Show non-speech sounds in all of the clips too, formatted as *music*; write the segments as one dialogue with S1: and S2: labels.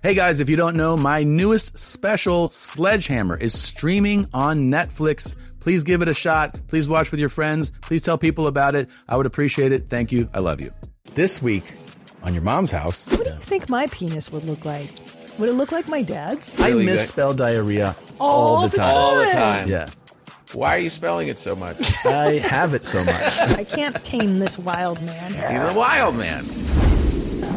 S1: Hey guys, if you don't know, my newest special, Sledgehammer, is streaming on Netflix. Please give it a shot. Please watch with your friends. Please tell people about it. I would appreciate it. Thank you. I love you. This week on your mom's house,
S2: What do you think my penis would look like? Would it look like my dad's?
S1: I
S3: Really good.
S1: misspell diarrhea all,
S2: All
S1: the
S2: the
S1: time.
S3: all the time.
S1: Yeah.
S3: Why are you spelling it so much?
S1: I have it so much. *laughs*
S2: I can't tame this wild man.
S3: He's a wild man.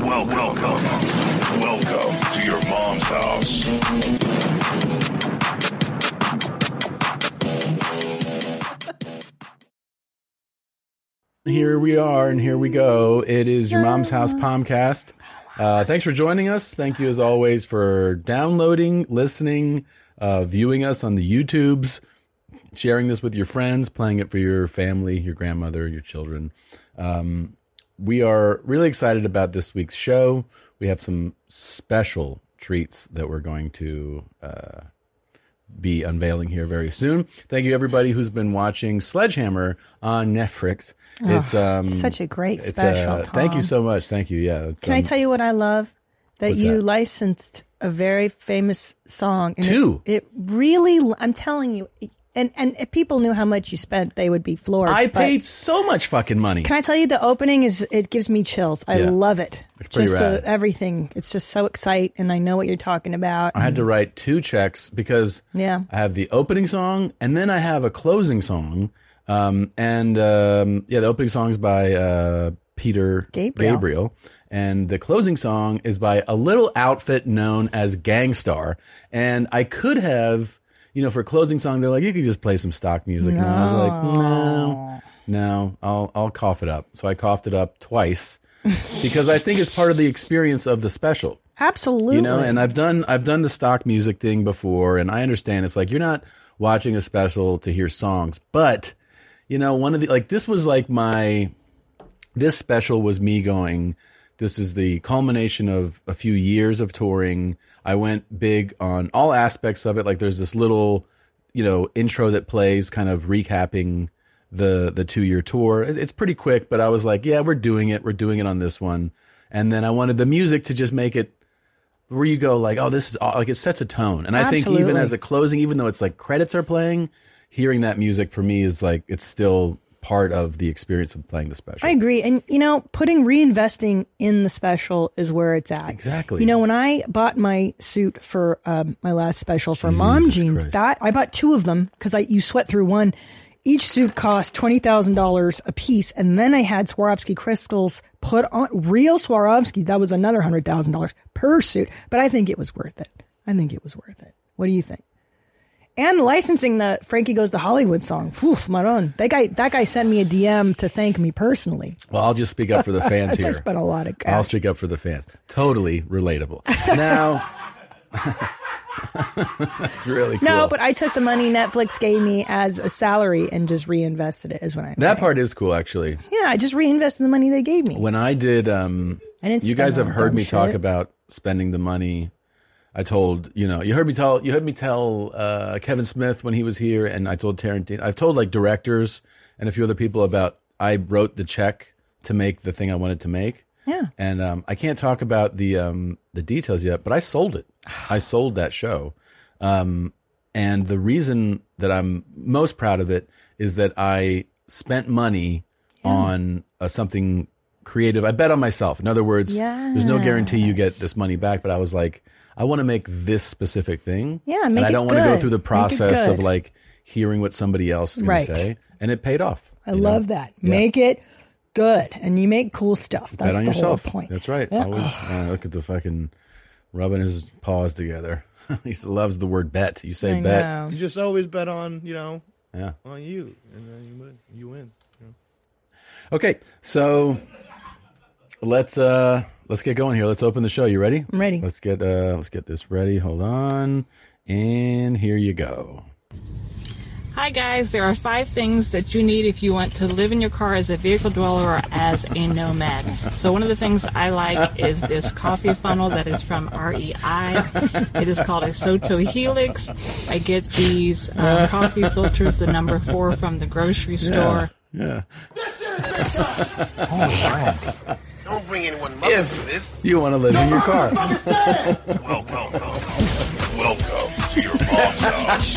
S4: Well, welcome. Welcome to your mom's house.
S1: Here we are, and here we go. It is your mom's house Pomcast. Uh, thanks for joining us. Thank you, as always, for downloading, listening, uh, viewing us on the YouTubes, sharing this with your friends, playing it for your family, your grandmother, your children. Um, we are really excited about this week's show. We have some special treats that we're going to uh, be unveiling here very soon. Thank you, everybody who's been watching Sledgehammer on Netflix. it's um,
S2: Oh, Such a great
S1: it's,
S2: special.
S1: uh, Thank you
S2: Tom.
S1: so much. Thank you. Yeah. it's,
S2: Can I
S1: um,
S2: tell you what I love? That
S1: What's
S2: you
S1: that?
S2: licensed a very famous song. And it-
S1: Two.
S2: It, really, I'm telling you, and, and if people knew how much you spent, they would be floored.
S1: I
S2: but-
S1: paid so much fucking money.
S2: Can I tell you the opening is it gives me chills. I
S1: Yeah.
S2: love it.
S1: It's pretty
S2: just
S1: rad.
S2: The, everything. It's just so excite and I know what you're talking about.
S1: I had to write two checks because
S2: Mm. Yeah.
S1: I have the opening song and then I have a closing song. Um, and um, yeah, the opening song is by uh, Peter
S2: Gabriel.
S1: And the closing song is by a little outfit known as Gangstar. And I could have, you know, for closing song, they're like, you could just play some stock music. And I was like, no, no, I'll, I'll cough it up. So I coughed it up twice because I think it's part of the experience of the special
S2: Absolutely.
S1: you know and i've done i've done the stock music thing before and i understand it's like you're not watching a special to hear songs but you know one of the like this was like my this special was me going this is the culmination of a few years of touring i went big on all aspects of it like there's this little you know intro that plays kind of recapping the the two year tour It- it's pretty quick but i was like yeah we're doing it we're doing it on this one and then i wanted the music to just make it where you go like oh this is aw- like it sets a tone and i think even
S2: Absolutely.
S1: as a closing even though it's like credits are playing hearing that music for me is like it's still part of the experience of playing the special
S2: I agree. And you know, putting reinvesting in the special is where it's at.
S1: Exactly.
S2: You know, when I bought my suit for um, my last special for mom jeans,
S1: Christ.
S2: that I bought two of them because I you sweat through one. Each suit cost twenty thousand dollars a piece, and then I had Swarovski crystals put on real Swarovskis. That was another hundred thousand dollars per suit, but I think it was worth it. I think it was worth it. What do you think? and licensing the Frankie Goes to Hollywood song. Whew, Maron. That guy, that guy sent me a DM to thank me personally.
S1: Well, I'll just speak up
S2: *laughs*
S1: for the fans
S2: I
S1: here.
S2: spent a lot of
S1: I'll
S2: cash.
S1: speak up for the fans. Totally
S2: *laughs*
S1: relatable. Now, *laughs* That's really cool.
S2: No, but I took the money Netflix gave me as a salary and just reinvested it. Is what I'm
S1: that
S2: saying.
S1: part is cool, actually.
S2: Yeah, I just reinvested the money they gave me.
S1: When I did, um,
S2: I didn't
S1: you
S2: spend
S1: guys
S2: it on
S1: have heard
S2: dumb
S1: me talk
S2: shit.
S1: about spending the money. I told you know you heard me tell you heard me tell uh, Kevin Smith when he was here, and I told Tarantino. I've told like directors and a few other people about I wrote the check to make the thing I wanted to make.
S2: Yeah.
S1: and um, I can't talk about the um, the details yet, but I sold it. I sold that show, um, and the reason that I'm most proud of it is that I spent money on uh, something creative. I bet on myself. In other words, there's no guarantee you get this money back, but I was like, I want to make this specific thing.
S2: Yeah,
S1: and
S2: make
S1: I
S2: it
S1: don't want to go
S2: good.
S1: through the
S2: Make it
S1: process of
S2: good.
S1: like hearing what somebody else is going
S2: Right.
S1: to say, and it paid off.
S2: I love that. Make it good, and you make cool stuff. That's
S1: bet on
S2: the
S1: yourself.
S2: whole point.
S1: That's right. Always uh, look at the fucking rubbing his paws together. *laughs* he loves the word bet. You say
S2: I
S1: bet.
S2: know.
S5: You just always bet on, you know,
S1: Yeah.
S5: on you, and then you win. You win. you know.
S1: Okay, so let's uh let's get going here. Let's open the show. You ready?
S2: I'm ready.
S1: Let's get uh let's get this ready. Hold on. And here you go.
S6: Hi, guys. There are five things that you need if you want to live in your car as a vehicle dweller or as a nomad. So, one of the things I like is this coffee funnel that is from REI. It is called a Soto Helix. I get these uh, coffee filters, the number four from the grocery store.
S1: Yeah.
S4: Don't
S7: bring anyone mother to
S1: If
S7: this.
S1: you want to live in your car,
S4: Welcome. Welcome to your mom's house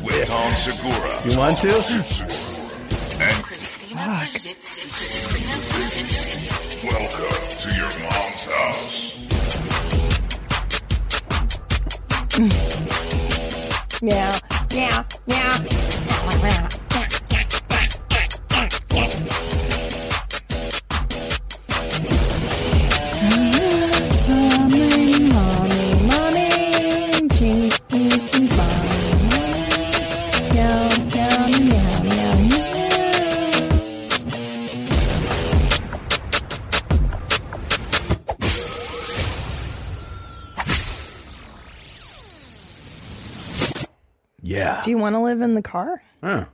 S4: with Tom Segura.
S1: you want to?
S8: Christina
S4: Welcome to your mom's house.
S2: Meow, meow, meow. Mommy, mommy, mommy, ching, ching, ching, bong. Meow, meow, meow, meow, meow.
S1: Yeah.
S2: Do you want to live in the car?
S1: Huh.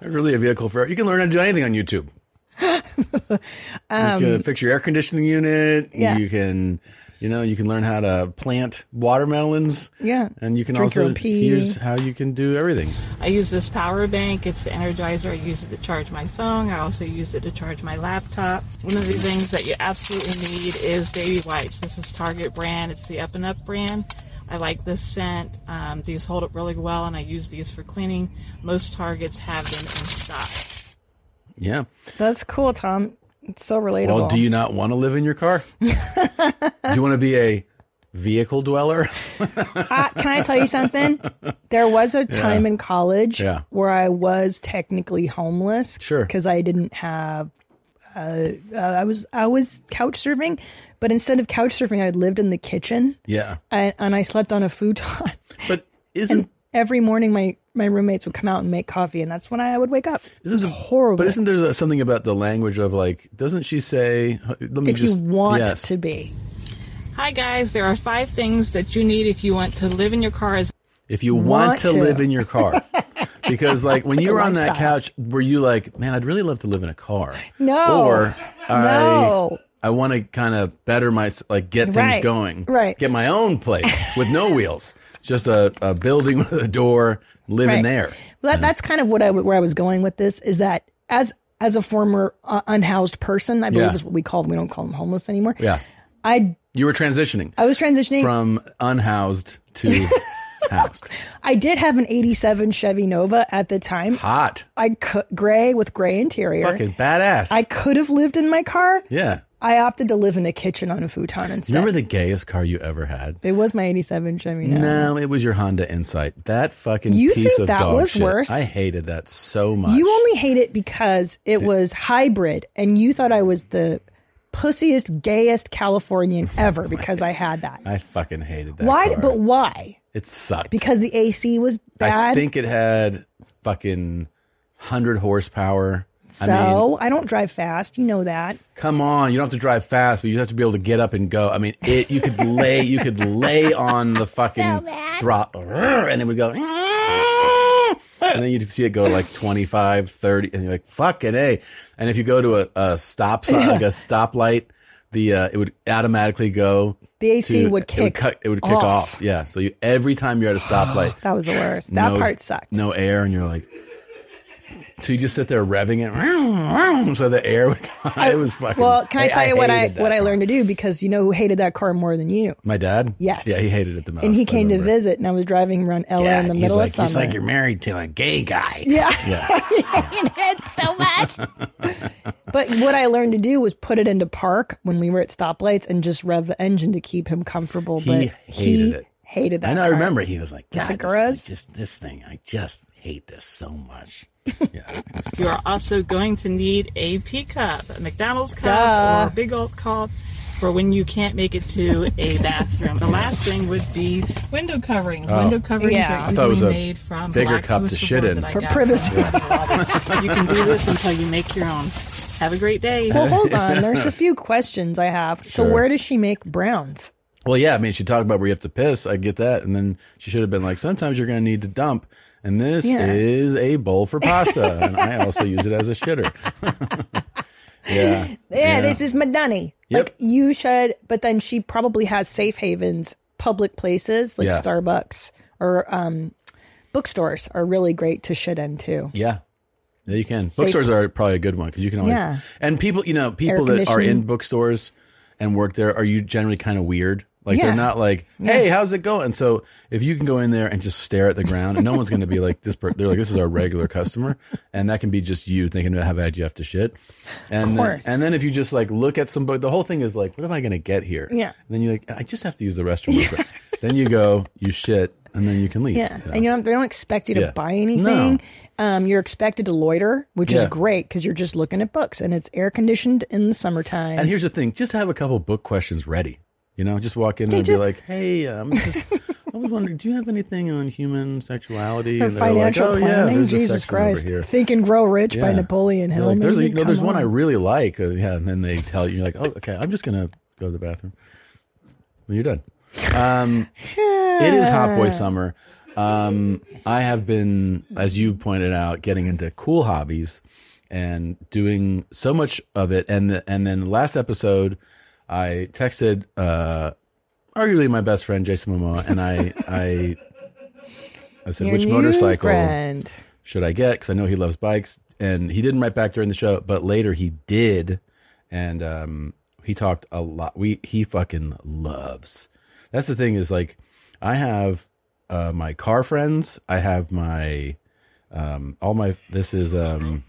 S1: There's really a vehicle for you can learn how to do anything on
S2: *laughs*
S1: YouTube. you can fix your air conditioning unit.
S2: Um, Yeah.
S1: You can, you know, you can learn how to plant watermelons.
S2: Yeah.
S1: And you can
S2: Drink your
S1: also
S2: own pee.
S1: here's how you can do everything.
S6: I use this power bank. It's the Energizer. I use it to charge my phone. I also use it to charge my laptop. One of the things that you absolutely need is baby wipes. This is Target brand. It's the Up and Up brand. I like this scent. Um, these hold up really well, and I use these for cleaning. Most Targets have them in stock.
S1: Yeah.
S2: That's cool, Tom. It's so relatable.
S1: Well, do you not want to live in your
S2: *laughs*
S1: car? do you want to be a vehicle dweller?
S2: I, can I tell you something? There was a time in college
S1: Yeah.
S2: where I was technically homeless.
S1: Sure.
S2: Because I didn't have. Uh, uh, I was I was couch surfing, but instead of couch surfing, I lived in the kitchen
S1: Yeah.
S2: and, and I slept on a futon. *laughs*
S1: But isn't
S2: Every morning, my my roommates would come out and make coffee, and that's when I would wake up. It was
S1: Isn't-
S2: horrible.
S1: But isn't there a- something about the language of like? Doesn't she say? Let me
S2: if
S1: just,
S2: you want
S1: yes.
S2: to be,
S6: Hi guys, there are five things that you need if you want to live in your car as
S1: if you want,
S2: Want
S1: to,
S2: to.
S1: live in your car,
S2: *laughs*
S1: because like when
S2: like
S1: you
S2: a
S1: were on that
S2: lifestyle.
S1: couch, were you like, man, I'd really love to live in a car?
S2: No.
S1: or
S2: No.
S1: I, I want to kind of better my like get things
S2: Right.
S1: going,
S2: Right.
S1: Get my own place with no wheels, just a, a building *laughs* with a door, live in
S2: Right.
S1: there.
S2: Well, that, that's kind of what I w- where I was going with this is that as as a former uh, unhoused person, I believe
S1: Yeah.
S2: is what we call them. We don't call them homeless anymore.
S1: Yeah,
S2: I
S1: you were transitioning
S2: I was transitioning.
S1: from unhoused
S2: *laughs*
S1: to housed.
S2: I did have an '87 Chevy Nova at the time.
S1: Hot,
S2: I could, gray with gray interior.
S1: fucking badass.
S2: I could have lived in my car.
S1: yeah.
S2: I opted to live in a kitchen on a futon instead.
S1: Remember the gayest car you ever had?
S2: it was my '87 Chevy Nova.
S1: No, it was your Honda Insight. That fucking
S2: You
S1: piece
S2: think
S1: of
S2: that
S1: dog
S2: was
S1: shit.
S2: worse?
S1: I hated that so much.
S2: You only hate it because it was hybrid, and you thought I was the pussiest, gayest Californian ever because I had that.
S1: I fucking hated that.
S2: Why?
S1: car.
S2: But why?
S1: it sucked
S2: Because the AC was bad.
S1: I think it had fucking hundred horsepower.
S2: so
S1: I mean,
S2: I don't drive fast. You know that.
S1: come on, you don't have to drive fast, but you have to be able to get up and go. I mean, it you could lay you could lay on the fucking throttle and it would go "Ah!" and then you'd see it go like 25, 30 and you're like fucking A. And if you go to a, a stop sign, like a stoplight, the uh, it would automatically go
S2: The AC
S1: to-
S2: would
S1: it would,
S2: kick
S1: cut, it would kick
S2: off.
S1: off. Yeah. So you every time you're at a stoplight
S2: That was the worst. That
S1: no-
S2: part sucked.
S1: No air, and you're like, so you just sit there revving it, so the air would. It was fucking.
S2: Well, can I tell you what I
S1: hated that
S2: what I
S1: car.
S2: learned to do? Because you know who hated that car more than you,
S1: My dad.
S2: Yes.
S1: Yeah, he hated it the most.
S2: and he
S1: I
S2: came to
S1: remember.
S2: visit, and I was driving around LA
S1: Yeah,
S2: in the
S1: he's
S2: middle
S1: like,
S2: of summer.
S1: He's like, you're married to a gay guy.
S2: *laughs* yeah,
S1: *laughs* Yeah.
S8: It's so much.
S2: *laughs* but what I learned to do was put it into park when we were at stoplights and just rev the engine to keep him comfortable.
S1: He
S2: but he
S1: hated it.
S2: hated that.
S1: I know. I
S2: car.
S1: remember he was like, God,
S2: Seguras?
S1: this, just this thing. I just hate this so much. Yeah.
S6: You are also going to need a P cup, a McDonald's cup,
S2: Duh.
S6: or a big old cup for when you can't make it to
S2: *laughs*
S6: a bathroom. The last thing would be window coverings. window coverings
S2: Yeah.
S6: are
S2: I
S1: Oh. thought it
S6: usually
S1: was a
S6: made from
S1: bigger
S6: black
S1: cup to
S6: poster
S1: shit
S6: board
S1: in.
S6: that I
S2: For
S6: got
S2: privacy.
S6: from Walmart. you can do this until you make your own. Have a great day.
S2: Well, hold
S1: *laughs*
S2: on. There's a few questions I have. So
S1: Sure.
S2: where does she make browns?
S1: Well, yeah, I mean, she talked about where you have to piss. I get that. And then she should have been like, sometimes you're going to need to dump. And this
S2: Yeah.
S1: is a bowl for pasta. and I also use it as a shitter. *laughs* yeah.
S2: yeah,
S1: Yeah.
S2: this is Madani. Like
S1: Yep.
S2: you should, but then she probably has safe havens, public places like
S1: Yeah.
S2: Starbucks or um, bookstores are really great to shit in too.
S1: Yeah. Yeah, you can. Bookstores are probably a good one because you can always.
S2: Yeah.
S1: And people, you know, people
S2: Air
S1: that are in
S2: conditioning.
S1: bookstores and work there are you generally kind of weird. Like
S2: Yeah.
S1: they're not like, hey, how's it going? So if you can go in there and just stare at the ground, and no one's going to be like this. Per-. They're like, this is our regular customer, and that can be just you thinking about how bad you have to shit. And then,
S2: course.
S1: and then if you just like look at some book, the whole thing is like, what am I going to get here?
S2: Yeah.
S1: And then you're like, I just have to use the restroom. real quick. then you go, you shit, and then you can leave.
S2: Yeah.
S1: You know?
S2: And you don't, they don't expect you to
S1: Yeah.
S2: buy anything. Um, you're expected to loiter, which is
S1: Yeah.
S2: great because you're just looking at books and it's air conditioned in the summertime.
S1: And here's the thing: just have a couple book questions ready. You know, just walk in there and be
S2: do-
S1: like, "Hey, um, just, I was wondering, do you have anything on human sexuality
S2: Or
S1: and they're like,
S2: financial
S1: "Oh, yeah,
S2: planning.
S1: there's a
S2: Jesus
S1: section over
S2: Christ.
S1: here."
S2: Think and Grow Rich by
S1: Yeah.
S2: Napoleon
S1: You're
S2: Hill.
S1: like, there's a,
S2: maybe.
S1: you know, there's
S2: Come
S1: one I
S2: on.
S1: really like. Uh, yeah, and then they tell you, you're like, "Oh, okay, I'm just gonna go to the bathroom." Well, you're done. Um, it is hot boy summer. Um, I have been, as you pointed out, getting into cool hobbies and doing so much of it. And the, and then last episode, I texted uh, arguably my best friend Jason Momoa, and I I I said,
S2: Your
S1: which
S2: new
S1: motorcycle
S2: Friend.
S1: should I get? Because I know he loves bikes. And he didn't write back during the show, but later he did, and um, he talked a lot. We he fucking loves. That's the thing is like, I have uh, my car friends. I have my um, all my. This is um,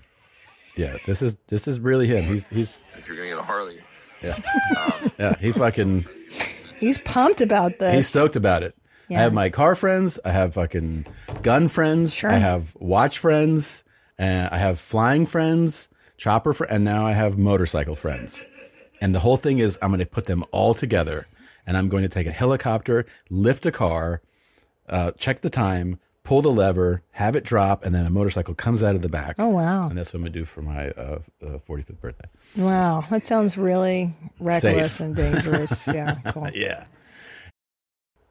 S1: yeah. This is this is really him. He's he's
S7: If you're gonna get a Harley,
S1: *laughs* yeah. He fucking.
S2: He's pumped about this.
S1: He's stoked about it.
S2: Yeah.
S1: I have my car friends. I have fucking gun friends.
S2: Sure.
S1: I have watch friends. And I have flying friends, chopper friends, and now I have motorcycle friends. And the whole thing is, I'm going to put them all together, and I'm going to take a helicopter, lift a car, uh, check the time, pull the lever, have it drop, and then a motorcycle comes out of the back.
S2: Oh, wow.
S1: And that's what I'm going to do for my uh, uh, 45th birthday.
S2: Wow, that sounds really reckless
S1: Safe.
S2: and dangerous. Yeah, cool.
S1: *laughs* Yeah.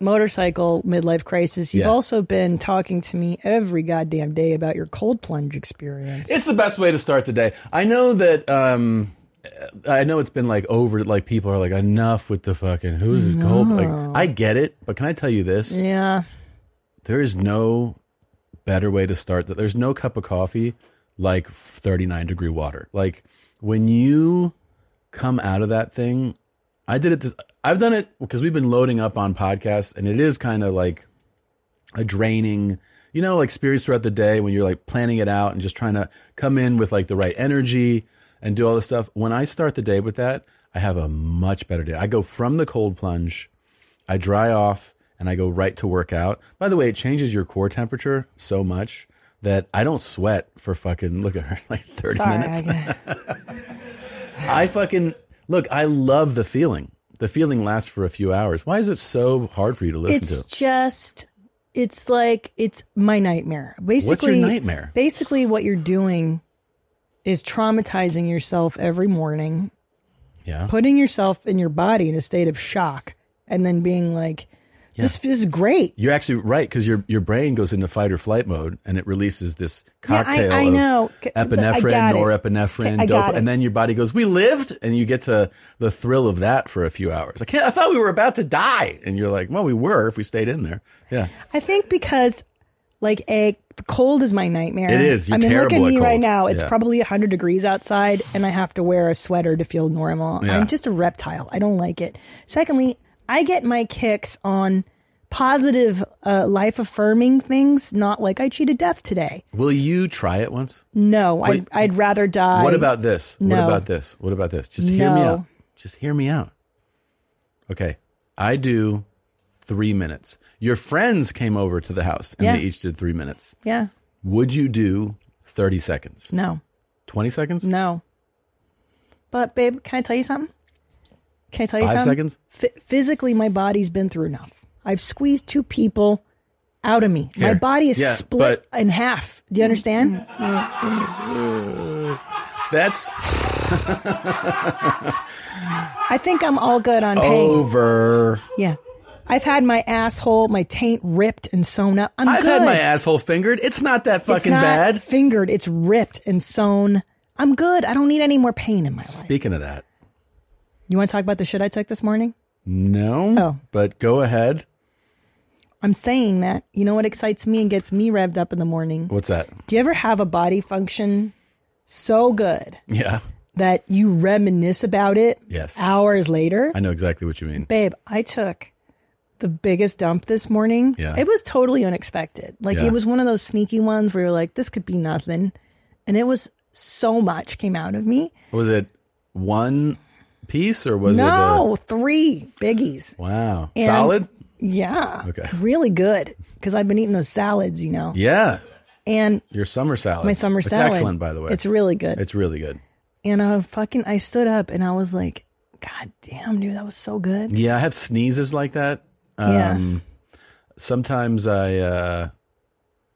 S2: motorcycle midlife crisis, you've
S1: Yeah.
S2: also been talking to me every goddamn day about your cold plunge experience.
S1: It's the best way to start the day. I know that. Um, I know it's been like over. Like people are like enough with the fucking who's this cold. Like I get it, but can I tell you this?
S2: yeah.
S1: There is no better way to start that. There's no cup of coffee like 39 degree water. Like when you come out of that thing, I did it. This, I've done it because we've been loading up on podcasts, and it is kind of like a draining, you know, like experience throughout the day when you're like planning it out and just trying to come in with like the right energy and do all this stuff. When I start the day with that, I have a much better day. I go from the cold plunge I dry off and I go right to work out. By the way, it changes your core temperature so much that I don't sweat for fucking look at her *laughs* like 30
S2: Sorry.
S1: minutes. *laughs*
S2: I,
S1: I fucking look, I love the feeling. The feeling lasts for a few hours. Why is it so hard for you to listen
S2: it's
S1: to?
S2: just, it's like, it's my nightmare. Basically,
S1: nightmare?
S2: Basically, what you're doing is traumatizing yourself every morning,
S1: Yeah.
S2: putting yourself in your body in a state of shock, and then being like, this, this is great.
S1: You're actually right because your your brain goes into fight or flight mode and it releases this
S2: I-
S1: cocktail
S2: I
S1: of
S2: know. C- but I
S1: epinephrine,
S2: got it.
S1: norepinephrine,
S2: Okay, I got
S1: dopa,
S2: it.
S1: and then your body goes, "We lived," and you get to the thrill of that for a few hours. I can't. I thought we were about to die, and you're like, "Well, we were if we stayed in there." Yeah,
S2: I think because like a the cold is my nightmare.
S1: It is. You're
S2: I mean, look
S1: terrible
S2: at
S1: at
S2: me right
S1: colds.
S2: now. It's
S1: Yeah.
S2: probably 100 degrees outside, and I have to wear a sweater to feel normal.
S1: Yeah.
S2: I'm just a reptile. I don't like it. Secondly, I get my kicks on positive, uh, life affirming things, not like I cheated death today.
S1: will you try it once?
S2: No, I'd,
S1: Wait.
S2: I'd rather die.
S1: What about this? What
S2: No.
S1: about this? What about this? Just hear me
S2: No.
S1: out. Just hear me out. Okay. I do three minutes. Your friends came over to the house and
S2: Yeah.
S1: they each did three minutes.
S2: Yeah.
S1: Would you do 30 seconds?
S2: No.
S1: 20 seconds?
S2: No. But, babe, can I tell you something? Can I tell you
S1: Five
S2: something?
S1: seconds?
S2: Phy- physically, my body's been through enough. I've squeezed two people out of me. My
S1: Here.
S2: body is
S1: Yeah,
S2: split in half. Do you understand?
S1: That's
S2: I think I'm all good on pain.
S1: Oh. over.
S2: Yeah. I've had my asshole, my taint ripped and sewn up. I'm
S1: I've
S2: good.
S1: had my asshole fingered. It's not that fucking
S2: it's not
S1: bad.
S2: Fingered. It's ripped and sewn. I'm good. I don't need any more pain in my life.
S1: Speaking of that,
S2: You want to talk about the shit I took this morning?
S1: no.
S2: Oh.
S1: But go ahead.
S2: I'm saying that. You know what excites me and gets me revved up in the morning?
S1: What's that?
S2: Do you ever have a body function so good
S1: Yeah.
S2: that you reminisce about it
S1: Yes.
S2: hours later?
S1: I know exactly what you mean.
S2: Babe, I took the biggest dump this morning.
S1: Yeah.
S2: It was totally unexpected. Like
S1: Yeah.
S2: it was one of those sneaky ones where you're like, this could be nothing. And it was so much came out of me.
S1: Was it one piece or was it uh, a,
S2: no, three biggies.
S1: Wow. Solid?
S2: Yeah.
S1: Okay.
S2: Really good. Because I've been eating those salads, you know.
S1: Yeah.
S2: And
S1: Your summer salad.
S2: my summer
S1: it's
S2: salad.
S1: excellent, by the way.
S2: It's really good.
S1: It's really good.
S2: and I fucking I stood up and I was like, God damn, dude, that was so good.
S1: Yeah, I have sneezes like that. Um,
S2: yeah.
S1: Sometimes I uh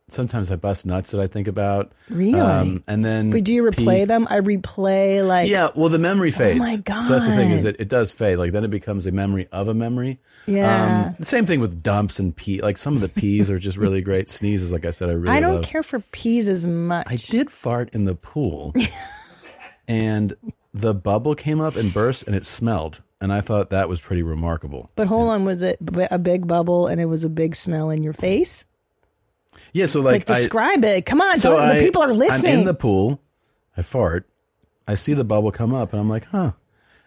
S1: sometimes I bust nuts that I think about. Um,
S2: Really?
S1: and then
S2: But do you replay
S1: pee-
S2: them? I replay like
S1: Yeah, well the memory fades.
S2: my
S1: So that's the thing is
S2: God.
S1: that it does fade. Like then it becomes a memory of a memory.
S2: Yeah.
S1: the same thing with dumps and pee. Like some of the peas are just really great. Sneezes, like I said, I really
S2: I don't
S1: love.
S2: care for peas as much.
S1: I did fart in the
S2: *laughs*
S1: pool, and the bubble came up and burst, and it smelled, and I thought that was pretty remarkable.
S2: But hold on, was it b- a big bubble and it was a big smell in your face?
S1: Yeah, so
S2: Like,
S1: like, I,
S2: describe it. Come on,
S1: so
S2: don't,
S1: I-
S2: the people are listening.
S1: I'm in the pool, I fart, I see the bubble come up, and I'm like, huh,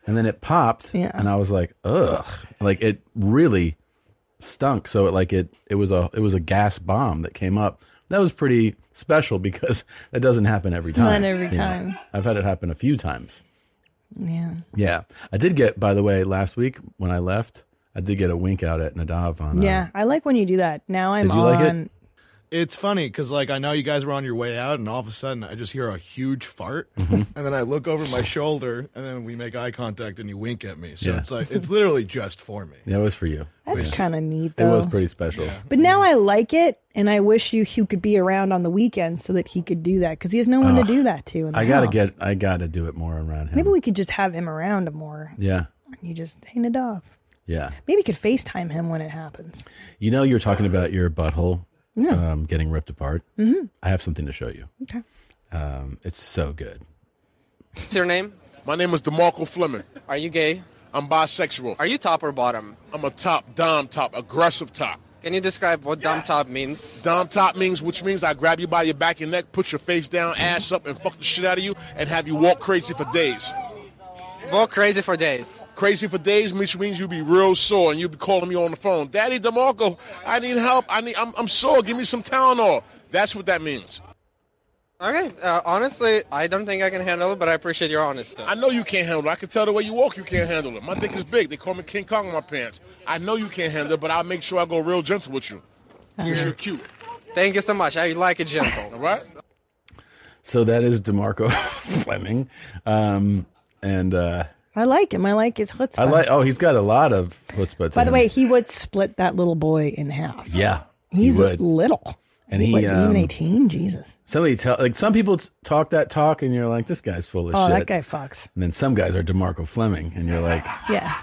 S1: and then it popped,
S2: Yeah.
S1: and I was like, ugh, like it really stunk. So it like it it was a it was a gas bomb that came up. That was pretty special *laughs* because that doesn't happen every time.
S2: Not every
S1: you know.
S2: time.
S1: I've had it happen a few times.
S2: yeah.
S1: Yeah, I did get. By the way, last week when I left, I did get a wink out at Nadav on. uh,
S2: yeah, I like when you do that. Now I'm
S1: Did you
S2: on.
S1: like it?
S5: It's funny because like I know you guys were on your way out, and all of a sudden I just hear a huge fart,
S1: Mm-hmm.
S5: and then I look over my shoulder, and then we make eye contact, and you wink at me. So
S1: Yeah.
S5: it's like it's literally just for me.
S1: that was for you.
S2: That's kind of neat
S1: It
S2: though.
S1: was pretty special.
S2: But now I like it, and I wish you Hugh could be around on the weekends so that he could do that because he has no one to do that to. In the
S1: I gotta
S2: house.
S1: get. I gotta do it more around him.
S2: Maybe we could just have him around more.
S1: yeah,
S2: And you just hang it off.
S1: yeah.
S2: Maybe you could FaceTime him when it happens.
S1: You know, you're talking about your butthole um, getting ripped apart. Mm-hmm. I have something to show you.
S2: Okay.
S1: Um, it's so good.
S7: What's your name?
S9: My name is DeMarco Fleming.
S7: Are you gay?
S9: I'm bisexual.
S7: Are you top or bottom?
S9: I'm a top, dom top, aggressive top.
S7: Can you describe what dumb top means?
S9: Dom top means, which means I grab you by your back and neck, put your face down, ass up, and fuck the shit out of you, and have you walk crazy for days.
S7: Go crazy for days.
S9: Crazy for days, which means you be real sore, and you be calling me on the phone, Daddy DeMarco, I need help. I need, I'm, I'm sore. Give me some Tylenol. That's what that means.
S7: Okay. Uh, honestly, I don't think I can handle it, but I appreciate your honesty.
S9: I know you can't handle it. I can tell the way you walk, you can't handle it. My dick is big. They call me King Kong in my pants. I know you can't handle it, but I'll make sure I go real gentle with you. Because you're cute.
S7: Thank you so much. I like it gentle.
S9: All right?
S1: So that is Demarco *laughs* Fleming, um, and uh,
S2: I like him. I like his chutzpah.
S1: I like. Oh, he's got a lot of chutzpah. to
S2: By the
S1: him.
S2: way, he would split that little boy in half.
S1: yeah,
S2: He's
S1: he would.
S2: little.
S1: And he,
S2: was
S1: um,
S2: even 18. Jesus.
S1: Somebody tell like some people t- talk that talk, and you're like, this guy's full of
S2: Oh,
S1: shit.
S2: that guy fucks.
S1: And then some guys are Demarco Fleming, and you're like,
S2: Yeah.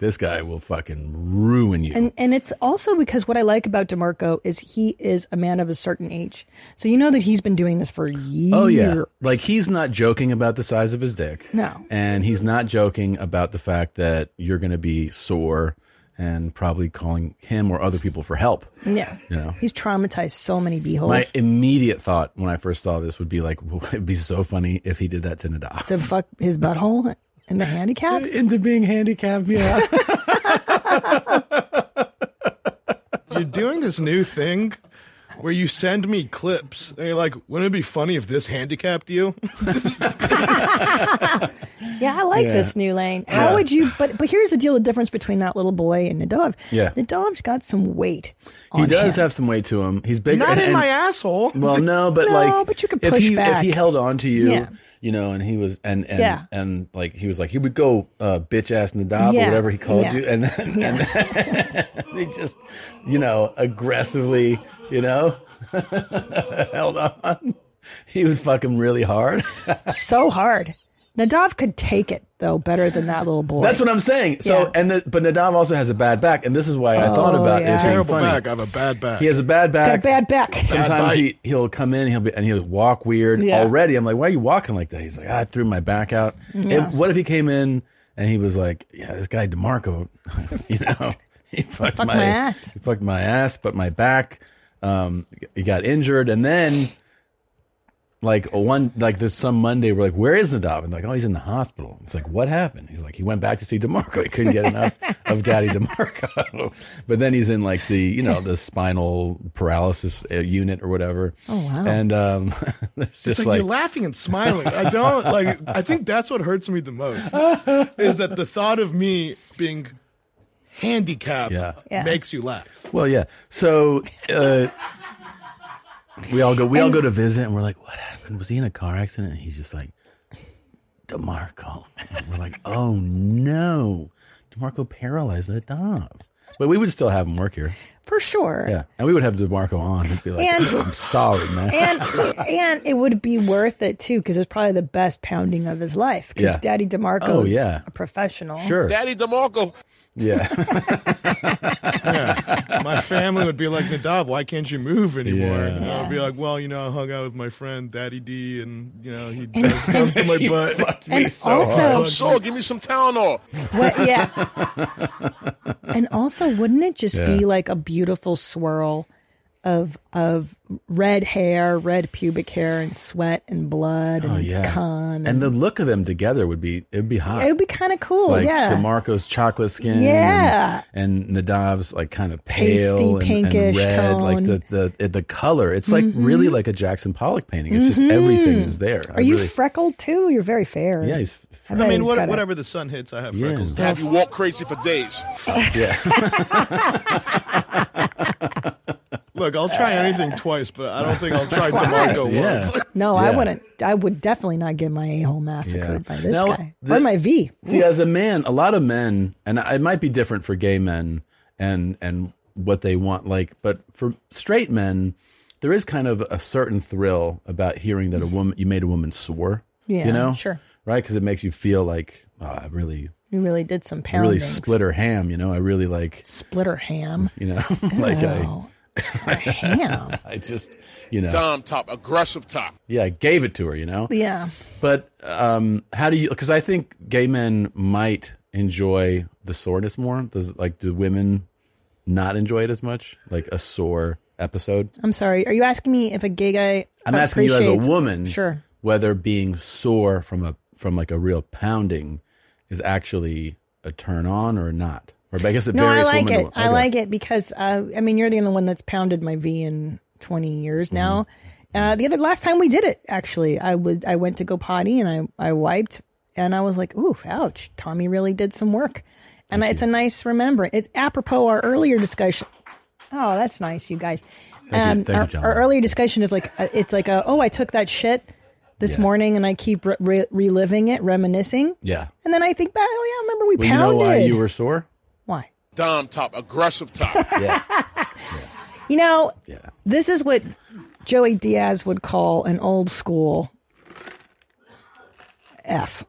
S1: this guy will fucking ruin you.
S2: And and it's also because what I like about DeMarco is he is a man of a certain age. So you know that he's been doing this for years.
S1: Oh yeah, like he's not joking about the size of his dick.
S2: No.
S1: and he's not joking about the fact that you're going to be sore and probably calling him or other people for help.
S2: yeah.
S1: You know,
S2: He's traumatized so many
S1: my
S2: beeholes.
S1: immediate thought when I first saw this would be like, *laughs* it'd be so funny if he did that to Nadav.
S2: to fuck his butthole and the handicaps.
S1: Into being handicapped, yeah.
S5: You're doing this new thing where you send me clips and you're like, wouldn't it be funny if this
S1: *laughs*
S5: handicapped you?
S2: Yeah, I like
S1: Yeah.
S2: this new lane. How would you? But but here's the deal: the difference between that little boy and Nadav.
S1: Yeah.
S2: Nadav's got some weight.
S1: *laughs* he
S2: on
S1: does
S2: him.
S1: have some weight to him. He's big.
S5: Not
S1: and-
S5: in
S1: and-
S5: my asshole.
S1: Well, no, but
S2: No,
S1: like,
S2: but you could
S1: if
S2: push
S1: he if
S2: back.
S1: he held on to you,
S2: Yeah.
S1: you know, and he was and and
S2: Yeah.
S1: and like he was like he would go uh, bitch ass Nadab or
S2: Yeah.
S1: whatever he called
S2: Yeah.
S1: you, and then and *laughs* he just you know aggressively you know *laughs* held on. He would fuck him really hard. *laughs*
S2: so hard. Nadav could take it though better than that little boy.
S1: That's what I'm saying. So
S2: Yeah.
S1: and the, but Nadav also has a bad back, and this is why I thought
S2: Oh,
S1: about
S2: yeah.
S1: it. being
S5: Terrible
S1: funny.
S5: back. I have a bad back.
S1: He has a bad
S2: got a
S1: back.
S2: bad back.
S1: *laughs* Sometimes
S5: bite.
S1: he he'll come in he'll be and he'll walk weird
S2: Yeah.
S1: already. I'm like, why are you walking like that? He's like, "Ah, I threw my back out. And what if he came in and he was like, yeah, this guy Demarco, *laughs* you know, *laughs* he fucked
S2: my ass.
S1: he fucked my ass, but my back, um, he got injured, and then like one like there's some Monday we're like, where is Nadav? And like, oh, he's in the hospital. It's like, what happened? He's like, he went back to see Demarco. He couldn't get enough of Daddy Demarco. *laughs* but then he's in like the you know the spinal paralysis uh, unit or whatever. Oh
S2: wow.
S1: And um, *laughs* it's
S5: It's
S1: just
S5: like,
S1: like,
S5: you're laughing and smiling. I don't like. I think that's what hurts me the most is that the thought of me being handicapped
S1: Yeah.
S2: Yeah.
S5: makes you laugh.
S1: well, yeah. So uh, we all go we all go to visit, and we're like, what happened? Was he in a car accident? And he's just like, Demarco. And we're like, oh no, Demarco paralyzed Nadav. But we would still have him work here.
S2: For sure.
S1: Yeah, and we would have DeMarco on. He'd be like,
S2: And-
S1: "I'm sorry, man."
S2: *laughs* And and it would be worth it too because it was probably the best pounding of his life because
S1: Yeah.
S2: Daddy DeMarco's
S1: Oh, yeah.
S2: a professional.
S1: sure.
S9: Daddy DeMarco.
S2: *laughs*
S1: yeah.
S5: Yeah. My family would be like, Nadav, why can't you move anymore?
S1: Yeah.
S5: And I'd be like, well, you know, I hung out with my friend Daddy D, and you know, he does
S2: *laughs*
S5: stuff to my butt. *laughs*
S2: And
S9: I'm
S2: also,
S9: sore. Give me some Tylenol.
S2: what, yeah.
S1: *laughs*
S2: and also, wouldn't it just be
S1: Yeah.
S2: like a beautiful swirl of of red hair, red pubic hair, and sweat and blood and
S1: Oh, yeah.
S2: cum?
S1: And the look of them together would be it would be hot.
S2: it would be kind of cool.
S1: like
S2: Oh, yeah.
S1: DeMarco's chocolate skin.
S2: Yeah.
S1: And, and Nadav's like kind of
S2: Pasty,
S1: pale and, and
S2: pinkish
S1: red. Like
S2: tone. Mm-hmm.
S1: the the it- the color. It's like really like a Jackson Pollock painting. It's just everything is there.
S2: Are you freckled too? You're very fair.
S1: yeah, he's
S2: I,
S5: I
S2: bet
S5: mean,
S2: he's
S5: what,
S2: got a-
S5: whatever the sun hits, I have
S1: Yeah.
S5: freckles.
S9: Have you walk crazy for days.
S5: Look, I'll try anything twice, but I don't think I'll try
S2: *laughs*
S5: DeMarco
S1: Yeah. *laughs*
S5: once.
S2: No, I
S1: Yeah.
S2: wouldn't. I would definitely not get my a hole massacred
S1: Yeah.
S2: by this
S1: Now,
S2: guy
S1: the-
S2: or my V.
S1: See, as a man, a lot of men, and it might be different for gay men and and what they want, like, but for straight men, there is kind of a certain thrill about hearing that a woman you made a woman sore.
S2: Yeah,
S1: you know,
S2: sure.
S1: right? Because it makes you feel like oh, I really,
S2: You really did some
S1: I
S2: pounding.
S1: really split her ham. You know, I really like, *laughs*
S2: Splitter ham.
S1: you know, like
S2: Oh,
S1: *laughs*
S2: a ham.
S1: I, I just, you know,
S9: Dom top, aggressive top.
S1: yeah, I gave it to her. You know,
S2: Yeah.
S1: But um, how do you? Because I think gay men might enjoy the soreness more. Does like do women not enjoy it as much? Like a sore episode.
S2: I'm sorry. Are you asking me if a gay guy?
S1: I'm asking you as a
S2: appreciates-
S1: woman,
S2: Sure.
S1: whether being sore from a from like a real pounding is actually a turn on or not. Or I guess it
S2: No, I
S1: varies.
S2: like
S1: woman
S2: it.
S1: to, Mm-hmm.
S2: I like it because uh, I mean, you're the only one that's pounded my V in 20 years now, Uh, the other last time we did it, actually, I would I went to go potty and I I wiped and I was like, ooh, ouch! Tommy really did some work, and it's a nice remembrance. It's apropos our earlier discussion. Oh, that's nice, you guys. Um,
S1: Thank you- thank you,
S2: our-
S1: John.
S2: our, earlier discussion of like uh, it's like a, oh, I took that shit this
S1: Yeah.
S2: morning and I keep re- re- reliving it, reminiscing.
S1: Yeah.
S2: And then I think back, oh yeah, remember we
S1: Well, you know
S2: pounded.
S1: why you were sore?
S2: Why?
S9: Dom top, aggressive top.
S2: You know,
S1: Yeah.
S2: this is what Joey Diaz would call an old school F.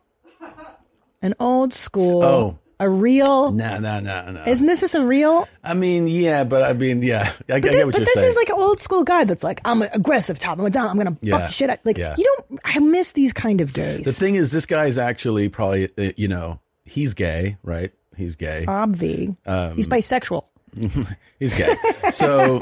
S2: An old school.
S1: Oh.
S2: A real.
S1: No, no, no, no.
S2: Isn't this just a real?
S1: I mean, yeah, but I mean, yeah, I, I
S2: But,
S1: get
S2: this,
S1: what
S2: but
S1: you're
S2: this
S1: saying.
S2: is like an old school guy that's like, I'm an aggressive top. I'm a down. I'm going to
S1: Yeah.
S2: fuck shit up. Like,
S1: Yeah.
S2: you don't. I miss these kind of
S1: the
S2: days.
S1: thing is, this guy is actually probably, uh, you know, he's gay, right? He's gay.
S2: Obvi.
S1: um,
S2: He's bisexual.
S1: He's
S2: *laughs*
S1: gay. So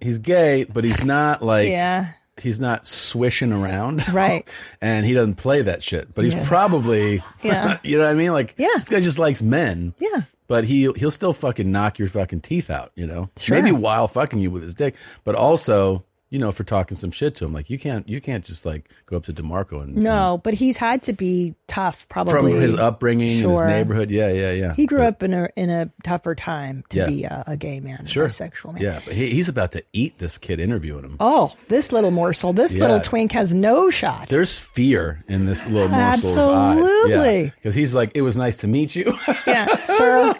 S1: he's gay, but he's not like
S2: Yeah.
S1: he's not swishing around. *laughs*
S2: Right.
S1: and he doesn't play that shit. But he's
S2: Yeah.
S1: probably
S2: *laughs* Yeah.
S1: *laughs* you know what I mean? Like
S2: Yeah.
S1: this guy just likes men.
S2: Yeah.
S1: But he he'll still fucking knock your fucking teeth out, you know?
S2: Sure.
S1: Maybe while fucking you with his dick, but also, you know, for talking some shit to him. Like you can't you can't just like go up to DeMarco and
S2: No, but he's had to be tough,
S1: and- Mm.
S2: probably.
S1: from his upbringing and his
S2: Sure.
S1: neighborhood. Yeah, yeah, yeah.
S2: He grew
S1: But-
S2: up in a in a tougher time to
S1: Yeah.
S2: be a, a gay man, a
S1: sure.
S2: bisexual man.
S1: Yeah, but he, he's about to eat this kid interviewing him.
S2: Oh, this little morsel, this
S1: Yeah.
S2: little twink has no shot.
S1: There's fear in this little morsel's eyes.
S2: Absolutely.
S1: Because he's like, it was nice to meet you. *laughs*
S2: yeah, sir.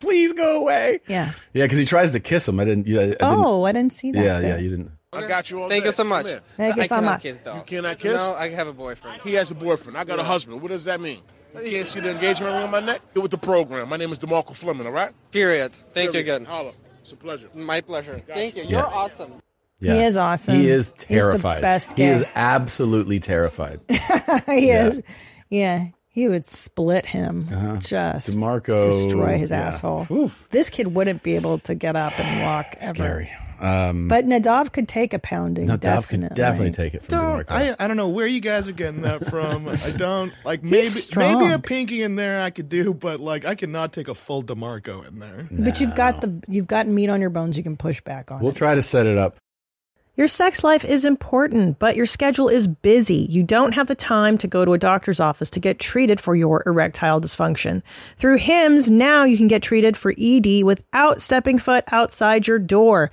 S1: Please go away.
S2: Yeah.
S1: Yeah, because he tries to kiss him. I didn't. You I, I didn't
S2: Oh, I didn't see that.
S1: yeah,
S2: there.
S1: yeah. You didn't.
S9: I got you all
S7: Thank
S9: day.
S7: you so much.
S9: Come here.
S2: Thank you
S7: I
S2: so
S7: cannot
S2: much.
S7: kiss, though.
S9: You cannot kiss?
S7: No, I have a boyfriend.
S9: He has a boyfriend. I got a husband. What does that mean? I can't see the engagement ring on my neck. Get with the program. My name is DeMarco Fleming, all right?
S7: Period. Thank you
S9: Period.
S7: again.
S9: Holla. It's a pleasure.
S7: My pleasure. Thank you.
S1: Yeah.
S7: You're awesome.
S1: Yeah.
S2: He is awesome.
S1: He is
S2: He's the
S1: terrified.
S2: best
S1: he
S2: guy.
S1: is absolutely terrified.
S2: *laughs* he
S1: Yeah. Uh-huh.
S2: is. Yeah, he would split him, just
S1: DeMarco,
S2: destroy his
S1: yeah.
S2: asshole.
S1: Oof.
S2: This kid wouldn't be able to get up and walk ever.
S1: Scary.
S2: But Nadav could take a pounding.
S1: No, Dov
S2: definitely.
S1: could definitely take it from
S5: don't
S1: DeMarco.
S5: I, uh, I don't know where you guys are getting that from. I don't like maybe
S2: strong.
S5: maybe a pinky in there I could do, but like I cannot take a full Demarco in there.
S2: But you've got the you've got meat on your bones. You can push back on.
S1: we'll try to set it up.
S10: Your sex life is important, but your schedule is busy. You don't have the time to go to a doctor's office to get treated for your erectile dysfunction. Through HIMS, now you can get treated for ED without stepping foot outside your door.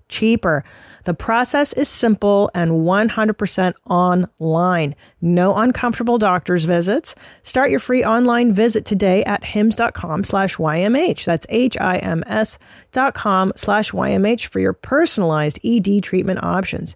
S10: cheaper. The process is simple and 100% online. No uncomfortable doctor's visits. Start your free online visit today at hims.com slash YMH. That's H-I-M-S dot com slash YMH for your personalized ED treatment options.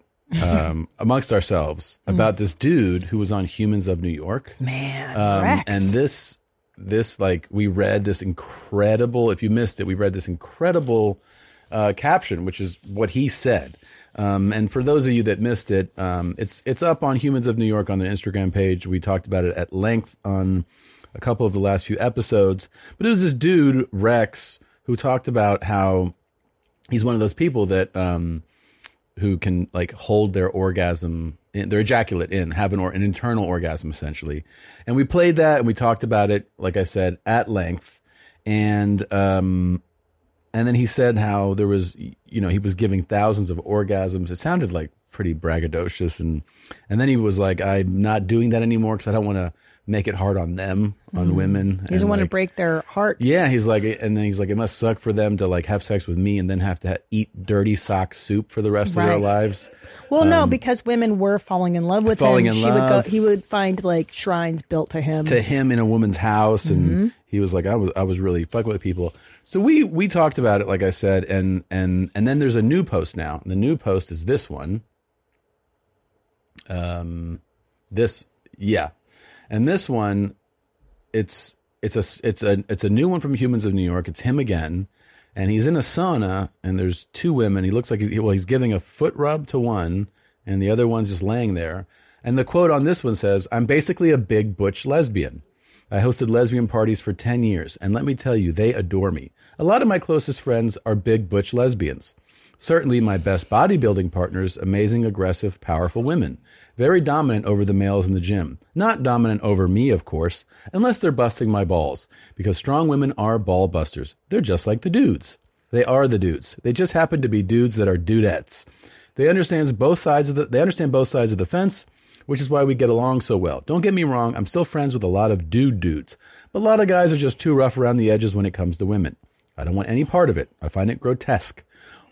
S2: *laughs*
S1: um, amongst ourselves about this dude who was on Humans of New York.
S2: Man,
S1: Um,
S2: Rex.
S1: and this this like we read this incredible if you missed it we read this incredible uh, caption which is what he said um, and for those of you that missed it um, it's it's up on humans of new york on their instagram page we talked about it at length on a couple of the last few episodes but it was this dude rex who talked about how he's one of those people that um, who can like hold their orgasm, in, their ejaculate in, have an or an internal orgasm essentially. And we played that and we talked about it, like I said, at length. And um, and then he said how there was, you know, he was giving thousands of orgasms. It sounded like pretty braggadocious, and and then he was like, I'm not doing that anymore because I don't want to make it hard on them, on women.
S2: Mm-hmm. He doesn't
S1: and,
S2: want to
S1: like-
S2: break their hearts.
S1: Yeah, he's like, and then he's like, it must suck for them to like have sex with me and then have to ha- eat dirty sock soup for the rest of their
S2: Right.
S1: lives.
S2: Well, no, because women were falling in love with
S1: Um, Falling
S2: him.
S1: in
S2: she would go.
S1: love.
S2: He would find like shrines built to him.
S1: to him in a woman's house and he was like I was I was really fucking with people. So we we talked about it like I said and and and then there's a new post now. The new post is this one. Um this yeah. And this one it's it's a it's a it's a new one from Humans of New York. It's him again and he's in a sauna and there's two women. He looks like he's well he's giving a foot rub to one and the other one's just laying there. And the quote on this one says, "I'm basically a big butch lesbian." I hosted lesbian parties for 10 years, and let me tell you, they adore me. A lot of my closest friends are big butch lesbians. Certainly, my best bodybuilding partners, amazing, aggressive, powerful women. Very dominant over the males in the gym. Not dominant over me, of course, unless they're busting my balls, because strong women are ball busters. They're just like the dudes. They are the dudes. They just happen to be dudes that are dudettes. They understands both sides of the they understand both sides of the fence, which is why we get along so well. Don't get me wrong, I'm still friends with a lot of dude dudes, but a lot of guys are just too rough around the edges when it comes to women. I don't want any part of it. I find it grotesque.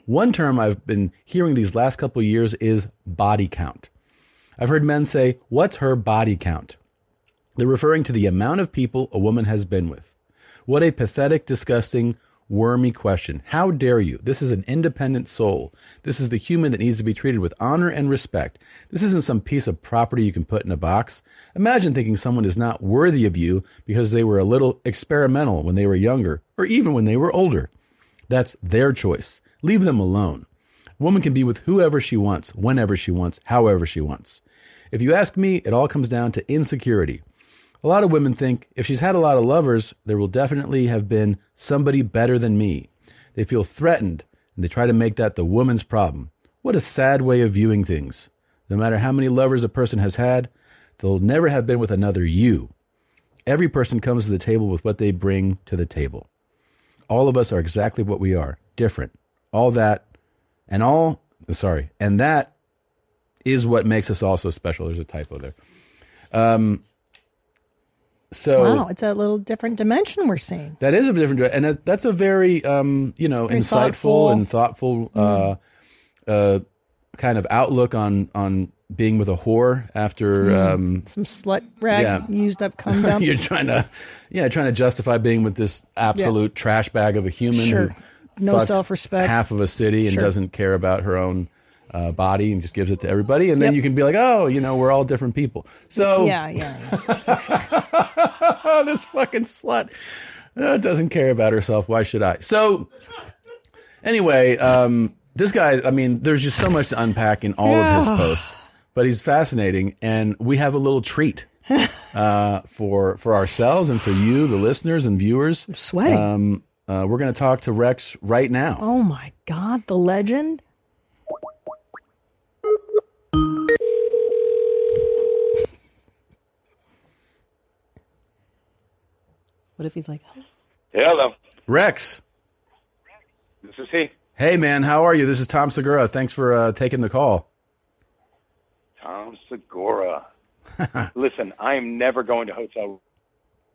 S1: One term I've been hearing these last couple years is body count. I've heard men say, "What's her body count?" They're referring to the amount of people a woman has been with. What a pathetic, disgusting, wormy question. How dare you? This is an independent soul. This is the human that needs to be treated with honor and respect. This isn't some piece of property you can put in a box. Imagine thinking someone is not worthy of you because they were a little experimental when they were younger or even when they were older. That's their choice. Leave them alone. A woman can be with whoever she wants, whenever she wants, however she wants. If you ask me, it all comes down to insecurity. A lot of women think if she's had a lot of lovers, there will definitely have been somebody better than me. They feel threatened and they try to make that the woman's problem. What a sad way of viewing things. No matter how many lovers a person has had, they'll never have been with another you. Every person comes to the table with what they bring to the table. All of us are exactly what we are different. All that, and all, sorry, and that is what makes us all so special. There's a typo there. Um, so
S2: wow, it's a little different dimension we're seeing.
S1: that is a different, and that- that's a very um, you know
S2: Very
S1: insightful
S2: thoughtful. Mm-hmm.
S1: and thoughtful uh, uh, kind of outlook on on being with a whore after
S2: Mm-hmm.
S1: um, *laughs*
S2: Some slut rag
S1: Yeah.
S2: used
S1: *laughs*
S2: up cum dump.
S1: you're trying to yeah trying to justify being with this absolute trash bag of a human
S2: Sure.
S1: who
S2: No
S1: fucked
S2: self-respect.
S1: half of a city and
S2: Sure.
S1: doesn't care about her own. Uh, body and just gives it to everybody, and then
S2: Yep.
S1: you can be like, "Oh, you know, we're all different people." So
S2: yeah,
S1: *laughs*
S2: yeah.
S1: this fucking slut uh, doesn't care about herself. Why should I? So, anyway, um, this guy, I mean, there's just so much to unpack in all of his posts, but he's fascinating. And we have a little treat uh, for, for ourselves and for you, the listeners and viewers. I'm
S2: sweating.
S1: Um, uh, we're going to talk to Rex right now.
S2: Oh my God, the legend. What if he's like,
S11: Hello,
S1: Rex,
S11: this is he,
S1: hey, man, how are you? This is Tom Segura. Thanks for uh, taking the call.
S11: Tom
S1: *laughs*
S11: Segura. Listen, I am never going to hotel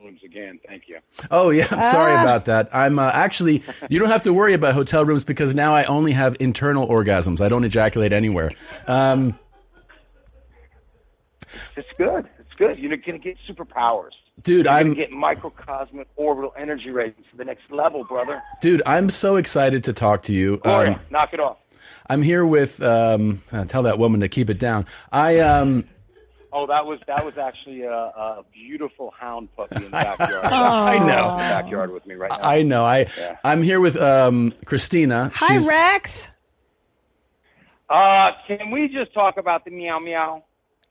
S11: rooms again. Thank you.
S1: Oh yeah, I'm sorry about that. I'm uh, actually you don't have to worry about hotel rooms because now I only have internal orgasms. I don't ejaculate anywhere. Um,
S11: It's good. It's good. You're going to get superpowers. You're
S1: dude,
S11: going
S1: I'm
S11: to get microcosmic orbital energy ratings to the next level, brother.
S1: dude, I'm so excited to talk to you.
S11: Gloria,
S1: Um,
S11: knock it off.
S1: I'm here with um, uh, tell that woman to keep it down. I um,
S11: Oh, that was that was actually a, a beautiful hound puppy in the backyard.
S1: *laughs* I know.
S11: In the backyard with me right now.
S1: I know. I I'm here with um, Christina.
S8: Hi,
S1: She's-
S8: Rex.
S11: Uh, can we just talk about the meow meow?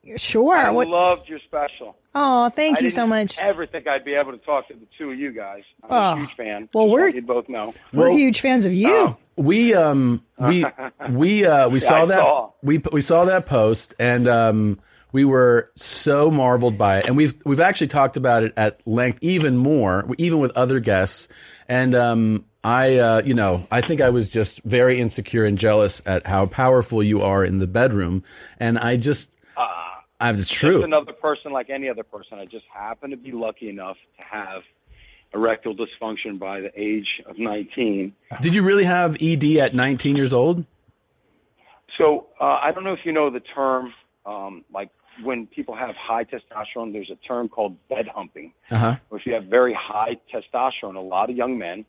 S11: I
S2: sure. What?
S11: loved your special.
S2: Oh, thank
S11: I
S2: you
S11: didn't
S2: so much.
S11: Ever think I'd be able to talk to the two of you guys? I'm
S2: Oh.
S11: a huge fan.
S2: Well, we're-
S11: you both know.
S2: We're huge fans of you.
S11: Oh.
S1: we um
S11: *laughs*
S1: we we uh we saw
S11: I
S1: that
S11: saw.
S1: we we saw that post and um we were so marveled by it and we've we've actually talked about it at length even more even with other guests and um I uh you know I think I was just very insecure and jealous at how powerful you are in the bedroom and I just I, it's
S11: Uh, Just
S1: true.
S11: another person like any other person. I just happen to be lucky enough to have erectile dysfunction by the age of 19.
S1: Did you really have ED at 19 years old?
S11: So uh, I don't know if you know the term, um, like when people have high testosterone, there's a term called bed humping.
S1: Uh huh.
S11: Or if you have very high testosterone, a lot of young men,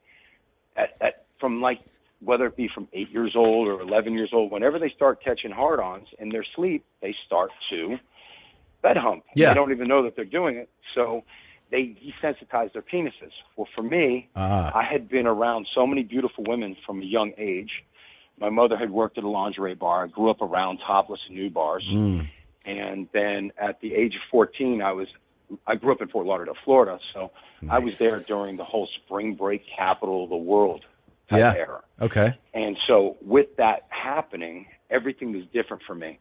S11: at, at from like whether it be from eight years old or 11 years old, whenever they start catching hard-ons in their sleep, they start to bed hump.
S1: Yeah.
S11: They don't even know that they're doing it, so they desensitize their penises. Well, for me,
S1: Ah.
S11: I had been around so many beautiful women from a young age. My mother had worked at a lingerie bar. I grew up around topless and new bars.
S1: Hmm.
S4: Mm.
S11: And then at the age of 14, I was I grew up in Fort Lauderdale, Florida, so I was there during the whole spring break capital of the world type
S1: Yeah.
S11: era.
S1: Okay.
S11: And so with that happening, everything was different for me.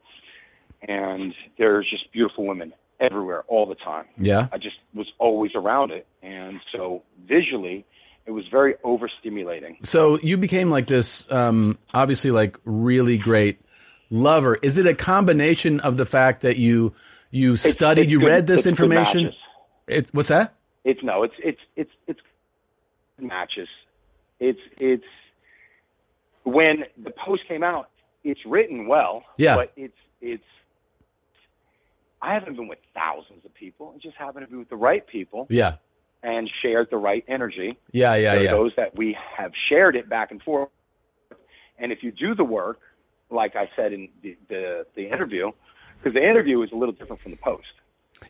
S11: And there's just beautiful women everywhere all the time.
S1: Yeah.
S11: I just was always around it. And so visually, it was very overstimulating.
S1: So you became like this, um, obviously, like really great lover. Is it a combination of the fact that you you studied,
S11: it's
S1: you
S11: good-
S1: read this
S11: it's good
S1: information?
S11: matches.
S1: It, what's that?
S11: It's no, it's it's it's it's matches. It's it's when the post came out, it's written well.
S1: Yeah.
S11: But it's it's I haven't been with thousands of people. I just happen to be with the right people
S1: Yeah.
S11: and shared the right energy.
S1: Yeah. Yeah.
S11: So
S1: Yeah.
S11: Those that we have shared it back and forth. And if you do the work, like I said in the the, the interview, because the interview is a little different from the post.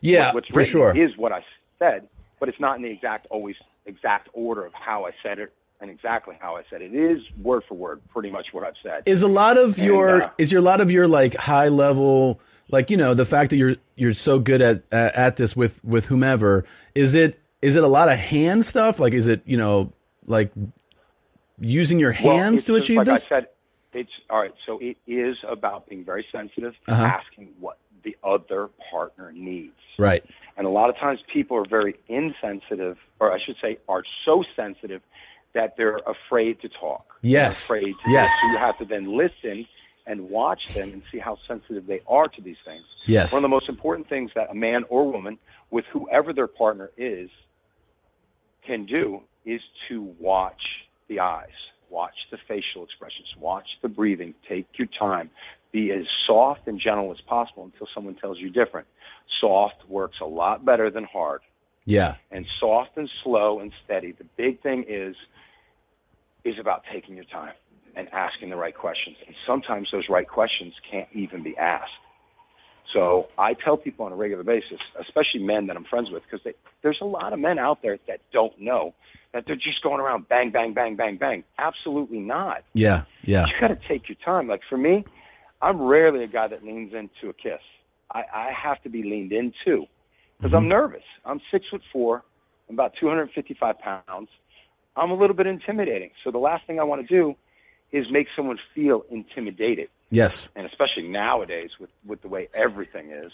S1: Yeah.
S11: What- what's
S1: for
S11: written
S1: sure.
S11: is what I said, but it's not in the exact always exact order of how I said it and exactly how I said it. It is word for word, pretty much what I've said.
S1: is a lot of
S11: And,
S1: your
S11: uh,
S1: is your lot of your like high level like you know the fact that you're you're so good at at, at this with with whomever is it is it a lot of hand stuff like is it you know like using your
S11: Well,
S1: hands
S11: it's
S1: to
S11: just
S1: achieve
S11: like
S1: this
S11: I said, it's all right. So it is about being very sensitive, to
S1: Uh-huh.
S11: asking what the other partner needs.
S1: right
S11: And a lot of times people are very insensitive, or I should say, are so sensitive that they're afraid to talk.
S1: Yes.
S11: They're afraid to
S1: Yes.
S11: So you have to then listen and watch them and see how sensitive they are to these things.
S1: Yes.
S11: One of the most important things that a man or woman with whoever their partner is can do is to watch the eyes, watch the facial expressions, watch the breathing, take your time, be as soft and gentle as possible until someone tells you different. Soft works a lot better than hard,
S1: yeah
S11: and soft and slow and steady. The big thing is is about taking your time and asking the right questions. And sometimes those right questions can't even be asked. So I tell people on a regular basis, especially men that I'm friends with, because there's a lot of men out there that don't know that they're just going around bang, bang, bang, bang, bang. Absolutely not.
S1: yeah yeah
S11: You got to take your time. Like for me, I'm rarely a guy that leans into a kiss. I, I have to be leaned into because I'm nervous. I'm six foot four. I'm about 255 pounds. I'm a little bit intimidating. So the last thing I want to do is make someone feel intimidated.
S1: yes
S11: And especially nowadays with, with the way everything is,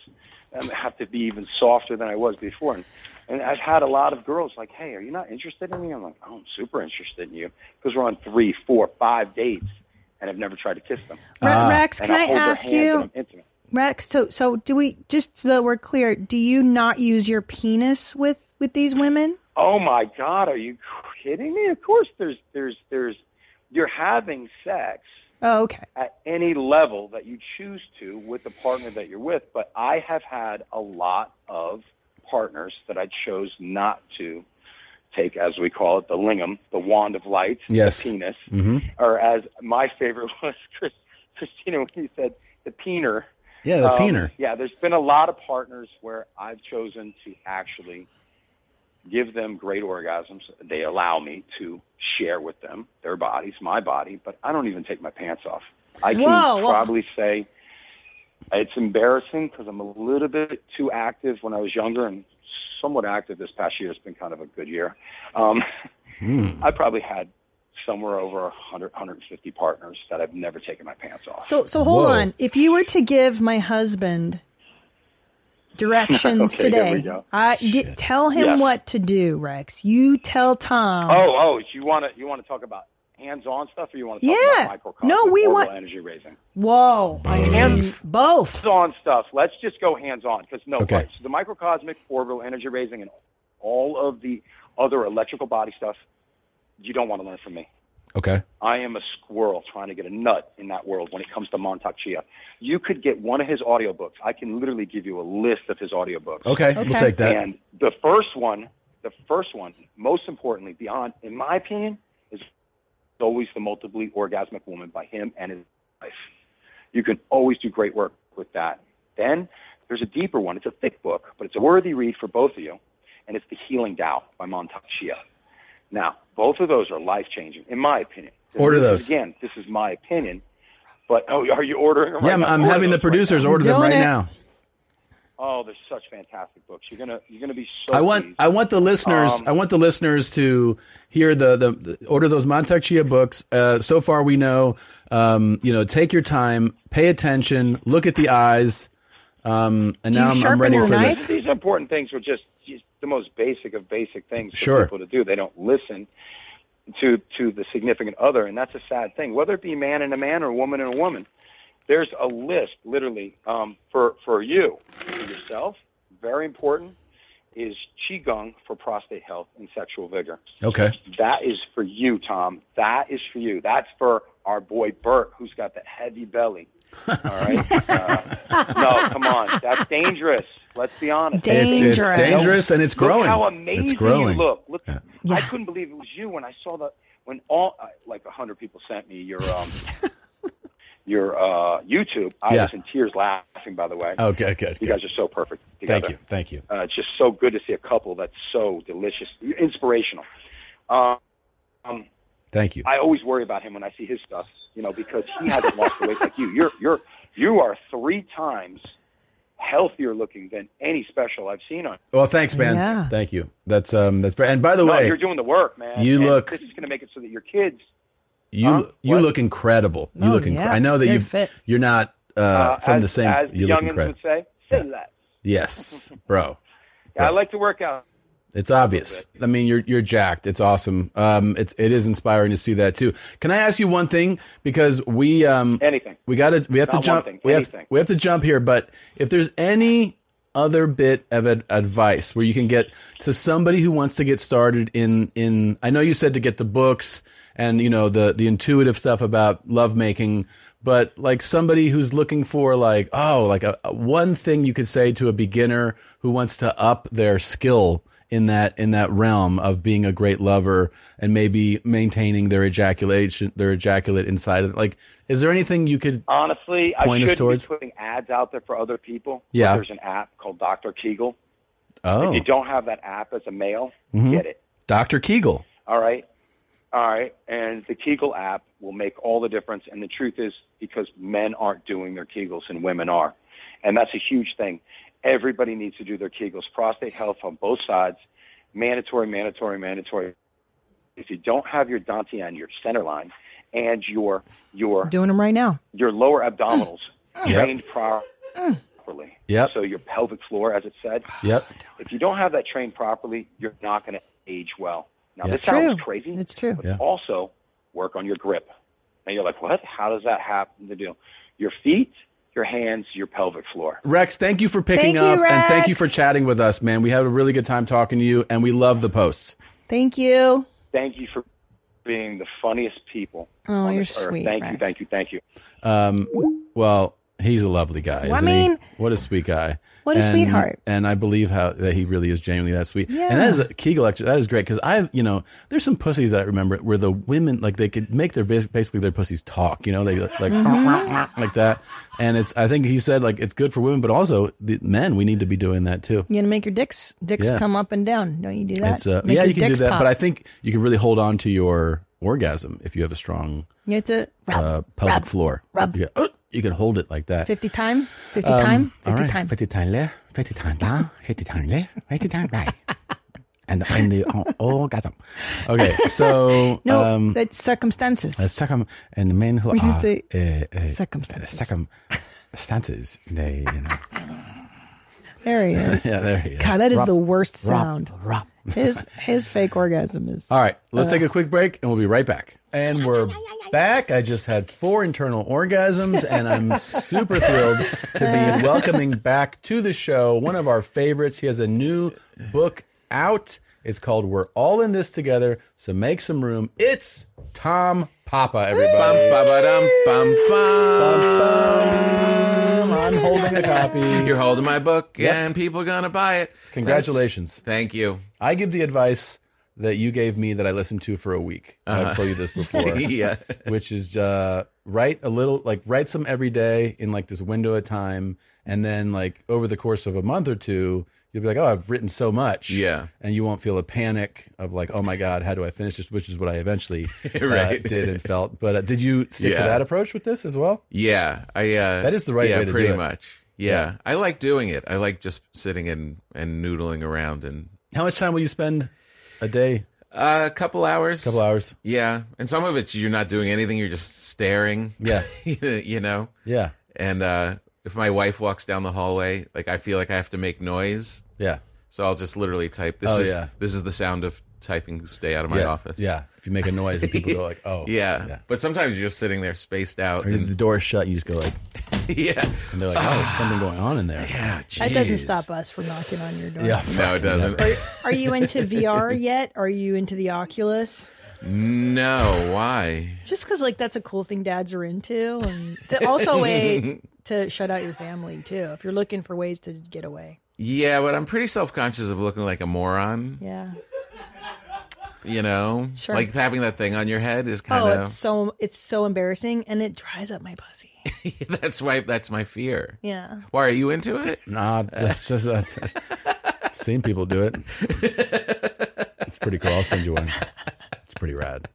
S11: I have to be even softer than I was before. And, and I've had a lot of girls like, hey, are you not interested in me? I'm like, oh, I'm super interested in you because we're on three, four, five dates and I've never tried to kiss them.
S10: Re- Ah. Rex,
S11: And
S10: can I
S11: hold their
S10: ask
S11: hand and
S10: you-
S11: I'm intimate.
S10: Rex, so so do we just so that we're clear, do you not use your penis with with these women?
S11: Oh my God, are you kidding me? Of course, there's there's there's you're having sex
S10: Oh, okay.
S11: at any level that you choose to with the partner that you're with. But I have had a lot of partners that I chose not to take, as we call it, the lingam, the wand of light,
S1: Yes.
S11: the penis,
S1: hmm
S11: or as my favorite *laughs* was Chris, Christina when you said the peener.
S1: Yeah, the
S11: Um,
S1: peener.
S11: Yeah, there's been a lot of partners where I've chosen to actually give them great orgasms. They allow me to share with them their bodies, my body, but I don't even take my pants off. I can
S12: Whoa, whoa.
S11: probably say it's embarrassing because I'm a little bit too active when I was younger and somewhat active this past year. It's been kind of a good year. Um, I probably had somewhere over 100, 150 partners that I've never taken my pants off.
S10: So so hold
S11: Whoa.
S10: on. If you were to give my husband directions
S11: *laughs* Okay, here we
S10: today,
S11: go.
S10: I get, tell him
S11: Yes.
S10: what to do, Rex. You tell Tom.
S2: Um,
S11: Oh, oh, you want to you want to talk about hands-on stuff, or you want to talk about
S2: Yeah.
S11: microcosm?
S2: No, we
S11: orbital
S2: want-
S11: energy raising.
S2: Whoa. I mean, both
S11: hands-on stuff. Let's just go hands-on because no,
S2: Okay.
S11: right. So the microcosmic orbital energy raising and all of the other electrical body stuff, you don't want to learn from me.
S1: Okay.
S11: I am a squirrel trying to get a nut in that world when it comes to Montauk Chia. You could get one of his audiobooks. I can literally give you a list of his audiobooks.
S1: Okay, we'll Okay. take that.
S11: And the first one, the first one, most importantly, beyond, in my opinion, is always The Multiply Orgasmic Woman by him and his wife. You can always do great work with that. Then there's a deeper one. It's a thick book, but it's a worthy read for both of you, and it's The Healing Tao by Montauk Chia. Now, both of those are life changing, in my opinion.
S1: Order those.
S11: Again, this is my opinion, but oh, are you ordering them?
S1: Yeah,
S11: right
S1: I'm,
S11: now?
S1: I'm
S11: Order
S1: having the
S11: those right
S1: producers
S11: now.
S1: order them right now.
S11: Oh, they're such fantastic books. You're gonna you're gonna be so.
S1: I want I want the listeners
S11: Um,
S1: I want the listeners to hear the the, the- order those Montauk Chia books. Uh, so far we know um, you know take your time, pay attention, look at the eyes, um, and now I'm, I'm ready for the
S11: These important things are just, just the most basic of basic things for
S1: Sure.
S11: people to do. They don't listen to to the significant other, and that's a sad thing. Whether it be man and a man or woman and a woman, there's a list literally um, for for you for yourself. Very important is qigong for prostate health and sexual vigor.
S1: Okay.
S11: That is for you, Tom. That is for you. That's for our boy Bert, who's got that heavy belly. All right. Uh, no, come on. That's dangerous. Let's be honest.
S1: It's- it's Dangerous. dangerous and it's growing.
S11: Look how
S1: It's
S11: amazing
S1: growing.
S11: you look. Look, I couldn't believe it was you when I saw the when all uh, like a hundred people sent me your um your uh YouTube. I
S1: Yeah.
S11: was in tears laughing. By the way.
S1: Okay, Oh, good,
S11: You
S1: good.
S11: guys are so perfect. Together.
S1: Thank you, thank you.
S11: Uh, it's just so good to see a couple that's so delicious, inspirational. Um, um,
S1: Thank you.
S11: I always worry about him when I see his stuff, you know, because he hasn't lost the weight like you. You're you're you are three times healthier looking than any special I've seen on.
S1: Well, thanks, man.
S11: Yeah.
S1: Thank you. That's um that's very. And by the
S11: No,
S1: way,
S11: you're doing the work, man.
S1: you
S11: And
S1: look-
S11: This is going to make it so that your kids.
S1: you you look incredible. You
S11: Oh,
S1: look. Inc-
S11: yeah.
S1: I know that
S11: Very
S1: you
S11: fit.
S1: you're not uh,
S11: uh,
S1: from
S11: as-
S1: the same.
S11: As
S1: you
S11: the
S1: look
S11: youngins
S1: incredible.
S11: would say, say that. *laughs*
S1: Yes, bro.
S11: Yeah, I like to work out.
S1: It's obvious. I mean, you're you're jacked. It's awesome. Um, it's it is inspiring to see that too. Can I ask you one thing? Because we um
S11: anything
S1: we got to we have
S11: Not
S1: to
S11: one
S1: jump.
S11: thing,
S1: we have
S11: anything.
S1: we have to jump here. But if there's any other bit of ad- advice where you can get to somebody who wants to get started in in I know you said to get the books and you know the the intuitive stuff about lovemaking, but like somebody who's looking for like oh like a, a- one thing you could say to a beginner who wants to up their skill in that in that realm of being a great lover and maybe maintaining their ejaculation their ejaculate inside of like is there anything you could
S11: Honestly,
S1: Point
S11: I
S1: us
S11: should be
S1: towards-
S11: putting ads out there for other people. but
S1: Yeah.
S11: There's an app called Dr. Kegel.
S1: oh
S11: If you don't have that app as a male,
S1: Mhm.
S11: get it.
S1: Dr. Kegel.
S11: All right. All right. And the Kegel app will make all the difference. And the truth is because men aren't doing their Kegels and women are. And that's a huge thing. Everybody needs to do their Kegels. Prostate health on both sides. Mandatory, mandatory, mandatory. If you don't have your dantian, your center line, and your your
S2: doing them right now.
S11: your lower abdominals
S1: Yep.
S11: trained pro- properly.
S1: Yep.
S11: So your pelvic floor, as it said,
S1: Yep.
S11: if you don't have that trained properly, you're not going to age well. Now,
S1: Yeah.
S11: this
S1: True.
S11: sounds crazy.
S2: It's true.
S1: Yeah.
S11: Also, work on your grip. And you're like, what? How does that happen to do? Your feet, your hands, your pelvic floor.
S1: Rex, thank you for picking
S2: Thank you,
S1: up and thank you
S2: Rex.
S1: for chatting with us, man. We had a really good time talking to you and we love the posts.
S2: Thank you.
S11: Thank you for being the funniest people.
S2: Oh,
S11: on
S2: you're
S11: this earth.
S2: sweet,
S11: Thank you,
S2: Rex.
S11: thank you, thank you.
S1: Um well, he's a lovely guy,
S2: Well, I
S1: isn't
S2: mean,
S1: he? What a sweet guy.
S2: what a
S1: And-
S2: sweetheart.
S1: And I believe how that he really is genuinely that sweet.
S2: Yeah.
S1: And that is a Kegel lecture. That is great because I've you know there's some pussies that I remember where the women like they could make their bas- basically their pussies talk. You know they like like,
S2: Mhm.
S1: like that. And it's I think he said like it's good for women, but also the men we need to be doing that too.
S2: You're gonna make your dicks dicks
S1: Yeah.
S2: come up and down. Don't you do that?
S1: It's uh,
S2: Make
S1: yeah,
S2: your
S1: you can do
S2: dicks
S1: that,
S2: pop.
S1: but I think you can really hold on to your orgasm if you have a strong
S2: you have to
S1: uh, pelvic floor.
S2: rub.
S1: You, can, you can hold it like that.
S2: fifty time, fifty
S1: Um,
S2: time,
S1: all
S2: fifty
S1: right.
S2: time.
S1: 50 time left, 50 time down, 50 time left, 50 time right. And and the oh, orgasm. Okay, so
S2: *laughs* No,
S1: um,
S2: that's circumstances.
S1: uh, circum and the men who
S2: We should
S1: are
S2: say
S1: uh, uh,
S2: circumstances. *laughs*
S1: circumstances. They you know.
S2: there he
S1: *laughs*
S2: is.
S1: yeah, there he is.
S2: God, that is
S1: Rub,
S2: the worst
S1: rub,
S2: sound.
S1: rub.
S2: His his fake orgasm is.
S1: All right, let's
S2: Ugh.
S1: take a quick break and we'll be right back. And we're back. I just had four internal orgasms, and *laughs* I'm super thrilled to *laughs* be welcoming back to the show one of our favorites. He has a new book out. It's called We're All in This Together, so make some room. It's Tom Papa, everybody. Bum, bum. I'm holding a copy.
S3: You're holding my book,
S1: Yep.
S3: and people are gonna buy it.
S1: Congratulations.
S3: That's- thank you.
S1: I give the advice that you gave me that I listened to for a week.
S3: Uh-huh.
S1: I've told you *laughs* this before.
S3: Yeah.
S1: Which is uh, write a little, like write some every day in like this window of time. And then like over the course of a month or two, you'll be like, oh, I've written so much.
S3: Yeah.
S1: And you won't feel a panic of like, oh my God, how do I finish this? Which is what I *laughs* eventually uh,
S3: Right.
S1: did and felt. But uh, did you stick to
S3: Yeah.
S1: that approach with this as well?
S3: Yeah, I. Uh,
S1: That is the right
S3: yeah,
S1: way to
S3: pretty
S1: do it.
S3: much. Yeah. I like doing it. I like just sitting and and noodling around and
S1: How much time will you spend a day?
S3: uh, a couple hours.
S1: couple hours.
S3: Yeah, and some of it's you're not doing anything. You're just staring.
S1: Yeah.
S3: *laughs* you know.
S1: Yeah.
S3: And uh, if my wife walks down the hallway, like I feel like I have to make noise,
S1: Yeah.
S3: so I'll just literally type. This
S1: Oh,
S3: is
S1: yeah.
S3: this is the sound of typing. Stay out of my
S1: yeah.
S3: office.
S1: Yeah. If you make a noise and people
S3: *laughs*
S1: go like, oh.
S3: Yeah. But sometimes you're just sitting there spaced out.
S1: Or the
S3: And,
S1: door's shut, you just go like,
S3: *laughs* yeah.
S1: and they're like, oh, there's something going on in there.
S3: Yeah.
S2: That doesn't
S3: jeez.
S2: stop us from knocking on your door.
S1: Yeah.
S3: No, it doesn't.
S2: Are you into VR yet? Are you into the Oculus?
S3: no. Why?
S2: Just because like that's a cool thing dads are into, and
S1: *laughs*
S2: to also a way to shut out your family too. If you're looking for ways to get away,
S3: Yeah, but I'm pretty self conscious of looking like a moron.
S2: yeah.
S3: You know,
S2: Sure.
S3: like having that thing on your head is kind
S2: Oh,
S3: of
S2: it's so it's so embarrassing, and it dries up my pussy.
S3: that's why that's my fear.
S2: Yeah.
S3: Why are you into it?
S1: *laughs* Nah, that's just, uh, I've seen people do
S3: *laughs*
S1: it. It's pretty cool. I'll send you one. It's pretty rad.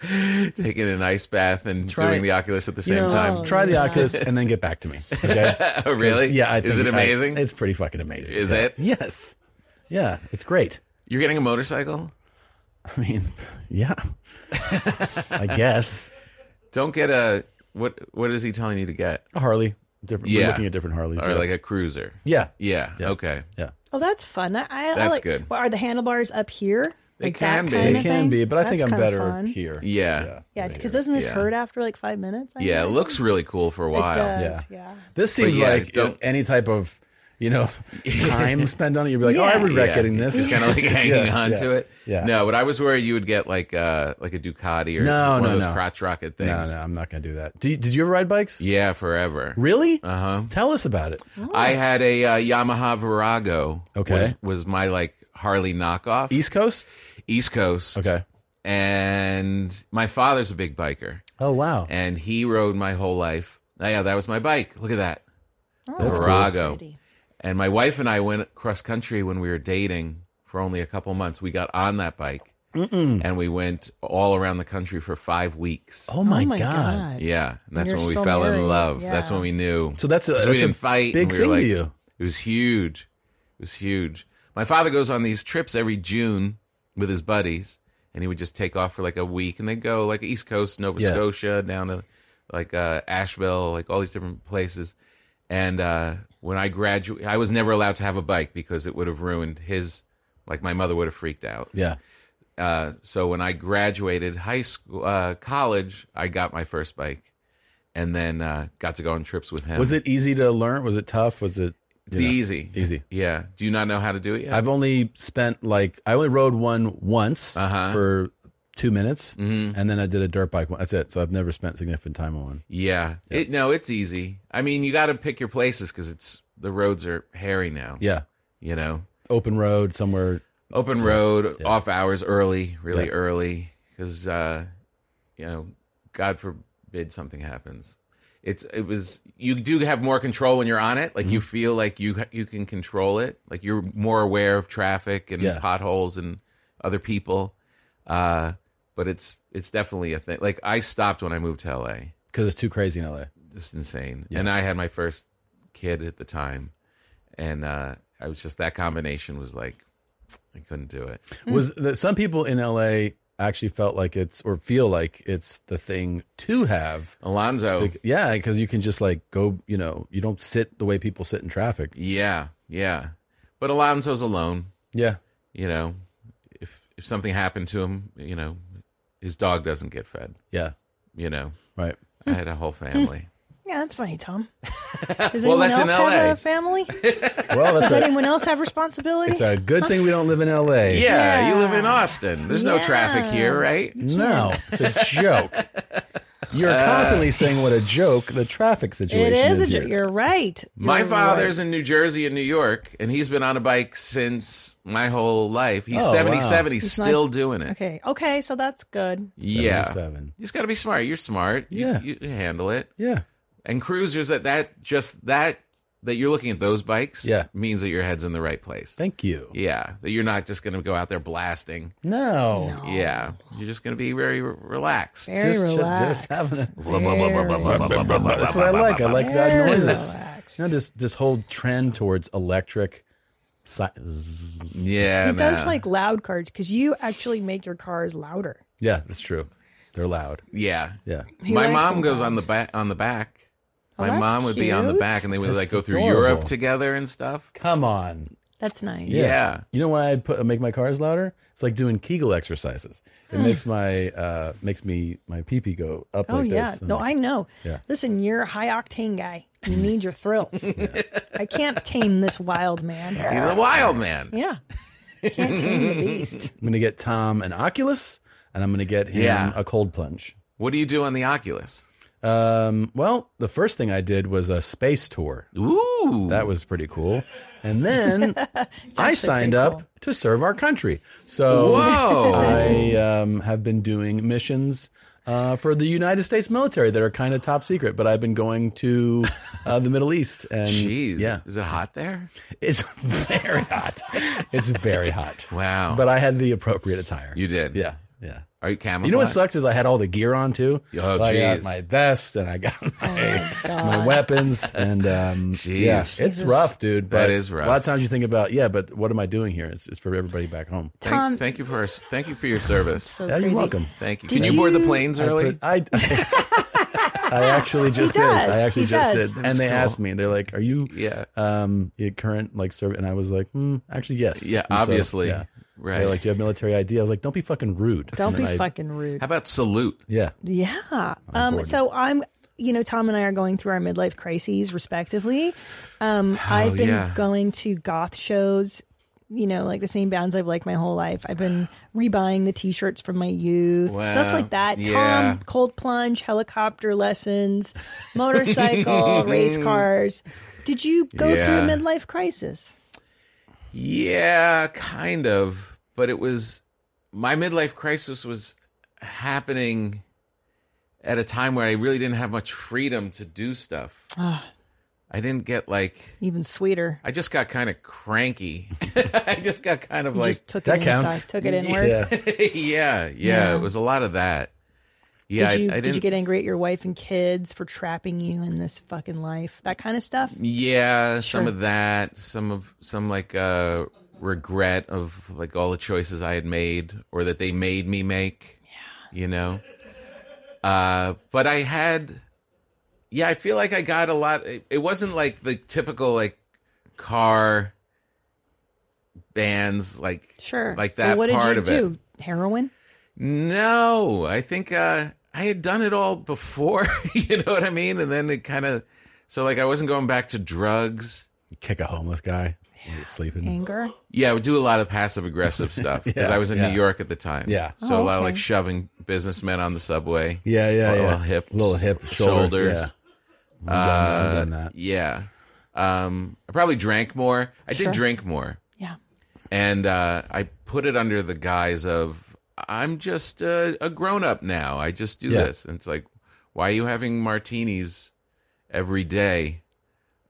S3: Taking an ice bath and
S1: Try
S3: doing
S1: it.
S3: the Oculus at the same
S1: You know,
S3: time.
S1: Try the Oculus and then get back to me.
S3: *laughs*
S1: Okay? 'Cause,
S3: Oh, really?
S1: Yeah. I
S3: is it
S1: think- I-
S3: amazing?
S1: it's pretty fucking amazing.
S3: Is
S1: Yeah.
S3: it?
S1: Yes. Yeah. It's great.
S3: You're getting a motorcycle?
S1: I mean,
S3: *laughs*
S1: yeah. I guess.
S3: Don't get a what? What is he telling you to get?
S1: A Harley. Different, We're
S3: Yeah.
S1: looking at different Harleys.
S3: Or
S1: yeah.
S3: like a cruiser?
S1: yeah.
S3: Yeah. Okay.
S1: Yeah.
S2: Oh, that's fun. I, I, I
S3: That's
S2: like,
S3: good.
S2: Well, are the handlebars up here?
S3: They
S2: Like
S3: can be.
S2: that kind
S1: They
S2: of
S1: can
S2: thing?
S1: be, but I think
S2: That's
S1: I'm
S2: kinda
S1: better
S2: fun.
S1: here.
S3: Yeah.
S2: Yeah,
S1: right
S2: because
S1: here.
S2: doesn't this
S3: Yeah.
S2: hurt after like five minutes? I
S3: Yeah. It
S2: imagine?
S3: looks really cool for a *laughs*
S2: It
S3: while.
S2: does,
S1: Yeah.
S2: yeah.
S1: This seems
S3: yeah,
S1: like
S3: don't-
S1: any type of you *laughs* know time spent on it. You'd be like, oh, I
S2: Yeah.
S1: regret
S3: Yeah,
S1: getting this.
S3: It's
S1: *laughs*
S3: kind of like hanging
S1: Yeah,
S3: on
S1: yeah,
S3: to it.
S1: yeah.
S3: No, but I was worried you would get like uh like a Ducati or
S1: No,
S3: one
S1: no,
S3: of those
S1: no.
S3: crotch rocket
S1: no,
S3: things.
S1: no, I'm not going to do that. Uh-huh. Do you, did you ever ride bikes?
S3: Yeah, forever.
S1: Really?
S3: Uh huh.
S1: Tell us about it.
S3: I had a uh, Yamaha Virago.
S1: Okay.
S3: Was, was my like Harley knockoff.
S1: East Coast.
S3: East Coast.
S1: Okay.
S3: And my father's a big biker,
S1: Oh wow,
S3: and he rode my whole life. Oh, yeah, that was my bike. Look at that.
S1: Oh. that's cool.
S3: Virago. And my wife and I went cross country when we were dating for only a couple months. We got on that bike and we went all around the country for five weeks.
S1: Oh my,
S2: Oh my
S1: god.
S2: god.
S3: Yeah, and that's
S2: you're
S3: when we
S2: still
S3: fell in
S2: married,
S3: love. That's
S2: yeah.
S3: when we knew.
S1: So that's a-
S3: 'Cause we
S1: that's a
S3: didn't fight.
S1: big
S3: and we
S1: thing to
S3: were like,
S1: you.
S3: It was huge. It was huge. My father goes on these trips every June with his buddies, and he would just take off for like a week, and they'd go like East Coast, Nova
S1: Yeah.
S3: Scotia, down to like uh, Asheville, like all these different places. And uh, when I graduated, I was never allowed to have a bike because it would have ruined his. Like my mother would have freaked out
S1: Yeah.
S3: uh, so when I graduated high school, uh, college, I got my first bike, and then uh, got to go on trips with him.
S1: Was it easy to learn? Was it tough? Was it?
S3: It's
S1: you know,
S3: easy.
S1: Easy.
S3: Yeah. Do you not know how to do it yet?
S1: I've only spent like I only rode one once
S3: Uh-huh.
S1: for two minutes, and then I did a dirt bike. One. That's it. So I've never spent significant time on one.
S3: yeah. It, no, it's easy. I mean, you got to pick your places because it's the roads are hairy now.
S1: Yeah,
S3: You know,
S1: open road somewhere.
S3: open road, off hours, early, really early, because uh, you know, God forbid something happens. It's it was you do have more control when you're on it. Like you feel like you ha- you can control it. Like you're more aware of traffic and
S1: Yeah.
S3: potholes and other people. Uh, but it's it's definitely a thing. Like I stopped when I moved to LA.
S1: Because it's too crazy in LA.
S3: It's insane. And I had my first kid at the time, and uh, I was just that combination was like I couldn't do it.
S1: was that some people in LA actually felt like it's or feel like it's the thing to have.
S3: Alonzo.
S1: Like, yeah, because you can just like go, you know, you don't sit the way people sit in traffic.
S3: yeah, yeah. But Alonzo's alone.
S1: Yeah.
S3: You know, if if something happened to him, you know, His dog doesn't get fed.
S1: Yeah.
S3: You know.
S1: Right.
S3: I had a whole
S1: *laughs*
S3: family.
S13: Yeah, that's funny, Tom. Does anyone
S3: Well, that's in
S13: else have
S3: LA.
S13: a
S3: *laughs*
S13: family?
S1: Well, that's
S13: Does
S1: a-
S13: anyone else have responsibilities?
S1: It's a good thing we don't live in *laughs* L.A.
S3: Yeah, you live in Austin. There's no
S1: Yeah.
S3: traffic here, right?
S1: No, it's a joke. You're constantly saying what a joke the traffic situation
S2: It is.
S1: is
S2: a,
S1: here.
S2: ju- you're right.
S3: My
S2: You're
S3: father's
S2: right.
S3: in New Jersey and New York, and he's been on a bike since my whole life. He's
S1: Oh, wow.
S3: 77. He's,
S2: He's not-
S3: still doing it.
S2: Okay. Okay. So that's good.
S3: Yeah.
S1: 77.
S3: You just got to be smart. You're smart. You-
S1: Yeah.
S3: You, can handle it.
S1: Yeah.
S3: And cruisers at that, just that, that you're looking at those bikes
S1: Yeah.
S3: means that your head's in the right place.
S1: Thank you.
S3: Yeah. That you're not just going to go out there blasting.
S1: No.
S3: Yeah. You're just going to be very re- relaxed.
S2: Very
S1: Just- just-
S2: relaxed.
S1: just having a- That's
S3: That's
S1: what I like. I like that
S2: Very
S1: noise.
S2: relaxed.
S1: You know, this this whole trend towards electric. Si-
S3: Yeah.
S2: He does
S3: nah.
S2: like loud cars because you actually make your cars louder.
S1: yeah, that's true. They're loud.
S3: Yeah.
S1: Yeah.
S2: He
S3: my
S2: likes
S3: mom
S2: them
S3: goes on the back on the back.
S2: Oh,
S3: my
S2: that's
S3: mom would be on the
S2: cute.
S3: back and they would
S1: That's
S3: like go through
S1: adorable.
S3: Europe together and stuff.
S1: Come on.
S2: That's nice.
S3: Yeah.
S1: You know why I put make my cars louder? It's like doing Kegel exercises. It makes my uh makes me my pee pee go up
S2: Hmm. Oh
S1: like
S2: yeah.
S1: this.
S2: No, I know.
S1: Yeah.
S2: Listen, you're a high octane guy. You need
S1: *laughs*
S2: your thrills. I can't tame this wild man.
S3: He's a wild man.
S2: Yeah. Can't tame
S1: *laughs*
S2: the beast.
S1: I'm gonna get Tom an Oculus and I'm gonna get him
S3: Yeah.
S1: a cold plunge.
S3: What do you do on the Oculus?
S1: Um, well, the first thing I did was a space tour.
S3: Ooh.
S1: That was pretty cool. And then I signed up to serve our country. So
S3: Whoa.
S1: *laughs* I um, have been doing missions uh, for the United States military that are kind of top secret, but I've been going to uh, the Middle East. And
S3: Jeez.
S1: yeah,
S3: Is it hot there?
S1: it's very hot. It's very hot.
S3: Wow.
S1: But I had the appropriate attire.
S3: you did.
S1: Yeah. Yeah.
S3: Are you camouflaged?
S1: You know what sucks is I had all the gear on too.
S3: Oh,
S1: I got
S3: jeez.
S1: my vest and I got *laughs*
S2: Oh,
S1: my, my weapons and um,
S3: *laughs* Jeez.
S1: yeah, it's rough, dude. But
S3: That is rough.
S1: A lot of times you think about yeah, but what am I doing here? It's, it's for everybody back home.
S3: Thank,
S2: Tom-
S3: thank you for our, thank you for your service.
S2: So
S1: Yeah, you're
S2: crazy.
S1: welcome.
S3: thank you.
S2: Did
S3: Can you, board the
S2: you-
S3: planes
S1: I
S3: early?
S1: put- uh, I, *laughs* I, actually just did.
S2: does.
S1: I actually
S2: He
S1: just
S2: does.
S1: did,
S3: That's
S1: and they
S3: cool.
S1: asked me. They're like, "Are you
S3: Yeah.
S1: um your current like service?" And I was like, hmm, "Actually, yes."
S3: Yeah,
S1: And so,
S3: obviously.
S1: yeah.
S3: Right.
S1: They're like, "Do you have military ID?" I was like, "Don't be fucking rude."
S2: Don't
S1: And
S2: be
S1: then I-
S2: fucking rude.
S3: How about salute?
S1: Yeah.
S2: Yeah. Um, so I'm, you know, Tom and I are going through our midlife crises respectively. Um, I've been
S3: yeah.
S2: going to goth shows, you know, like the same bands I've liked my whole life. I've been rebuying the t-shirts from my youth, stuff
S3: Wow.
S2: like that.
S3: Yeah.
S2: Tom, cold plunge, helicopter lessons,
S3: *laughs*
S2: motorcycle, race cars. Did you go
S3: Yeah.
S2: through a midlife crisis?
S3: Yeah, kind of. But it was my midlife crisis was happening at a time where I really didn't have much freedom to do stuff.
S2: Ah.
S3: I didn't get like
S2: Even sweeter.
S3: I just got kind of cranky. *laughs* I just got kind of
S2: You
S3: like
S2: just took
S1: that
S2: it
S1: counts.
S2: inside, took it inward.
S1: Yeah.
S3: *laughs* yeah, yeah,
S2: Yeah.
S3: It was a lot of that. Yeah,
S2: did you,
S3: I, I didn't.
S2: did you get angry at your wife and kids for trapping you in this fucking life? That kind of stuff.
S3: yeah, some
S2: Sure.
S3: of that, some of some like uh, regret of like all the choices I had made or that they made me make. Yeah, you know. Uh, but I had, yeah, I feel like I got a lot. It, it wasn't like the typical like car bands like
S2: Sure.
S3: like
S2: So
S3: that
S2: what did
S3: part
S2: you
S3: of it.
S2: do? Heroin?
S3: No, I think uh, I had done it all before. *laughs* you know what I mean? And then it kind of so like I wasn't going back to drugs.
S1: Kick a homeless guy. when he's sleeping.
S2: Anger?
S3: Yeah, I would do a lot of passive aggressive
S1: *laughs*
S3: stuff because I was in
S1: yeah.
S3: New York at the time.
S1: Yeah.
S3: so a
S2: Oh,
S3: lot of
S2: okay.
S3: like shoving businessmen on the subway.
S1: Yeah, yeah,
S3: little,
S1: yeah.
S3: hips,
S1: little hip, shoulder,
S3: shoulders.
S1: Yeah. I've done that. I've done that.
S3: Yeah, Um, I probably drank more. I
S2: Sure.
S3: did drink more.
S2: Yeah.
S3: and uh, I put it under the guise of I'm just a, a grown up now. I just do
S1: Yeah.
S3: this, and it's like, why are you having martinis every day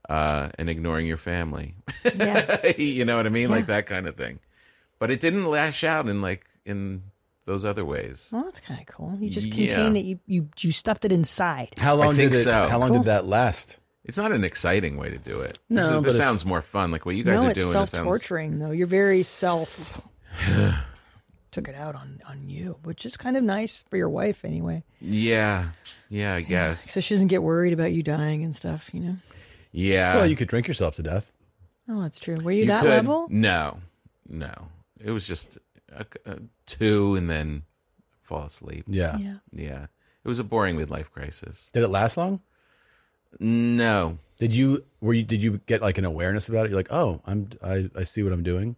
S3: uh, and ignoring your family? *laughs* you know what I mean, like that kind of thing. But it didn't lash out in like in those other ways.
S2: Well, that's kind of cool. You just
S3: Yeah.
S2: contained it. You, you you stuffed it inside.
S1: How long
S3: think
S1: did it,
S3: so.
S1: How long
S2: Cool.
S1: did that last?
S3: It's not an exciting way to do it.
S1: No,
S3: this, is,
S1: but
S3: this
S1: it's-
S3: sounds more fun. Like what you guys
S2: no,
S3: are
S2: it's
S3: doing. it
S2: self
S3: sounds
S2: torturing though. You're very self. *sighs* took it out on on you, which is kind of nice for your wife anyway,
S3: yeah, yeah. I guess
S2: so she doesn't get worried about you dying and stuff. You know.
S3: yeah.
S1: well, you could drink yourself to death.
S2: Oh, that's true. Were you,
S3: You
S2: that
S3: could-
S2: level?
S3: No, no. It was just a, a two, and then fall asleep.
S1: Yeah. Yeah.
S3: Yeah. It was a boring midlife crisis.
S1: Did it last long?
S3: No.
S1: Did you were you did you get like an awareness about it? You're like, oh, I'm I, I see what I'm doing.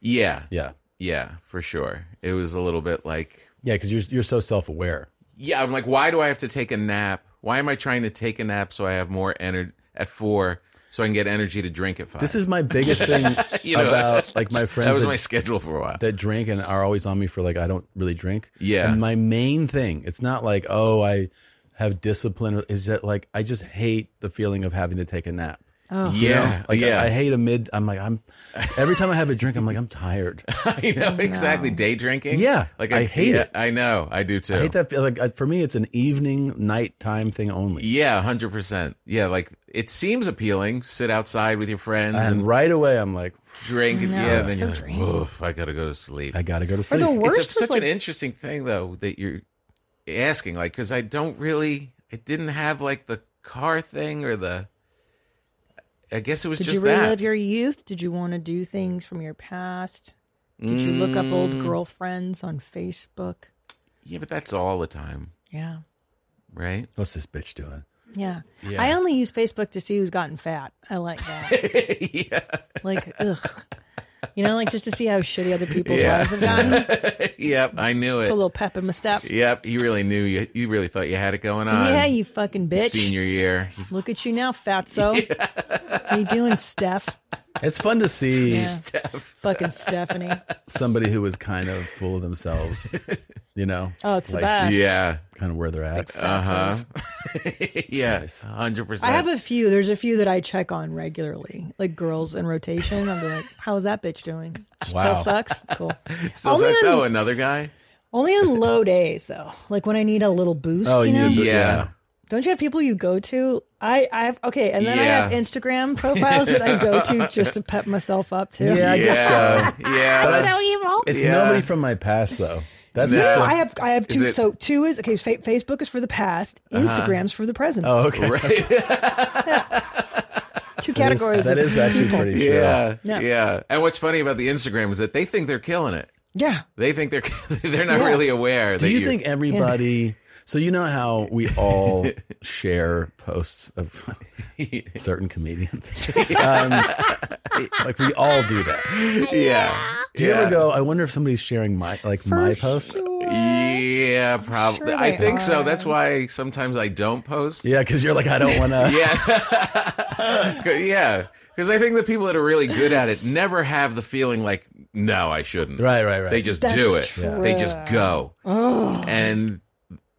S3: Yeah.
S1: Yeah.
S3: Yeah, for sure. It was a little bit like,
S1: Yeah, because you're you're so self aware.
S3: yeah, I'm like, why do I have to take a nap? Why am I trying to take a nap so I have more energy at four so I can get energy to drink at five?
S1: This is my biggest thing
S3: You know,
S1: about like my friends.
S3: *laughs* That was my schedule for a while.
S1: That drink and are always on me for like I don't really drink.
S3: Yeah.
S1: And my main thing, it's not like oh I have discipline. Is that like I just hate the feeling of having to take a nap.
S3: Oh.
S1: You
S3: Yeah,
S1: know? Like
S3: yeah.
S1: I, I hate a mid. I'm like I'm. Every time I have a drink, I'm like
S3: *laughs*
S1: I'm tired.
S3: I know exactly day drinking.
S1: Yeah,
S3: like
S1: I hate
S3: yeah,
S1: it.
S3: I know, I do too.
S1: I hate that feel. Like I- for me, it's an evening, nighttime thing only.
S3: Yeah, hundred percent. Yeah, like it seems appealing. Sit outside with your friends
S1: And
S3: and,
S1: right away, I'm like,
S3: drink.
S1: I know,
S3: yeah,
S1: it's
S3: then
S1: so
S3: you're like,
S1: draining.
S3: Oof, I gotta go to sleep.
S1: I gotta go to
S3: It's
S1: sleep.
S3: a- such an interesting thing though that you're asking, like, because I don't really, I didn't have like the car thing or the. I guess it was
S2: Did
S3: just
S2: you relive
S3: that.
S2: your youth? Did you want to do things from your past? Did you look up old
S3: Mm.
S2: girlfriends on Facebook?
S3: Yeah, but that's all the time,
S2: Yeah.
S3: right? *laughs*
S1: What's this bitch doing?
S2: Yeah.
S3: Yeah.
S2: I only use Facebook to see who's gotten fat. I like that.
S3: *laughs* yeah.
S2: Like, ugh. You know, like just to see how shitty other people's
S3: Yeah.
S2: lives have gotten.
S3: *laughs* yep, I knew
S2: Put a
S3: it.
S2: little pep in my step.
S3: Yep, you really knew you. You really thought you had it going on.
S2: Yeah, you fucking bitch.
S3: Senior year,
S2: Look at you now,
S3: *laughs*
S2: fatso. How you doing, Steph?
S1: It's fun to see
S2: Fucking Stephanie.
S1: somebody who is kind of full
S3: *laughs*
S1: of themselves. You know?
S2: Oh, it's the best.
S3: Yeah.
S1: Kind of where they're at.
S3: Uh huh. yeah, hundred
S2: I
S3: percent.
S2: have a few. There's a few that I check on regularly, like girls in rotation. I'll be like, "How's that bitch doing?
S3: Wow.
S1: *laughs*
S2: Still sucks. Cool.
S3: Still
S2: only
S3: sucks.
S2: on-
S3: Oh, another guy.
S2: Only on low days, though. Like when I need a little boost.
S3: Oh,
S2: you know?
S3: yeah. yeah.
S2: Don't you have people you go to? I, I have okay, and then I
S3: Yeah.
S2: have Instagram profiles that I
S1: *laughs*
S2: go to just to pep myself up too.
S1: Yeah, I guess so.
S3: yeah.
S1: But I-
S2: So evil.
S1: It's
S2: Yeah.
S1: nobody from my past though. That's
S2: no,
S1: what's the-
S2: I have I have
S1: Is
S2: two.
S1: it-
S2: So two is okay. Fa- Facebook is for the past.
S1: Uh-huh.
S2: Instagram's for the present.
S1: Oh, okay. *laughs* Right.
S2: Two
S1: That is-
S2: categories.
S1: that
S2: of
S1: is actually
S2: people.
S1: pretty true.
S3: Yeah,
S2: Yeah.
S3: yeah, And what's funny about the Instagram is that they think they're killing it.
S2: *laughs* Yeah.
S3: They think they're *laughs* they're not
S1: Yeah.
S3: really aware.
S1: Do
S3: that
S1: you
S3: you're-
S1: think everybody? So you know how we all share posts of certain comedians. Um, like we all do that.
S3: Yeah.
S1: Do you
S3: Yeah.
S1: ever go? I wonder if somebody's sharing my like my post. *laughs*
S3: Yeah, probably.
S1: sure
S3: I
S1: they
S3: think so.
S1: are.
S3: That's why sometimes I don't post.
S1: Yeah, because you're like I don't
S3: *laughs*
S1: want to.
S3: yeah, *laughs* 'Cause- yeah. Because I think the people that are really good at it never have the feeling like, no, I shouldn't.
S1: Right, right, right.
S3: They just
S1: That's
S3: do it.
S1: true.
S3: They just go,
S1: Ugh.
S3: and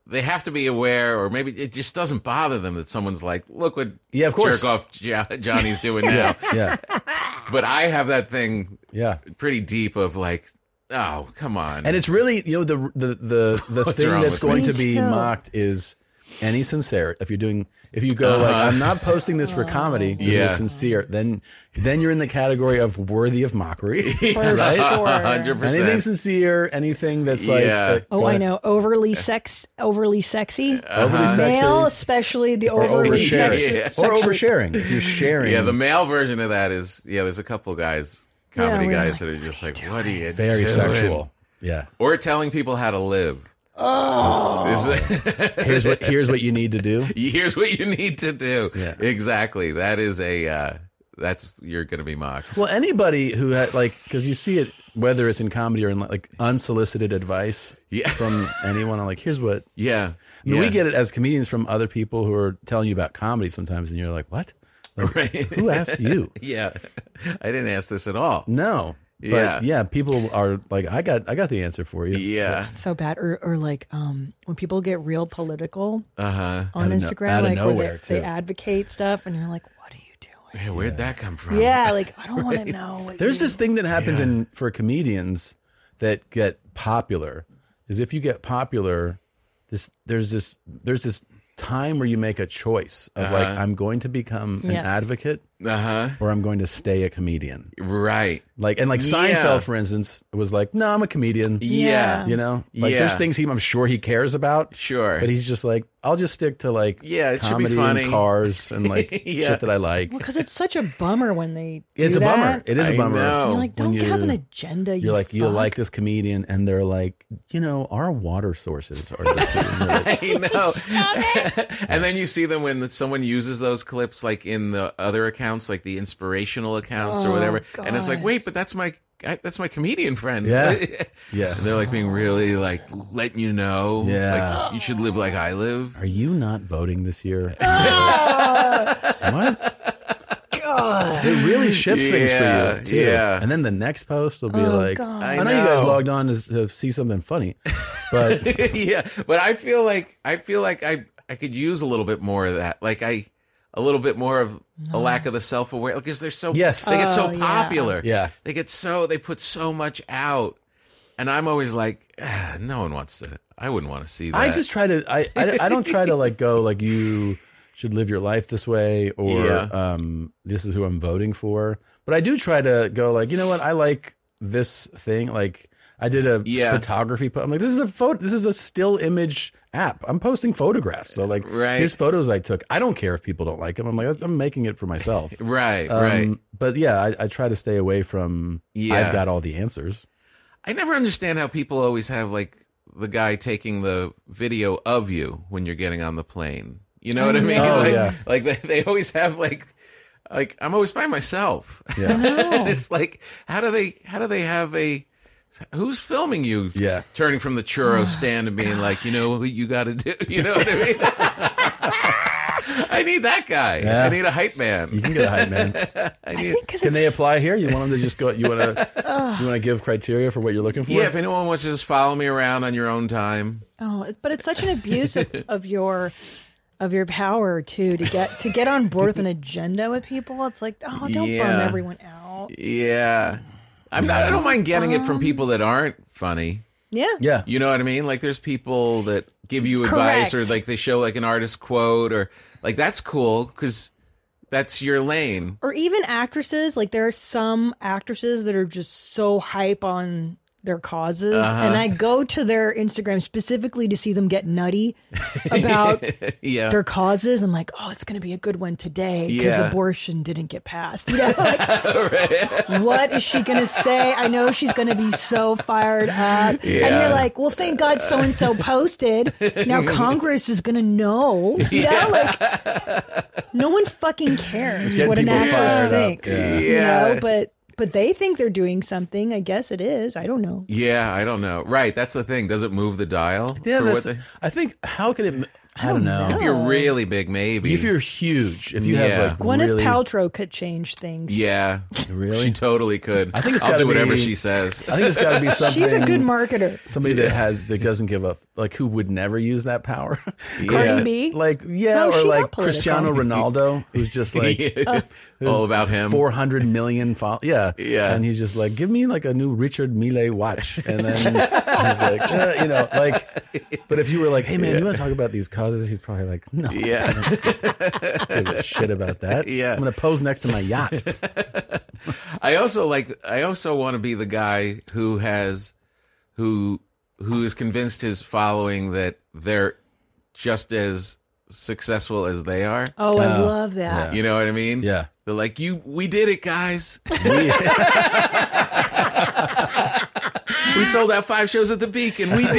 S3: they have to be aware, or maybe it just doesn't bother them that someone's like, look what
S1: Yeah, of course.
S3: jerk off Jo- Johnny's doing
S1: *laughs* Yeah,
S3: now.
S1: yeah.
S3: *laughs* But I have that thing,
S1: yeah,
S3: pretty deep of like, oh, come on.
S1: And it's really you know the the the, the
S3: What's
S1: thing
S3: wrong
S1: that's
S3: with
S1: going
S3: me?
S1: to be
S3: Me too.
S1: mocked is any sincerity. If you're doing, if you go like,
S3: Uh-huh.
S1: I'm not posting this for comedy. This
S3: Yeah.
S1: is sincere. Then then you're in the category of worthy of
S3: *laughs*
S1: mockery.
S3: For
S1: *laughs*
S3: sure. 100%.
S1: Anything sincere, anything that's like,
S3: Yeah.
S1: uh,
S2: Oh, I
S1: gonna-
S2: know. Overly sex, overly sexy,
S3: Uh-huh.
S1: Overly Uh, sexy.
S2: male, especially the
S1: Or
S2: overly
S1: oversharing,
S2: sexy,
S1: or
S2: sexually-
S1: oversharing. If you're sharing,
S3: Yeah, the male version of that is yeah. There's a couple guys,
S1: Yeah,
S3: comedy
S1: we're
S3: guys, that are just like, "What are you
S1: very
S3: doing?"
S1: sexual. Yeah.
S3: or telling people how to live.
S1: Oh. here's what here's what you need to do.
S3: *laughs* here's what you need to do. Exactly. That is a uh, that's you're going to be mocked.
S1: Well, anybody who had like, because you see it, whether it's in comedy or in like unsolicited advice
S3: *laughs*
S1: from anyone, I'm like, here's what.
S3: Yeah.
S1: I mean,
S3: Yeah. *laughs*
S1: we get it as comedians from other people who are telling you about comedy sometimes, and you're like, what? Like, Who
S3: *laughs*
S1: asked you?
S3: yeah, I didn't ask this at all.
S1: No. But
S3: Yeah.
S1: yeah. people are like, I got, I got the answer for you.
S3: Yeah.
S2: So bad, or, or like um, when people get real political
S3: Uh
S1: Uh-huh.
S3: huh.
S2: on Instagram, like where they, they
S1: too.
S2: advocate stuff, and you're like,
S3: Yeah, where'd that come from?
S2: yeah, like I don't want
S1: *laughs*
S2: to know. What
S1: There's this thing that happens in for comedians that get popular is if you get popular, this there's this there's this time where you make a choice of like
S3: Uh-huh.
S1: I'm going to become an
S3: Yes.
S1: advocate
S3: uh-huh.
S1: or I'm going to stay a comedian.
S3: Right.
S1: Like and like
S3: Yeah.
S1: Seinfeld, for instance, was like, no, I'm a comedian.
S3: Yeah.
S1: you know, like
S3: Yeah.
S1: there's things he, I'm sure he cares about.
S3: Sure.
S1: but he's just like, I'll just stick to like,
S3: Yeah, it should be
S1: comedy
S3: funny.
S1: and
S3: *laughs*
S1: cars and like
S3: Yeah.
S1: shit that I like.
S2: Well, because it's such a bummer when they. Do
S1: It's a
S2: that.
S1: bummer. It is a
S3: I
S1: bummer.
S3: know.
S2: You're like,
S1: when
S2: don't have an
S1: you-
S2: agenda.
S1: You're like, you
S2: fuck."
S1: like this comedian, and they're like, you know, our water sources are.
S3: I know. *laughs* and then you see them when someone uses those clips, like in the other accounts, like the inspirational accounts or
S1: Oh,
S3: whatever. And it's like,
S1: gosh.
S3: wait, but that's my I, that's my comedian friend.
S1: Yeah. *laughs* Yeah.
S3: And *laughs* they're like being really like letting you know,
S1: Yeah.
S3: like you should live like I live.
S1: Are you not voting
S3: *laughs*
S1: this year?
S3: Ah!
S2: God.
S1: It really shifts
S3: Yeah,
S1: things for you. Too.
S3: yeah.
S1: And then the next post will be
S3: Oh,
S1: like,
S3: God.
S1: I,
S3: I
S1: know. you guys
S3: know.
S1: logged on to, to see something funny,
S3: *laughs*
S1: but
S3: yeah, but I feel like I feel like I I could use a little bit more of that. Like I a little bit more of a lack of the self aware because they're so
S1: Yes.
S3: they get so
S1: Oh, yeah.
S3: popular.
S1: Yeah.
S3: They get so they put so much out. And I'm always like, "Ah, no one wants to I wouldn't want to see that.
S1: I just try to. I, I I don't try to like go like you should live your life this way or
S3: Yeah.
S1: um this is who I'm voting for. But I do try to go like you know what I like this thing like. I did a
S3: Yeah.
S1: photography. Po- I'm like, this is a photo. This is a still image app. I'm posting photographs. So like,
S3: Right.
S1: here's photos I took. I don't care if people don't like them. I'm like, I'm making it for myself.
S3: Right, *laughs*
S1: um,
S3: right.
S1: But yeah, I, I try to stay away from.
S3: Yeah.
S1: I've got all the answers.
S3: I never understand how people always have like the guy taking the video of you when you're getting on the plane. You know what I mean?
S1: know.
S3: *laughs*
S1: Oh,
S3: like,
S1: yeah.
S3: like they, they always have like like I'm always by myself. *laughs*
S1: Yeah.
S3: And it's like how do they how do they have a who's filming you?
S1: Yeah.
S3: Turning from the
S1: *sighs*
S3: churro stand and being like, you know what you got to do. *laughs* You know what I mean? I need that guy.
S1: Yeah.
S3: I need a hype man.
S1: You can get a hype man.
S3: I need,
S1: Can they apply here? You want them to just go? You want
S2: *laughs*
S1: to? you want to give criteria for what you're looking for?
S3: yeah, if anyone wants to just follow me around on your own time.
S2: Oh, it's- but it's such an abuse of, of your of your power too to get to get on board with an agenda with people. It's like, oh, don't bum
S3: Yeah.
S2: everyone out.
S3: Yeah. I'm not, I don't mind getting it from people that aren't funny.
S2: Yeah.
S1: Yeah.
S3: You know what I mean? Like there's people that give you advice or
S2: Correct.
S3: like they show like an artist quote or like that's cool cuz that's your lane.
S2: Or even actresses, like there are some actresses that are just so hype on their causes
S3: Uh-huh.
S2: and I go to their Instagram specifically to see them
S3: *laughs*
S2: get nutty about
S3: yeah.
S2: their causes. I'm like, oh, it's going to be a good one today because
S3: Yeah.
S2: abortion didn't get passed. *laughs* You know,
S3: *laughs*
S2: like, What is she going to say? I know she's going to be so fired up. And
S3: Yeah.
S2: you're like, well, thank God so and so posted.
S3: *laughs*
S2: Now Congress is going to know. You know, like no
S1: *laughs*
S2: one fucking cares
S1: Get
S2: what an
S1: people
S2: actress
S1: fired up,
S2: thinks.
S1: yeah.
S2: You know,
S3: Yeah.
S2: but but they think they're doing something. I guess it is. I don't know.
S3: Yeah, I don't know. Right, that's the thing. Does it move the dial?
S1: Yeah,
S3: for what
S1: that's,
S3: they-
S1: I think how could it? I don't know.
S3: if you're really big maybe.
S1: If you're huge, if you
S3: Yeah.
S1: have like
S2: Gwyneth
S1: really,
S2: Paltrow could change things.
S3: yeah.
S1: *laughs* Really?
S3: She totally could.
S1: I think it's
S3: I'll
S1: gotta
S3: do whatever
S1: be-
S3: she
S1: *laughs*
S3: says.
S1: I think it's got to be something.
S2: *laughs* She's a good marketer.
S1: Somebody that has that doesn't give up, like who would never use that power.
S3: *laughs*
S2: Cardi
S1: Like-
S2: B?
S1: like yeah,
S2: No, she
S1: or
S2: got
S1: like
S2: political.
S1: Cristiano Ronaldo,
S3: *laughs*
S1: who's just like uh,
S3: All about him.
S1: four hundred million. Fo- yeah,
S3: Yeah.
S1: and he's just like, give me like a new Richard Mille watch, and
S3: *laughs*
S1: then he's like, uh, you know, like. But if you were like, hey man, you want to talk about these causes? He's probably like, no,
S3: Yeah.
S1: I don't give a shit about that.
S3: Yeah.
S1: I'm gonna pose next to
S3: *laughs*
S1: my yacht.
S3: I also like. I also want to be the guy who has, who who is convinced his following that they're just as successful as they are.
S2: Oh, I love that.
S3: You know what I mean?
S1: Yeah.
S3: They're like, you. We did it, guys. we sold out five shows at the Beacon. We did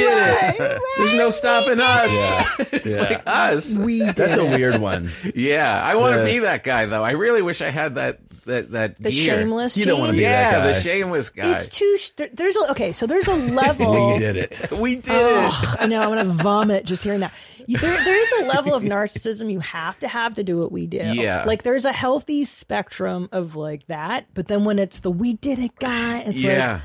S3: it. There's no stopping us. it's
S1: Yeah.
S3: like *laughs* us.
S1: *laughs*
S2: We
S1: That's a weird one.
S3: *laughs* yeah. I want to
S1: Yeah.
S3: be that guy though. I really wish I had that that that
S2: The
S3: gear.
S2: shameless.
S1: You don't wanna
S2: gene.
S1: be
S3: Yeah,
S1: that guy.
S3: the shameless guy.
S2: It's too. sh- There, there's a okay. So
S1: *laughs*
S2: there's a level.
S3: Oh.
S1: We did it.
S3: we did it.
S2: Ugh, I know. I'm gonna vomit just hearing that. You, there, there is a level
S1: *laughs*
S2: of narcissism you have to have to do what we do.
S3: Yeah.
S2: Like there's a healthy spectrum of like that, but then when it's the we did it guy, it's
S3: Yeah.
S2: like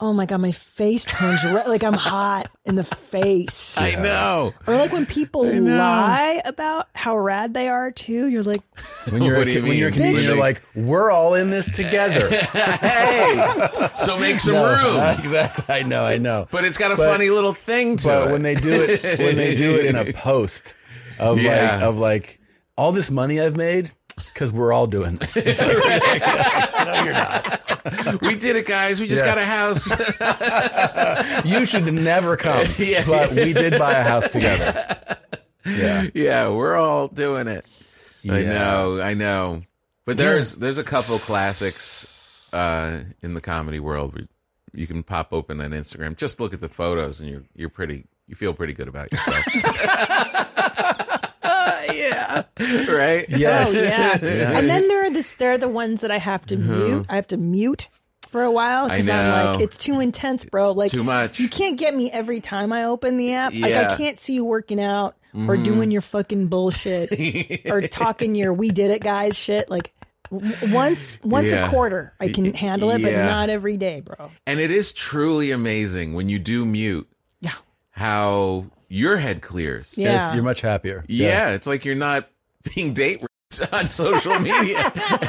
S2: oh my god, my face turns red. Like I'm hot in the face.
S3: I know.
S2: or like when people
S3: know.
S2: lie about how rad they are too, you're like, oh,
S1: When you're,
S3: *laughs* What
S1: a,
S3: do you
S1: when you're a
S3: mean?
S1: comedian,
S3: Bitch.
S1: you're like, we're all in this
S3: *laughs*
S1: together.
S3: Hey, so make some
S1: No,
S3: room.
S1: *laughs* Exactly. I know. I know.
S3: *laughs* But it's got a
S1: But-
S3: funny little thing to
S1: but
S3: it.
S1: when they do it,
S3: *laughs*
S1: when they do it in a post of
S3: Yeah.
S1: like of like all this money I've made, because we're all doing this. *laughs*
S3: we did it, guys. We just
S1: Yeah.
S3: got a house. *laughs*
S1: you should never come,
S3: Yeah.
S1: but we did buy a house together.
S3: *laughs* yeah, yeah, we're all doing it. I
S1: Yeah.
S3: know, I know. But there's there's a couple classics uh, in the comedy world. Where you can pop open on Instagram. Just look at the photos, and you're you're pretty. You feel pretty good about yourself. yeah. Right.
S1: Yes.
S2: Oh, Yeah.
S3: *laughs* Yes. Mm-hmm.
S2: And then there are this. There are the ones that I have to mute. I have to mute for a while because I'm
S3: know.
S2: like, it's too intense, bro. Like
S3: too much.
S2: You can't get me every time I open the app. Like
S3: Yeah.
S2: I can't see you working out or
S3: Mhm.
S2: doing your fucking
S3: *laughs*
S2: bullshit or talking your "we did it, guys" shit. Like w- once once
S3: Yeah.
S2: a quarter, I can handle it, but
S3: yeah.
S2: not every day, bro.
S3: And it is truly amazing when you do mute.
S2: Yeah.
S3: How your head clears.
S2: Yeah. Yes,
S1: you're much happier.
S3: Yeah, it's like you're not being date raped on social media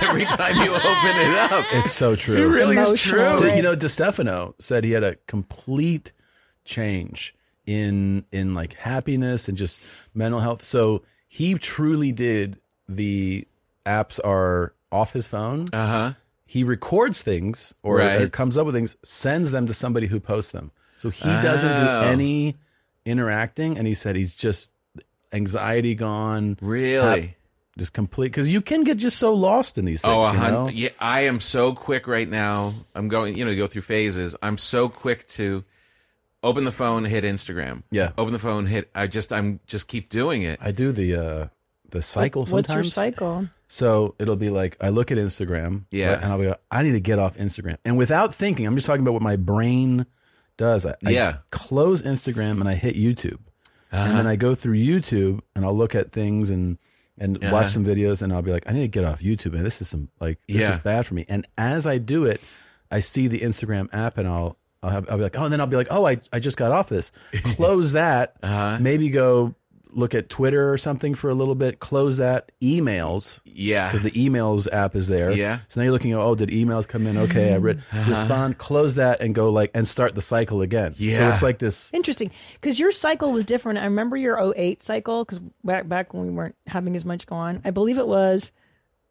S3: every time you open it up.
S1: It's so true.
S3: It really is true.
S1: D- You know, DiStefano said he had a complete change in in like happiness and just mental health. So he truly did the apps are off his phone. Uh
S3: huh.
S1: He records things or,
S3: Right.
S1: or comes up with things, sends them to somebody who posts them. So he doesn't
S3: Oh.
S1: do any interacting, and he said he's just anxiety gone.
S3: Really?
S1: hap- just complete because you can get just so lost in these things.
S3: Oh, a
S1: you
S3: hun-
S1: know?
S3: yeah, I am so quick right now. I'm going, you know, go through phases. I'm so quick to open the phone, hit Instagram.
S1: Yeah.
S3: Open the phone, hit. I just, I'm just keep doing it.
S1: I do the uh the cycle
S2: What's your
S1: sometimes.
S2: cycle?
S1: So it'll be like I look at Instagram,
S3: Yeah.
S1: and I'll be like, I need to get off Instagram, and without thinking, I'm just talking about what my brain does. I, I
S3: Yeah.
S1: close Instagram and I hit YouTube,
S3: Uh-huh.
S1: and then I go through YouTube and I'll look at things and and
S3: Uh-huh.
S1: watch some videos, and I'll be like, I need to get off YouTube, and this is some like this
S3: Yeah.
S1: is bad for me. And as I do it, I see the Instagram app, and I'll. I'll, have, I'll be like, oh, and then I'll be like, oh, I, I just got
S3: *laughs*
S1: off this. Close that.
S3: Uh-huh.
S1: Maybe go look at Twitter or something for a little bit. Close that. Emails. *laughs*
S3: Yeah.
S1: Because the emails app is there.
S3: Yeah.
S1: So now you're looking at, oh, did emails come in? Okay, I read.
S3: *laughs* Uh-huh.
S1: Respond, close that, and go like, and start the cycle again. So
S3: Yeah.
S1: it's like this.
S2: Interesting, because your cycle was different. I remember your 08 cycle, because back back when we weren't having as much go on, I believe it was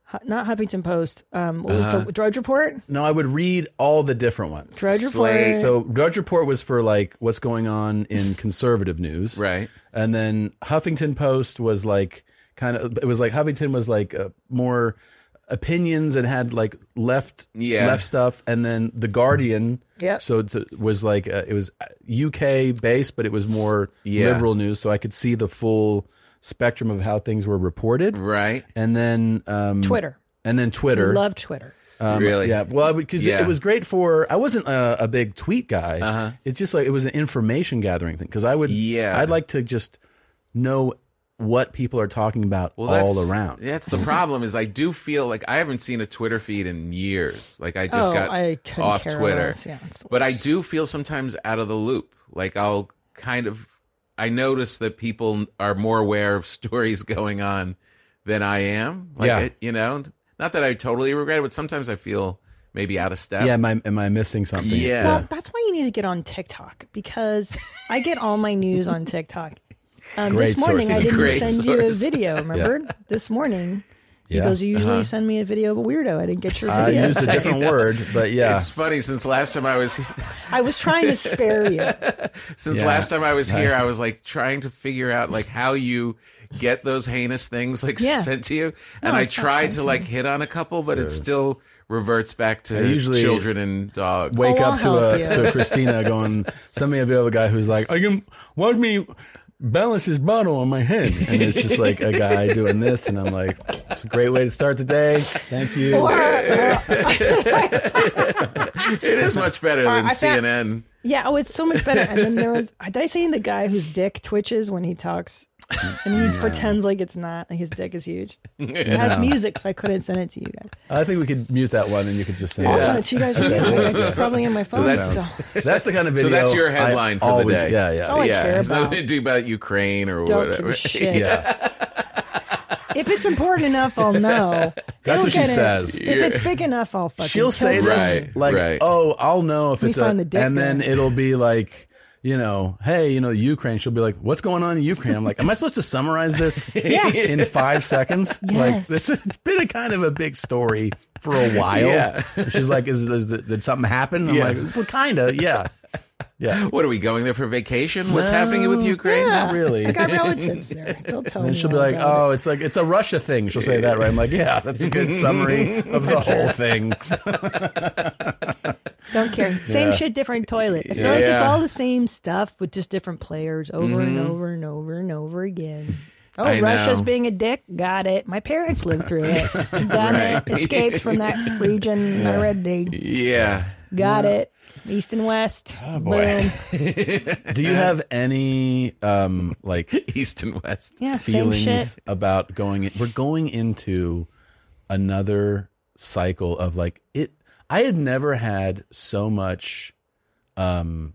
S2: Hu- not Huffington Post. Um, what was
S1: Uh-huh.
S2: the Drudge Report?
S1: No, I would read all the different ones.
S2: Drudge Slay. Report.
S1: So Drudge Report was for like what's going on in conservative news,
S3: right?
S1: And then Huffington Post was like kind of it was like Huffington was like uh, more opinions and had like left
S3: Yeah.
S1: left stuff, and then the Guardian.
S2: Yep.
S1: So it was like uh, it was UK based, but it was more
S3: Yeah.
S1: liberal news, so I could see the full spectrum of how things were reported.
S3: Right.
S1: And then um,
S2: Twitter.
S1: And then Twitter.
S2: Love Twitter.
S1: Um,
S3: Really?
S1: Yeah. Well, because
S3: Yeah. Uh-huh.
S1: it was great for I wasn't a, a big tweet guy. It's just like it was an information gathering thing because I would.
S3: Yeah.
S1: I'd like to just know what people are talking about all
S3: that's-
S1: around.
S3: That's the problem. Is I do feel like I haven't seen a Twitter feed in years. Like I just
S2: Oh,
S3: got
S2: I couldn't
S3: off
S2: care
S3: Twitter,
S2: less. Yeah, it's the
S3: but I do feel sometimes out of the loop. Like I'll kind of I notice that people are more aware of *laughs* stories going on than I am. Like
S1: Yeah.
S3: it- you know, not that I totally regret it, but sometimes I feel maybe out of step.
S1: Yeah. Am I am I missing something?
S3: Yeah.
S2: Well, that's why you need to get on TikTok because I get all my news on TikTok. Um, this
S1: Great
S2: morning
S1: source.
S2: I didn't
S1: Great
S2: send you a
S1: source.
S2: video. Remember this morning?
S1: Yeah.
S2: He goes, "You usually
S3: Uh-huh.
S2: send me a video of a weirdo. I didn't get your *laughs*
S1: I
S2: video.
S1: used a
S3: *laughs*
S1: different word, but yeah.
S3: It's funny since last time I was
S2: I was trying to spare
S1: *laughs*
S2: you. *laughs*
S3: Since
S1: Yeah.
S3: last time I was here,
S1: *laughs* Right.
S3: I was like trying to figure out like how you get those heinous things like
S2: Yeah.
S3: sent to you, and
S2: No,
S3: I
S2: it's not
S3: tried
S2: sent
S3: to
S2: to
S3: like
S2: me.
S3: hit on a couple, but it still reverts back
S1: I
S3: to
S1: usually
S3: children and dogs.
S1: Wake
S2: Oh, I'll
S1: up to a
S2: help you.
S1: to a Christina going, send me a video of a guy who's like, I can watch me balance his bottle on my head, and it's just like a guy doing this, and I'm like, it's a great way to start the day. Thank you.
S3: it is much better
S2: All right,
S3: than
S2: I found-
S3: CNN.
S2: Yeah, oh, it's so much better. And then there was, did I say the guy whose dick twitches when he talks? And he pretends like it's not, like his dick is huge. It has
S1: No.
S2: music, so I couldn't send it to you guys.
S1: I think we could mute that one, and you could just send
S2: I'll
S1: it.
S2: send it to you guys. It's probably in my phone
S1: that's-
S2: still.
S1: That's the kind of video.
S3: so that's your
S1: I
S3: headline for
S1: always-
S3: the day.
S1: Yeah, yeah.
S2: all Oh, I
S3: yeah.
S2: care
S3: It has
S2: about.
S3: nothing to *laughs* do about Ukraine or
S2: Don't give
S3: whatever.
S2: a shit.
S1: Yeah.
S2: If it's important enough, I'll
S1: *laughs*
S2: know. It'll
S1: what she
S2: get in.
S1: says.
S2: If it's big enough, I'll fucking.
S1: She'll say
S2: tilt it.
S1: this
S3: Right,
S1: like,
S3: right.
S1: "Oh, I'll know if
S2: Let me
S1: it's
S2: find
S1: a,"
S2: the dick
S1: and then
S2: pic.
S1: it'll be like you know, hey, you know, Ukraine, she'll be like, what's going on in Ukraine? I'm like, am I supposed to summarize
S2: *laughs*
S1: this
S3: Yeah.
S1: in five seconds? Like, this it's been a kind of a big story for a while.
S3: Yeah.
S1: She's like, is, is did something happen? I'm
S3: Yeah.
S1: like, well, kind of, yeah.
S3: *laughs*
S1: Yeah.
S3: What are we going there for vacation? What's happening with
S1: No,
S3: Ukraine?
S1: Not really.
S2: there. They'll tell
S1: And then she'll be like, "Oh, it's like it's a Russia thing." She'll say that, right? I'm like, "Yeah, that's a good *laughs* summary of the whole thing."
S3: *laughs*
S2: Don't care.
S10: Same
S1: Yeah.
S10: shit, different toilet. I feel
S1: Yeah.
S10: like it's
S1: Yeah.
S10: all the same stuff with just different players over and
S3: Mhm.
S10: over and over and over again. Oh,
S3: I
S10: Russia's
S3: know.
S10: being a dick. Got it. My parents lived through
S3: *laughs*
S10: it. Got
S3: Right.
S10: it. Escaped from that region
S3: *laughs* Yeah.
S10: already.
S3: Yeah. *laughs*
S10: Got it. East and west. Oh,
S1: boy.
S10: Boom.
S1: Do you have any um like
S3: east and west
S10: Yeah, same
S1: feelings
S10: shit.
S1: about going? In, we're going into another cycle of like it. I had never had so much um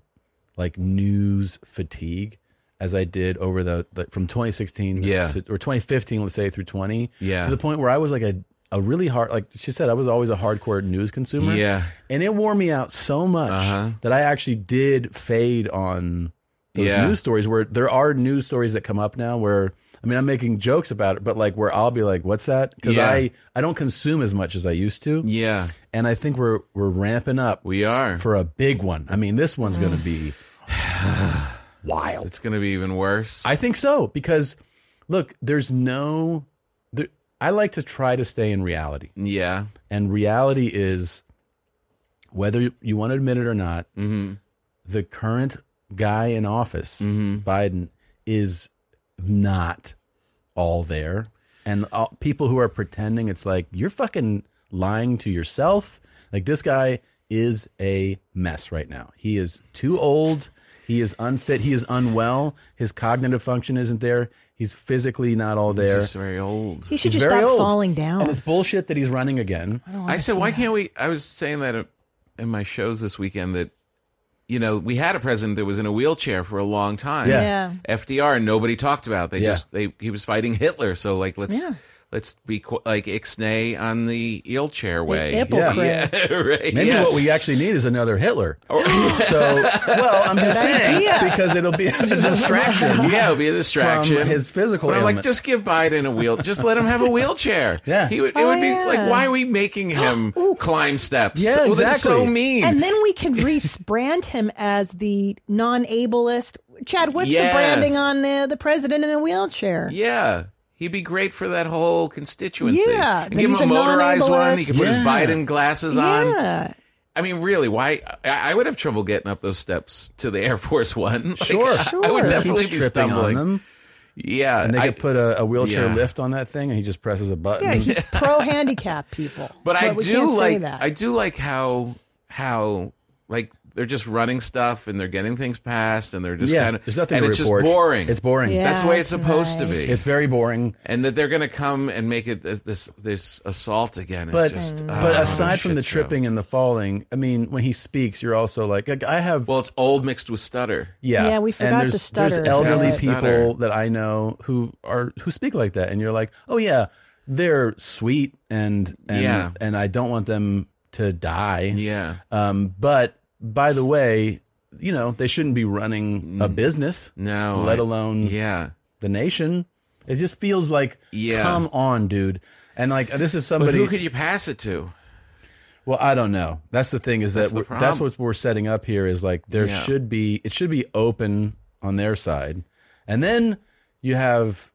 S1: like news fatigue as I did over the, the from 2016 to-
S3: Yeah.
S1: to, or 2015, let's say through 20.
S3: Yeah.
S1: to the point where I was like a a really hard like she said I was always a hardcore news consumer.
S3: Yeah.
S1: and it wore me out so much
S3: Uh-huh.
S1: that I actually did fade on those
S3: Yeah.
S1: news stories where there are news stories that come up now where I mean I'm making jokes about it, but like where I'll be like, "What's that?" Because
S3: Yeah.
S1: I I don't consume as much as I used to.
S3: Yeah,
S1: and I think we're we're ramping up.
S3: We are
S1: for a big one. I mean, this one's going to be *sighs* wild.
S3: It's going to be even worse.
S1: I think so because look, there's no. There, I like to try to stay in reality.
S3: Yeah,
S1: and reality is whether you want to admit it or not, the current guy in office, Biden, is not all there. And all, people who are pretending, it's like you're fucking lying to yourself. Like this guy is a mess right now. He is too old. He is unfit. He is unwell. His cognitive function isn't there. He's physically not all there. He's
S3: very old.
S10: He should just stop falling down.
S1: And it's bullshit that he's running again.
S3: I said, why can't we? I was saying that uh, in my shows this weekend that, you know, we had a president that was in a wheelchair for a long time.
S1: Yeah. Yeah.
S3: FDR, nobody talked about. They
S1: Yeah.
S3: just they he was fighting Hitler. So like let's.
S1: Yeah.
S3: Let's be qu- like Ixnay on the wheelchair way.
S1: hypocrite.
S3: Yeah, *laughs* right.
S1: Maybe
S3: yeah.
S1: what we actually need is another Hitler. so, well, I'm just
S3: Good
S1: saying
S3: idea.
S1: because it'll be a
S3: *laughs*
S1: distraction.
S3: Yeah, it'll be a
S1: from
S3: distraction.
S1: his physical
S3: But I'm like,
S1: ailments.
S3: just give Biden a wheel. Just let him have a wheelchair. yeah, he would. It
S10: Oh,
S3: would be
S10: yeah.
S3: like, why are we making him climb steps?
S10: Yeah,
S3: Well, that's so
S10: exactly.
S3: mean.
S10: And then we can rebrand him as the non-ableist. Chad, what's
S3: Yes.
S10: the branding on the, the president in a wheelchair?
S3: yeah. He'd be great for that whole constituency.
S10: Yeah,
S3: And
S10: that
S3: give
S10: he's
S3: him a
S10: a
S3: motorized one. He
S10: non-ableist.
S3: can put his
S10: Yeah.
S3: Biden glasses on.
S10: Yeah.
S3: I mean, really, why? I, I would have trouble getting up those steps to the Air Force One. *laughs* Like,
S1: sure,
S3: I would
S1: He
S3: definitely
S1: keeps
S3: be
S1: tripping
S3: stumbling.
S1: on them.
S3: Yeah,
S1: and they
S3: I-
S1: could put a, a wheelchair
S3: Yeah.
S1: lift on that thing, and he just presses a button.
S10: Yeah,
S3: *laughs*
S10: he's pro handicap people.
S3: But I
S10: we
S3: do
S10: can't say
S3: like
S10: that.
S3: I do like how how like they're just running stuff and they're getting things passed and they're just
S1: Yeah,
S3: kind of
S1: there's nothing
S3: and
S1: to
S3: it's
S1: report.
S3: just boring.
S1: It's boring. Yeah,
S3: That's the way it's
S1: it's
S3: supposed to
S1: nice.
S3: be.
S1: It's very boring.
S3: And that they're going to come and make it th- this this assault again. It's
S1: but Mm.
S3: just
S1: but
S3: ah,
S1: aside
S3: shit
S1: from the
S3: show.
S1: tripping and the falling, I mean, when he speaks, you're also like, like, I have.
S3: Well, it's old mixed with stutter.
S1: Yeah,
S10: Yeah, we
S1: And
S10: forgot
S1: there's,
S10: the stutter
S1: There's elderly
S10: part.
S1: people
S3: Stutter.
S1: that I know who are who speak like that, and you're like, oh yeah, they're sweet, and and
S3: Yeah.
S1: and I don't want them to die.
S3: Yeah.
S1: Um, but by the way, you know they shouldn't be running a business.
S3: Mm. No,
S1: let
S3: I-
S1: alone
S3: yeah
S1: the nation. It just feels like
S3: Yeah.
S1: come on, dude. And like this is
S3: But
S1: somebody
S3: who could you pass it to?
S1: well, I don't know. That's the thing is
S3: That's
S1: that
S3: the
S1: we're- that's
S3: problem.
S1: what we're setting up here is like there
S3: Yeah.
S1: should be it should be open on their side, and then you have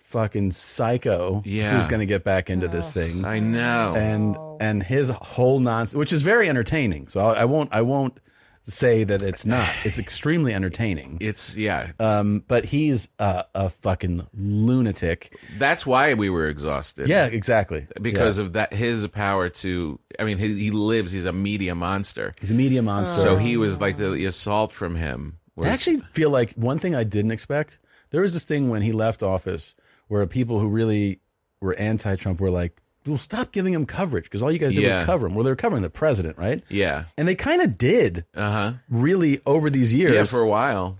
S1: fucking psycho
S3: Yeah.
S1: who's going to get back into this thing.
S3: I know.
S1: and and his whole nonsense, which is very entertaining. So I, I won't I won't say that it's
S3: *sighs*
S1: not. It's extremely entertaining.
S3: It's yeah.
S1: Um, but he's a, a fucking lunatic.
S3: That's why we were exhausted.
S1: Yeah, exactly.
S3: because
S1: Yeah.
S3: of that his power to i mean he, he lives he's a media monster
S1: he's a media monster.
S3: so he was like the, the assault from him was
S1: I actually feel like one thing I didn't expect. There was this thing when he left office where people who really were anti-Trump were like, "Well, stop giving him coverage because all you guys did
S3: Yeah.
S1: was cover him." Well, they were covering the president, right?
S3: yeah
S1: And they kind of did
S3: uh-huh
S1: really over these years.
S3: yeah for a while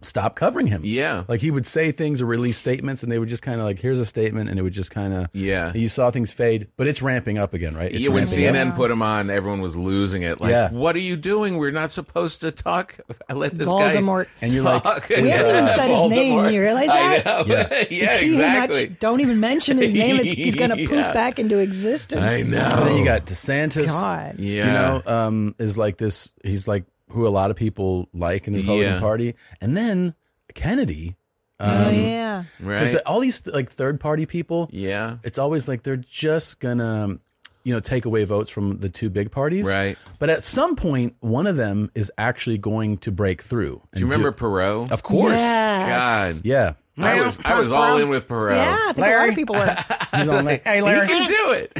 S1: stop covering him.
S3: Yeah.
S1: Like he would say things or release statements and they would just kind of like, here's a statement. And it would just kind of,
S3: Yeah.
S1: You saw things fade, but it's ramping up again, right? It's
S3: yeah, when
S1: ramping up.
S3: CNN put him on, everyone was losing it. Like,
S1: Yeah.
S3: what are you doing? We're not supposed to talk. *laughs* I let this
S2: Voldemort.
S3: guy
S1: And you're
S3: *laughs*
S1: like,
S3: talk.
S1: We haven't even
S2: said his name, you realize
S3: I
S2: that?
S3: know. *laughs* Yeah,
S2: It's he who not-
S3: exactly.
S2: don't even mention his name. It's, he's going to
S3: *laughs*
S2: poof
S3: Yeah.
S2: back into existence.
S3: I
S1: And then you
S3: know.
S1: got DeSantis.
S2: God.
S1: You
S3: Yeah.
S1: know, um, is like this. He's like who a lot of people like in the Republican
S3: Yeah.
S1: Party. And then Kennedy.
S10: oh
S1: um,
S10: yeah.
S1: Because
S3: Right?
S1: all these like third party people,
S3: Yeah.
S1: it's always like they're just gonna, you know, take away votes from the two big parties.
S3: Right.
S1: But at some point, one of them is actually going to break through.
S3: Do you remember Perot?
S1: Of course.
S10: Yes.
S3: God.
S1: Yeah.
S3: *laughs* I was, I was all in with Perot.
S10: Yeah, I think a lot of people were.
S1: He's
S3: *laughs*
S1: on like, hey,
S3: He can do it.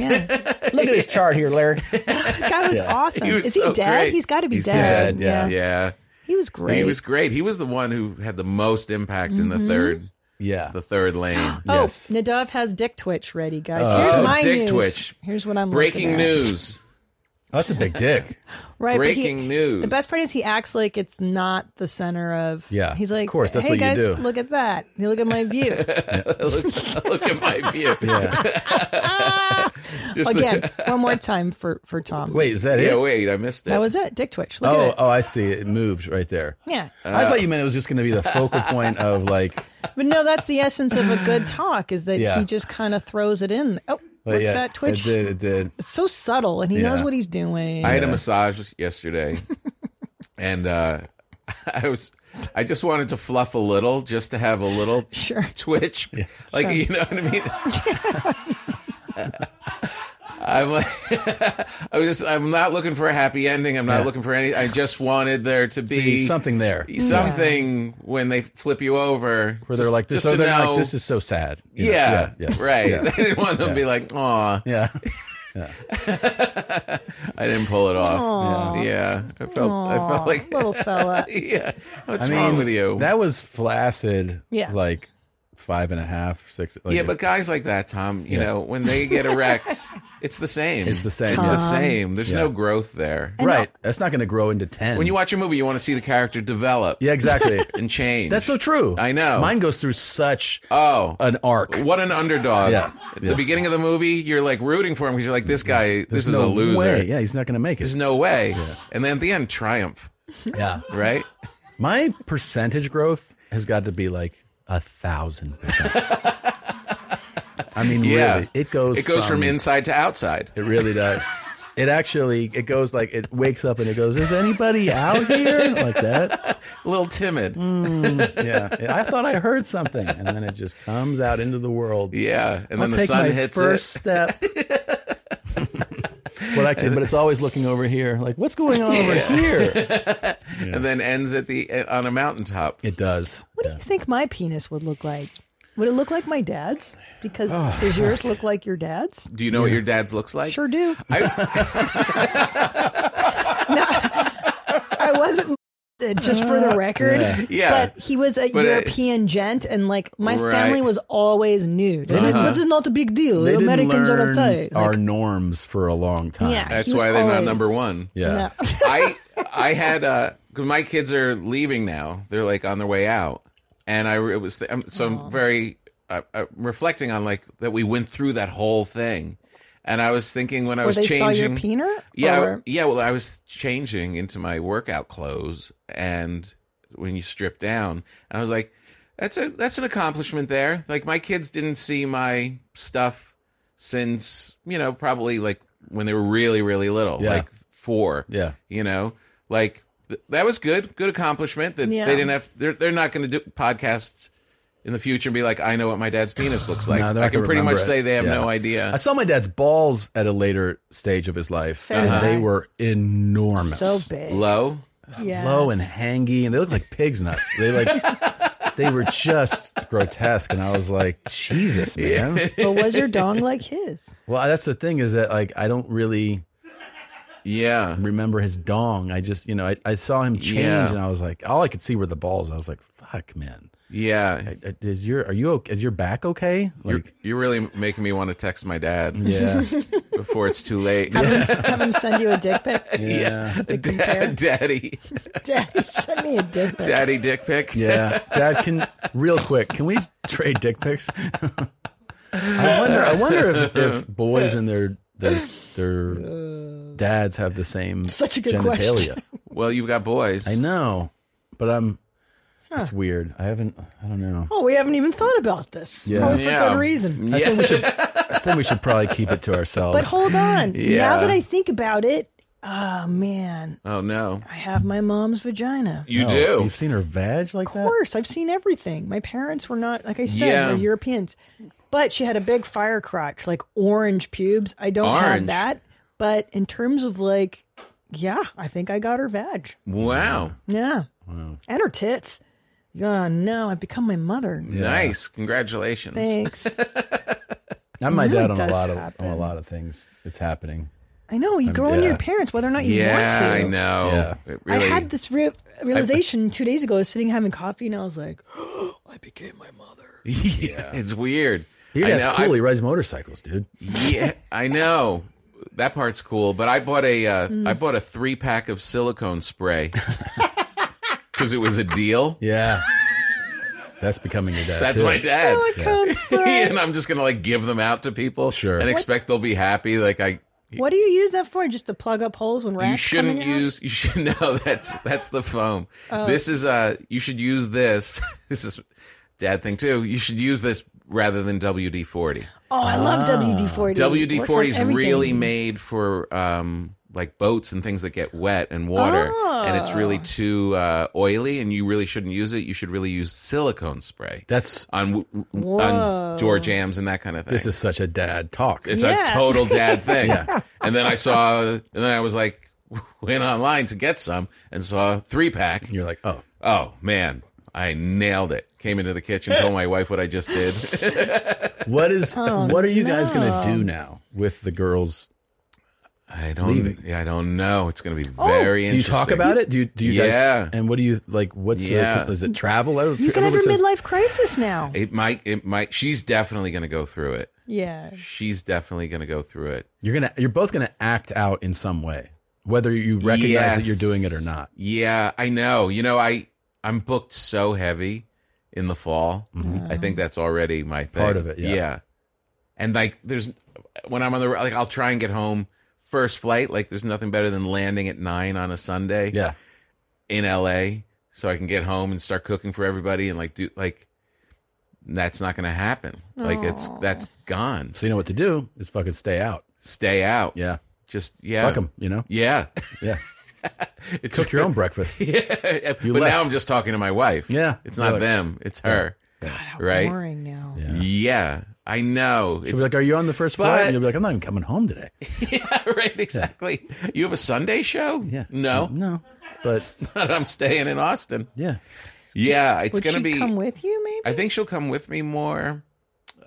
S1: look at this chart here, Larry.
S10: That guy was awesome.
S3: *laughs* He was
S10: Is he
S3: so
S10: dead?
S3: great.
S10: He's got to be
S3: He's
S10: dead.
S1: dead, yeah.
S3: Yeah.
S10: He was great.
S3: He was great. He was the one who had the most impact in the third
S1: Yeah.
S3: the third lane.
S10: Oh,
S1: Yes.
S10: Nadav has dick twitch ready, guys. Here's
S3: Oh,
S10: my
S3: dick
S10: news.
S3: twitch.
S10: Here's what I'm
S3: Breaking
S10: looking at.
S3: news.
S1: Oh, That's a big dick.
S10: Right, but he-
S3: Breaking news.
S10: The best part is he acts like it's not the center of.
S1: Yeah,
S10: he's like,
S1: of course, that's
S10: hey
S1: what you
S10: guys,
S1: do."
S10: look at that. You look at
S1: *laughs*
S10: my view
S3: look, *laughs* look at my view.
S1: Yeah.
S3: *laughs* Just the-
S10: again. one more time for for Tom.
S1: Wait, is that
S3: yeah,
S1: it?
S3: wait, I missed it.
S10: that was it. Dick twitch. Look
S1: Oh,
S10: at it.
S1: oh, I see. It moved right there.
S10: Yeah,
S1: I
S3: Uh,
S1: thought you meant it was just going to be the focal point of like,
S10: but no, that's the essence of a good talk is that
S1: Yeah.
S10: he just kind of throws it in. Oh,
S1: but
S10: what's
S1: yeah,
S10: that twitch?
S1: It did. It did.
S10: It's so subtle, and he knows
S1: Yeah.
S10: what he's doing.
S3: I had a massage
S10: *laughs*
S3: yesterday, and uh, *laughs* I was I just wanted to fluff a little, just to have a little
S10: *laughs* Sure.
S3: twitch, like you know what I
S10: *laughs*
S3: mean. I'm like, *laughs* I was just, I'm not looking for a happy ending. I'm not looking for any. I just wanted there to be,
S1: Be something there
S3: something when they flip you over,
S1: where they're
S3: just-
S1: like this.
S3: just to
S1: Oh, they're
S3: know-
S1: like this is so sad. You know?
S3: yeah,
S1: yeah,
S3: *laughs*
S1: yeah,
S3: right.
S1: Yeah.
S3: I didn't want them to be like, aw,
S1: yeah.
S3: I didn't pull it off.
S10: Aw.
S3: Yeah. I felt, I felt like
S10: little
S1: *laughs*
S10: fella.
S3: *laughs* yeah. What's
S1: I mean,
S3: wrong with you?
S1: That was flaccid.
S10: Yeah.
S1: like five and a half, six. Like
S3: yeah, but guys like that, Tom, you know, when they get
S1: *laughs*
S3: erect, it's the same.
S1: It's the same.
S3: It's the
S1: Tom.
S3: same. There's
S1: Yeah.
S3: no growth there.
S1: right, that's not going to grow into ten.
S3: When you watch a movie, you want to see the character develop
S1: yeah, exactly.
S3: *laughs* and change.
S1: that's so true.
S3: I know.
S1: Mine goes through such
S3: Oh.
S1: an arc.
S3: what an underdog.
S1: Yeah.
S3: At
S1: Yeah.
S3: the beginning of the movie, you're like rooting for him because you're like, this guy, this
S1: There's
S3: is
S1: no
S3: a loser.
S1: way. Yeah, he's not going to make
S3: There's
S1: it.
S3: no way. And then at the end, triumph,
S1: Yeah.
S3: right?
S1: My percentage growth has got to be like a thousand percent. I mean,
S3: Yeah.
S1: really, it goes.
S3: It goes from inside to outside.
S1: It really does. It actually, it goes like it wakes up and it goes. Is anybody out here like that?
S3: A little timid.
S1: Mm. Yeah, I thought I heard something, and then it just comes out into the world.
S3: Yeah. And
S1: I'll
S3: then the
S1: take
S3: sun
S1: my
S3: hits
S1: first
S3: it.
S1: step. well, actually, but it's always looking over here. Like, what's going on over here?
S3: and then ends at the on a mountaintop.
S1: It does.
S10: What do
S1: Yeah.
S10: you think my penis would look like? Would it look like my dad's? Because
S1: Oh.
S10: does yours look like your dad's?
S3: Do you know what your dad's looks like?
S10: Sure do. *laughs*
S3: I, *laughs*
S10: I wasn't just for the record.
S3: yeah.
S10: But he was a
S3: But, uh,
S10: European gent, and like my
S3: Right. Uh-huh.
S10: family was always nude. It's Like, this is not a big deal.
S1: They didn't
S10: Americans are
S1: learn
S10: uptight. Like,
S1: our norms for a long time.
S10: Yeah.
S3: that's
S10: he was
S3: why they're not
S10: always-
S3: number one.
S1: *laughs* Yeah.
S10: no.
S3: I I had uh, 'cause my kids are leaving now. They're like on their way out, and I it was I'm, so I'm very uh, uh, reflecting on like that we went through that whole thing, and I was thinking when I
S10: Or
S3: was
S10: they saw your
S3: changing.
S10: peener?
S3: Yeah,
S10: Or-
S3: yeah. Well, I was changing into my workout clothes, and when you strip down, and I was like, "That's a that's an accomplishment there." Like my kids didn't see my stuff since you know probably like when they were really really little,
S1: Yeah.
S3: like four.
S1: Yeah.
S3: you know, like th- that was good, good accomplishment. That
S10: Yeah.
S3: they didn't have. They're they're not going to do podcasts. In the future, and be like, I know what my dad's penis
S1: *sighs*
S3: looks like.
S1: No, they're
S3: I
S1: not
S3: can
S1: gonna
S3: pretty much
S1: remember it.
S3: say they have
S1: Yeah.
S3: no idea.
S1: I saw my dad's balls at a later stage of his life,
S10: Fair
S1: and
S10: enough.
S1: they were enormous,
S10: so big.
S3: Low,
S10: Yes.
S1: low and hangy, and they looked like pig's nuts. They like
S10: *laughs*
S1: they were just grotesque, and I was like, Jesus, man.
S10: But was your
S3: *laughs*
S10: dong like his?
S1: Well, that's the thing is that like I don't really
S3: yeah.
S1: remember his dong. I just you know I, I saw him change,
S3: Yeah.
S1: and I was like, all I could see were the balls. I was like, fuck, man.
S3: Yeah.
S1: Is your are you okay? is your back okay?
S3: You're, you're really making me want to text my dad. *laughs*
S1: Yeah.
S3: Before it's too
S1: *laughs*
S3: late.
S2: Have, him, have him send you a dick pic.
S3: *laughs* Yeah.
S2: To
S3: Da-
S2: compare.
S3: daddy.
S2: Daddy, send me a dick pic.
S3: Daddy dick pic.
S1: Yeah, Dad. Can real quick, can we trade dick pics? *laughs* I wonder. I wonder if, if boys and their their their dads have the same
S2: Such a good
S1: genitalia.
S2: question.
S3: Well, you've got boys.
S1: I know, but I'm. It's
S2: Huh.
S1: weird. I haven't. I don't know.
S2: Oh, we haven't even thought about this.
S1: Yeah.
S2: Oh, for
S1: Yeah.
S2: good reason.
S1: I think we should. I think we should probably keep it to ourselves.
S2: But
S3: *laughs*
S2: hold on.
S1: Yeah.
S2: Now that I think about it, oh man,
S3: Oh no.
S2: I have my mom's vagina.
S3: You
S1: No,
S3: do.
S1: Oh, You've seen her vag like
S2: Of course, I've seen everything. My parents were not, like I said,
S3: Yeah.
S2: they're Europeans. But she had a big fire crotch, like orange pubes. I don't
S3: Orange.
S2: have that. But in terms of like, yeah, I think I got her vag.
S3: Wow.
S2: Yeah. And her tits. Oh, no, I've become my
S3: *laughs*
S2: mother.
S3: Nice. Congratulations.
S2: Thanks.
S1: I'm my
S2: It really
S1: dad on a
S2: does
S1: lot of
S2: happen.
S1: on a lot of things. It's happening.
S2: I know you
S1: Um,
S2: grow on
S1: yeah.
S2: your parents, whether or not you
S3: Yeah,
S2: want to.
S3: I know. It really.
S2: I
S3: *laughs*
S2: had this re- realization two days ago. I was sitting having coffee, and I was like,
S3: yeah. It's weird.
S1: Your
S3: I
S1: dad's
S3: know,
S1: cool.
S3: I-
S1: he rides motorcycles, dude.
S3: yeah, I know. That part's cool, but I bought a uh, I
S2: Mm.
S3: bought a three pack of silicone
S1: *laughs*
S3: spray *laughs* because it was a deal.
S1: Yeah. That's becoming your dad.
S3: That's
S1: too.
S3: my dad,
S2: "Silicone spray.
S3: *laughs* and I'm just gonna like give them out to people,
S1: Sure.
S3: and expect they'll be happy. Like I,
S2: What do you use that for? Just to plug up holes when rats
S3: you shouldn't
S2: come in your house?
S3: use. You should *laughs* no. That's that's the foam. This is uh. You should use this. *laughs* this is dad thing too. You should use this rather than WD forty.
S2: Oh, I love WD forty.
S3: WD forty is really made for um, like boats and things that get wet and water, and it's really too uh, oily, and you really shouldn't use it. You should really use silicone spray
S1: That's
S3: on on door jams and that kind of thing.
S1: this is such a dad talk.
S3: it's
S2: Yeah.
S3: a total dad thing. And then I saw, and then I was like, *laughs* went online to get some and saw a three pack.
S1: You're like, oh,
S3: Oh man, I nailed it. Came into the kitchen, told my wife what I just did.
S1: what
S2: *laughs*
S1: is what are you guys gonna
S2: Oh, no.
S1: do now with the girls?
S3: I don't.
S1: Leaving.
S3: Yeah, I don't know. It's going to be very
S1: Do you
S3: interesting.
S1: talk about it? Do you do you
S3: Yeah.
S1: guys? And what do you like? What's
S3: Yeah.
S1: the, is it travel?
S2: You can have your midlife crisis now.
S3: It might. It might. She's definitely going to go through it.
S2: Yeah.
S3: She's definitely going to go through it.
S1: You're gonna you're both gonna act out in some way, whether you recognize that you're doing it or
S3: Yes.
S1: not.
S3: Yeah, I know. You know, I I'm booked so heavy in the fall. I think that's already my thing.
S1: Mm-hmm. Part of it, yeah.
S3: And like, there's when I'm on the like, I'll try and get home first flight. Like, there's nothing better than landing at nine on a Sunday.
S1: Yeah,
S3: in LA so I can get home and start cooking for everybody and like do like that's not going to happen. Like it's that's gone.
S1: so you know what to do is fucking stay out.
S3: Stay out.
S1: Yeah,
S3: Just yeah.
S1: fuck them. You know,
S3: Yeah. *laughs*
S1: yeah.
S3: It
S1: Cook *laughs* your own breakfast.
S3: yeah. But
S1: You
S3: now
S1: left.
S3: I'm just talking to my wife.
S1: Yeah.
S3: It's not
S1: Like-
S3: them, it's her.
S2: How
S3: Right.
S2: Boring now.
S3: Yeah. I know.
S1: She'll
S3: it's *laughs*
S1: be like, "Are you on the first flight?"
S3: But-
S1: and you'll be like, "I'm not even coming home today."
S3: yeah, right exactly. You have a Sunday show?
S1: Yeah, Mm-hmm.
S3: No.
S1: no, but
S3: *laughs* But I'm staying in Austin.
S1: yeah,
S3: Yeah, it's
S2: Would
S3: going to
S2: she
S3: be
S2: come with you? Maybe.
S3: I think she'll come with me more,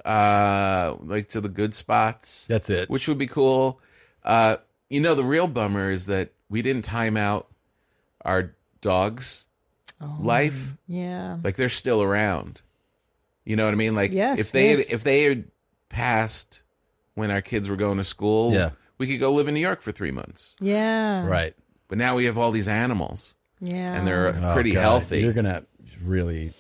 S3: uh, like to the good spots.
S1: That's it.
S3: Which would be cool. Uh, you know, the real bummer is that we didn't time out our dog's
S2: Oh.
S3: life.
S2: Yeah.
S3: Like they're still around. You know what I mean? Like
S2: Yes,
S3: if they
S2: yes.
S3: if they had passed when our kids were going to school,
S1: Yeah.
S3: we could go live in New York for three months.
S2: Yeah.
S1: right.
S3: But now we have all these animals,
S2: Yeah.
S3: and they're uh,
S1: Oh,
S3: pretty
S1: God.
S3: healthy.
S1: You're gonna really.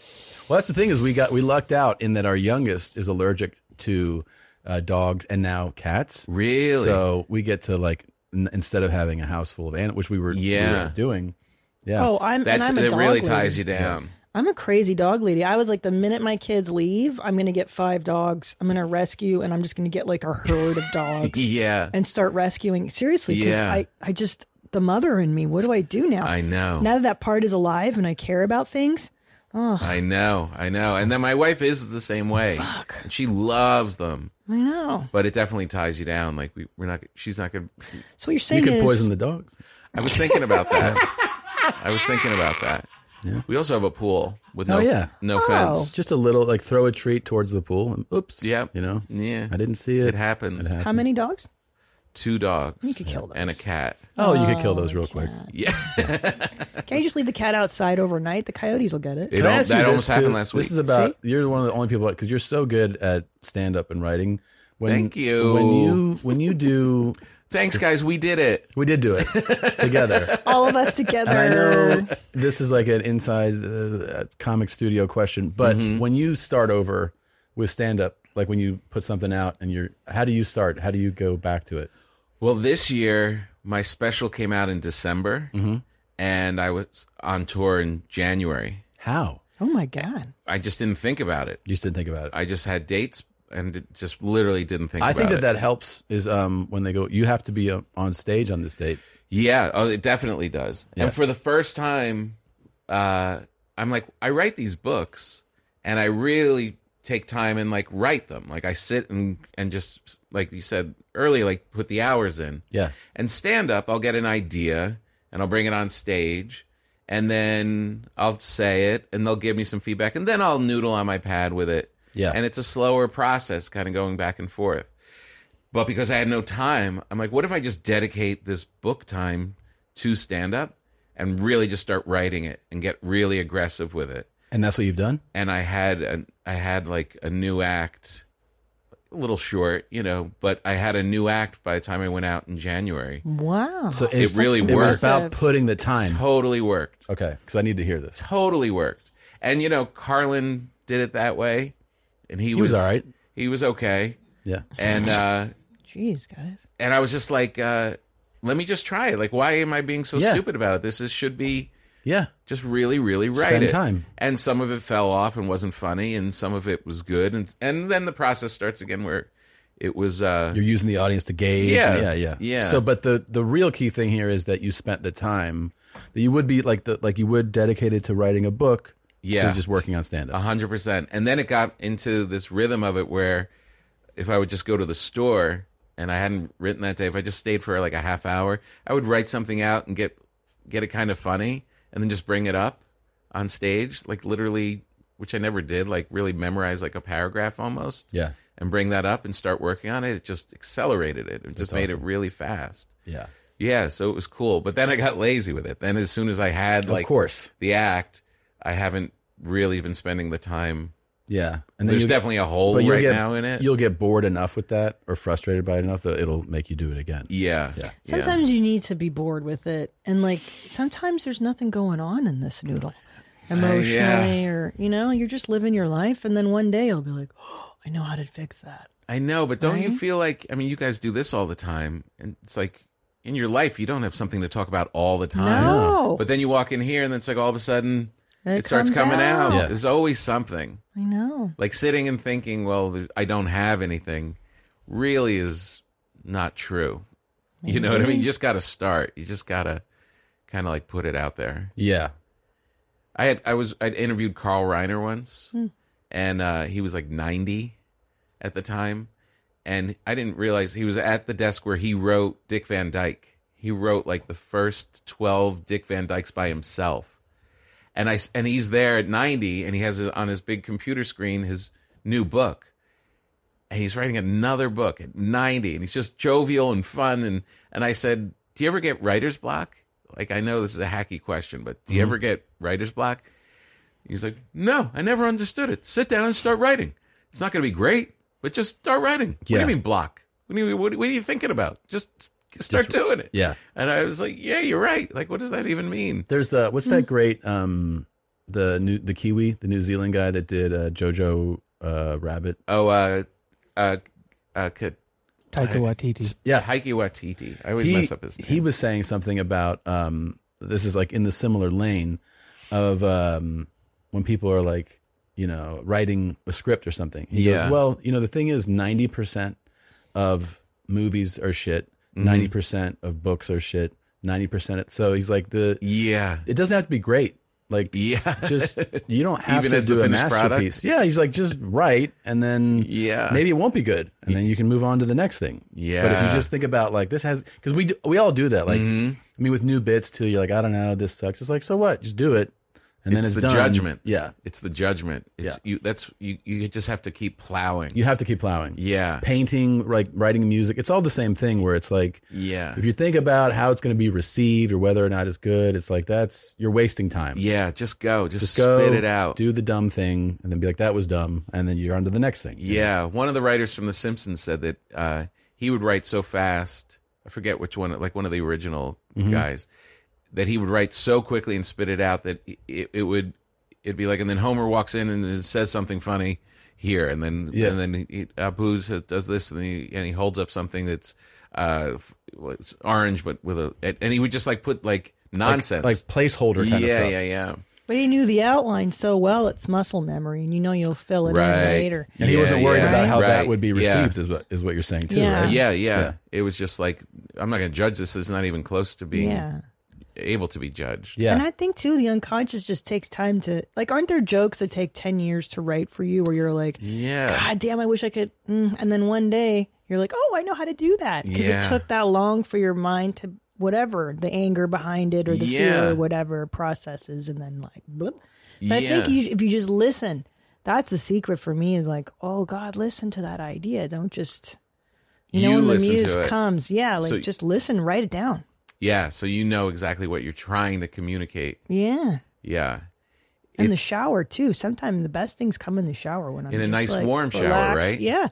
S1: Well, that's the thing is we got we lucked out in that our youngest is allergic to uh, dogs and now cats.
S3: Really?
S1: So we get to like n- instead of having a house full of animals, which we were we
S3: Yeah.
S1: were doing. Yeah.
S2: Oh, I'm.
S3: That's
S2: and I'm a
S3: that
S2: dog
S3: really
S2: lady.
S3: ties you down.
S2: I'm a crazy dog lady. I was like, the minute my kids leave, I'm gonna get five dogs. I'm gonna rescue, and I'm just gonna get like a herd of dogs.
S3: *laughs* Yeah,
S2: and start rescuing seriously because
S3: Yeah.
S2: I, I just the mother in me what do i do now
S3: I know.
S2: now that that part is alive and i care about things
S3: I know, I know. And then my wife is the same way. Fuck. And she loves them,
S2: i know
S3: but it definitely ties you down. Like we, we're not. She's not gonna.
S2: so what you're
S1: you
S2: saying
S1: could
S2: is
S1: poison the dogs.
S3: I was thinking about that.
S1: *laughs*
S3: I was thinking about that. We also have a pool with no,
S1: Oh, yeah.
S3: no
S2: Oh.
S3: fence.
S1: Just a little like throw a treat towards the pool and oops.
S3: Yep.
S1: You know.
S3: Yeah.
S1: I didn't see it.
S3: It happens.
S2: how many dogs
S3: Two dogs
S2: could kill
S3: and a
S2: those.
S3: cat.
S1: oh, you could kill those real quick.
S3: Yeah.
S2: Can't you just leave the cat outside overnight? The coyotes will get it.
S1: Can I ask you this, too? This is about you're one of the only people because you're so good at stand up and writing. When,
S3: Thank you.
S1: When you when you do.
S3: Thanks, guys. We did it.
S1: We did do
S3: *laughs*
S1: it together.
S2: all of us
S1: And *laughs* I
S2: together.
S1: know this is like an inside uh, comic studio question, but
S3: Mm-hmm.
S1: when you start over with stand up, like when you put something out and you're, how do you start? How do you go back to it?
S3: Well, this year my special came out in December,
S1: Mhm.
S3: and I was on tour in January.
S1: How?
S2: Oh my god!
S3: I just didn't think about it.
S1: You just didn't think about it.
S3: I just had dates and it just literally didn't think.
S1: I
S3: about
S1: think that
S3: it.
S1: that helps is um, when they go, you have to be uh, on stage on this date.
S3: Yeah, oh, it definitely does.
S1: Yeah.
S3: And for the first time, uh, I'm like, I write these books, and I really take time and like write them. Like I sit and and just like you said earlier, like put the hours in.
S1: Yeah.
S3: And stand up, I'll get an idea and I'll bring it on stage, and then I'll say it, and they'll give me some feedback, and then I'll noodle on my pad with it.
S1: Yeah.
S3: And it's a slower process, kind of going back and forth. But because I had no time, I'm like, what if I just dedicate this book time to stand up and really just start writing it and get really aggressive with it?
S1: And that's what you've done?
S3: And I had an I had like a new act, a little short, you know, but I had a new act by the time I went out in January.
S2: Wow.
S1: So
S3: it really
S1: it
S3: worked.
S1: was about putting the time.
S3: Totally worked.
S1: Okay. Because I need to hear this.
S3: Totally worked. And you know, Carlin did it that way, and he,
S1: He was all right.
S3: He was okay.
S1: Yeah. *laughs*
S3: And uh,
S2: Jeez, guys.
S3: and I was just like, uh, let me just try it. Like, why am I being so
S1: Yeah.
S3: stupid about it? This is, should be
S1: Yeah.
S3: just really, really right.
S1: Spend
S3: it.
S1: time.
S3: And some of it fell off and wasn't funny, and some of it was good, and and then the process starts again where it was. Uh,
S1: You're using the audience to gauge.
S3: Yeah.
S1: yeah, yeah,
S3: Yeah.
S1: So, but the the real key thing here is that you spent the time that you would be like the like you would dedicated to writing a book.
S3: Yeah. Uh-huh.
S1: to just working on stand
S3: A
S1: up.
S3: hundred percent. And then it got into this rhythm of it where if I would just go to the store and I hadn't written that day, if I just stayed for like a half hour, I would write something out and get get it kind of funny and then just bring it up on stage, like literally which I never did, like really memorize like a paragraph almost.
S1: Yeah.
S3: And bring that up and start working on it. It just accelerated it. It just made it really fast.
S1: Yeah.
S3: Yeah, so it was cool. But then I got lazy with it. Then as soon as I had
S1: Of
S3: like
S1: course.
S3: the act, I haven't really been spending the time.
S1: Yeah,
S3: There's
S1: you-
S3: definitely a hole
S1: but you'll
S3: right
S1: get-
S3: now in it.
S1: You'll get bored enough with that or frustrated by it enough that it'll make you do it again.
S3: Yeah. Yeah.
S2: Sometimes you need to be bored with it, and like sometimes there's nothing going on in this noodle,
S1: Uh,
S2: emotionally, or you know, you're just living your life, and then one day you'll be like, oh, I know how to fix that.
S3: I know, but don't you
S2: Right?
S3: feel like I mean you guys do this all the time and it's like in your life you don't have something to talk about all the time.
S2: No.
S3: But then you walk in here and then it's like all of a sudden
S2: And
S3: it,
S2: it
S3: starts
S2: comes
S3: coming out.
S2: out. Yeah.
S3: There's always something.
S2: I know.
S3: Like sitting and thinking, well, there- I don't have anything really is not true. You know what I mean? You just got to start. You just got to kind of like put it out there.
S1: Yeah.
S3: I had I was I'd interviewed Carl Reiner once, and uh, he was like ninety at the time, and I didn't realize he was at the desk where he wrote Dick Van Dyke. He wrote like the first twelve Dick Van Dykes by himself, and I s- and he's there at ninety, and he has his, on his big computer screen his new book, and he's writing another book at 90 and he's just jovial and fun and and I said, "Do you ever get writer's block?" Like I know this is a hacky question, but do you
S1: Mm-hmm.
S3: ever get writer's block? He's like, "No, I never understood it. Sit down and start writing. It's not going to be great, but just start writing." What
S1: Yeah.
S3: do you mean block? What, do you, what, what are you thinking about? Just s- start doing it.
S1: Yeah.
S3: And I was like, "Yeah, you're right. Like what does that even mean?"
S1: There's the what's that great um the new the Kiwi the New Zealand guy that did uh, Jojo uh, Rabbit.
S3: Oh, uh uh uh could
S12: Taika Waititi.
S1: Yeah.
S3: Taiki Watiti. I always
S1: he,
S3: mess up his name.
S1: He was saying something about um, this is like in the similar lane of um, when people are like, you know, writing a script or something. He
S3: Yeah.
S1: goes, well, you know, the thing is, ninety percent of movies are shit.
S3: Mhm.
S1: 90 percent of books are shit. Ninety percent. So he's like the
S3: yeah.
S1: It doesn't have to be great. Like
S3: yeah,
S1: just you
S3: *laughs*
S1: don't have
S3: Even
S1: to
S3: as the
S1: do a
S3: finished product?
S1: masterpiece. Yeah, he's like just write, and then
S3: Yeah.
S1: maybe it won't be good, and then you can move on to the next thing. But if you
S3: Uh, Yeah. Mm-hmm.
S1: just think about like this has because we do, we all do that. Like I mean, with new bits too, you're like I don't know, this sucks. It's like so what? Just do it, and then it's
S3: the
S1: done.
S3: judgment.
S1: Yeah,
S3: it's the judgment. It's you. That's you. You just have to keep plowing.
S1: you have to keep plowing.
S3: Yeah.
S1: painting, like writing music, it's all the same thing. Where it's like,
S3: Yeah.
S1: if you think about how it's going to be received or whether or not it's good, it's like that's you're wasting time.
S3: Yeah, just go. Just,
S1: go,
S3: spit it out.
S1: Do the dumb thing, and then be like, that was dumb, and then you're on to the next thing.
S3: Yeah, one of the writers from The Simpsons said that uh, he would write so fast. I forget which one, like one of the original
S1: Mhm.
S3: guys, that he would write so quickly and spit it out that it, it would it'd be like, and then Homer walks in and says something funny here, and then
S1: Yeah.
S3: and then he, Apu says- does this, and he and he holds up something that's uh, f- well, it's orange but with a, and he would just like put like nonsense,
S1: like placeholder kind of
S3: yeah,
S1: stuff.
S3: yeah, yeah.
S2: But he knew the outline so well, it's muscle memory, and you know you'll fill it in later.
S1: And he
S3: Yeah,
S1: wasn't worried
S3: yeah,
S1: about how that
S3: right,
S1: would be
S3: yeah.
S1: received, is, what, is what you're saying, too,
S2: Yeah.
S1: right?
S3: Yeah, yeah, It was just like I'm not going to judge this. It's not even close to being
S2: Yeah.
S3: able to be judged.
S2: And I think too, the unconscious just takes time to like. Aren't there jokes that take ten years to write for you, where you're like,
S3: yeah.
S2: God damn, I wish I could. Mm. And then one day you're like, oh, I know how to do that. Because
S3: Yeah.
S2: it took that long for your mind to whatever, the anger behind it or the
S3: Yeah.
S2: fear or whatever processes. And then like, blip. But I
S3: Yeah.
S2: think you, if you just listen, that's the secret for me is like, oh God, listen to that idea. Don't just, you,
S3: You
S2: know, when the
S3: listen to
S2: muse
S3: it.
S2: comes. Yeah. Like
S3: So-
S2: just listen, write it down.
S3: Yeah, so you know exactly what you're trying to communicate.
S2: Yeah.
S3: Yeah.
S2: In the shower too. Sometimes the best things come in the shower when I'm
S3: In a
S2: just,
S3: nice
S2: like,
S3: warm shower,
S2: relaxed.
S3: right?
S2: Yeah.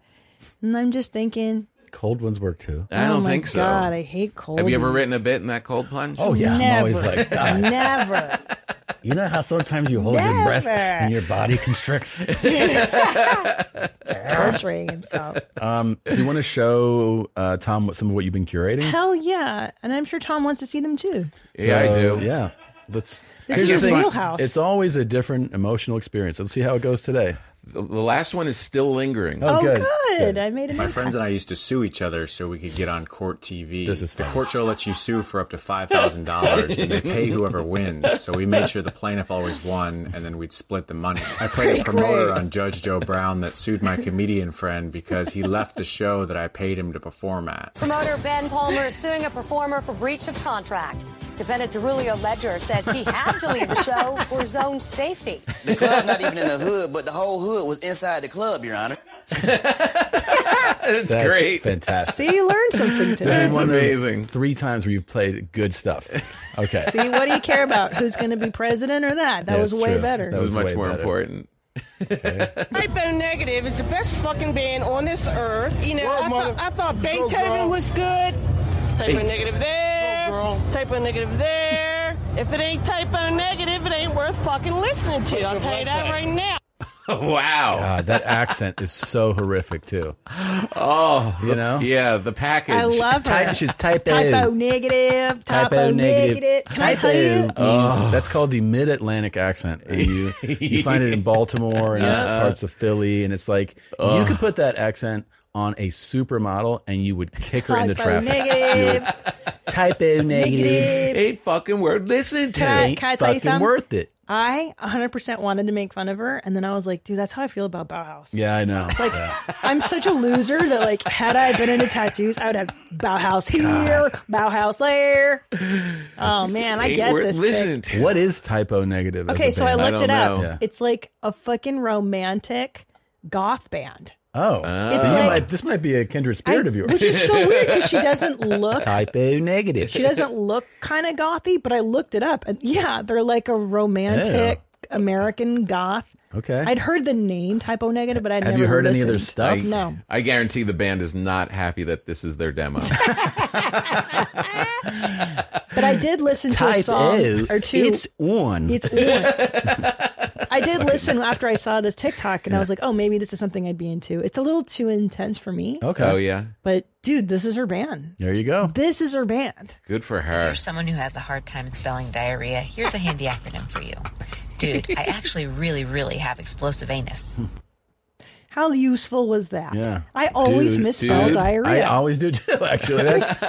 S2: And I'm just thinking,
S1: Cold ones work, too.
S3: I
S2: Oh
S3: don't
S2: my
S3: think so.
S2: God, I hate cold.
S3: Have you ever written a bit in that cold plunge?
S1: Oh, yeah. I'm always like, God.
S2: *laughs* never.
S1: You know how sometimes you hold your breath
S2: Never.
S1: and your body constricts?
S2: torturing himself.
S1: um, *laughs* do you want to show uh, Tom what, some of what you've been curating?
S2: Hell yeah. And I'm sure Tom wants to see them too.
S3: Yeah, I
S1: So,
S3: do.
S1: *laughs* Yeah. Let's,
S2: This
S1: here's
S2: is
S1: the
S2: his
S1: thing.
S2: wheelhouse.
S1: It's always a different emotional experience. Let's see how it goes today.
S3: The, the last one is still lingering.
S2: Oh, good. I made a
S12: My
S2: note.
S12: friends and I used to sue each other so we could get on court TV.
S1: This is
S12: the
S1: fun.
S12: court show lets you sue for up to five thousand dollars, and they pay whoever wins. So we made sure the plaintiff always won, and then we'd split the money. I played a
S14: Great.
S12: promoter on Judge Joe Brown that sued my comedian friend because he left the show that I paid him to perform at.
S13: Promoter Ben Palmer is suing a performer for breach of contract. Defendant Derulio Ledger says he had to leave the show for his own safety.
S15: The club not even in the hood, but the whole hood was inside the club, Your Honor.
S3: It's
S1: That's
S3: great.
S2: *laughs*
S1: Fantastic.
S2: See, you learned something today.
S1: This is one Of three times where you've played good stuff. Okay.
S2: *laughs* *laughs* See, what do you care about? Who's going to be president or that? That
S1: Yeah,
S2: was
S1: it's
S2: way
S1: true.
S2: better.
S1: That
S3: This is
S1: was
S3: much
S1: way
S3: more
S1: better.
S3: important. *laughs*
S16: Hypo Negative is the best fucking band on this earth. You know, I, thought I thought
S17: girl.
S16: Beethoven was good. Typo
S17: Beethoven.
S16: Negative there. Typo Negative there. If it ain't Typo Negative, it ain't worth fucking listening to. I'll tell you that right now.
S3: wow.
S1: God, Uh, that accent is so horrific too.
S3: Oh,
S1: you know?
S3: Yeah, the package.
S2: I love her.
S1: Type- she's typo.
S2: Typo negative. Typo, negative. Can I tell you?
S1: means-
S3: Oh.
S1: That's called the mid Atlantic accent. And you, you
S3: *laughs*
S1: find it in Baltimore and
S3: Yeah.
S1: parts of Philly. And it's like, you
S3: Ugh.
S1: could put that accent on a supermodel and you would kick her into
S2: Typo
S1: traffic.
S2: negative.
S1: Typo
S2: Negative.
S3: Ain't fucking worth listening to.
S2: Can I-
S1: Ain't
S2: can I tell you
S1: fucking
S2: something?
S1: worth it.
S2: I 100% wanted to make fun of her. And then I was like, dude, that's how I feel about Bauhaus.
S1: Yeah, I know.
S2: Like, I'm such a loser that, like, had I been into tattoos, I would have Bauhaus here, Bauhaus there. Oh, man, I get this. shit.
S1: What is typo negative? as
S2: Okay,
S1: a
S2: so I
S1: band?
S2: looked it up.
S1: Yeah.
S2: It's like a fucking romantic goth band.
S1: Oh,
S2: It's
S1: So you
S2: like-
S1: might- this might be a kindred spirit
S2: I-
S1: of yours,
S2: which
S1: *laughs*
S2: is so weird because she doesn't look.
S1: Type A negative.
S3: *laughs*
S2: She doesn't look kind of gothy, but I looked it up, and yeah, they're like a romantic American goth.
S1: Okay.
S2: I'd heard the name typo negative, but I'd
S3: Have
S2: never
S3: you heard
S2: listened.
S3: any of their stuff?
S2: No.
S3: I guarantee the band is not happy that this is their
S2: *laughs*
S3: demo.
S2: But I did listen to a
S1: Type
S2: song
S1: A,
S2: or two.
S1: It's one.
S2: It's one. I did listen after I saw this TikTok, and I was like, "Oh, maybe this is something I'd be into." It's a little too intense for me.
S1: Okay.
S3: Oh, yeah.
S2: But dude, this is her band.
S1: There you go.
S2: This is her band.
S3: Good for her.
S18: You're someone who has a hard time spelling diarrhea. Here's a handy acronym for you. Dude, I actually really, really have explosive anus.
S2: How useful was that?
S1: Yeah.
S2: I always
S1: Dude,
S2: misspell
S1: dude, I
S2: diarrhea.
S1: always do too. *laughs* Actually, that's.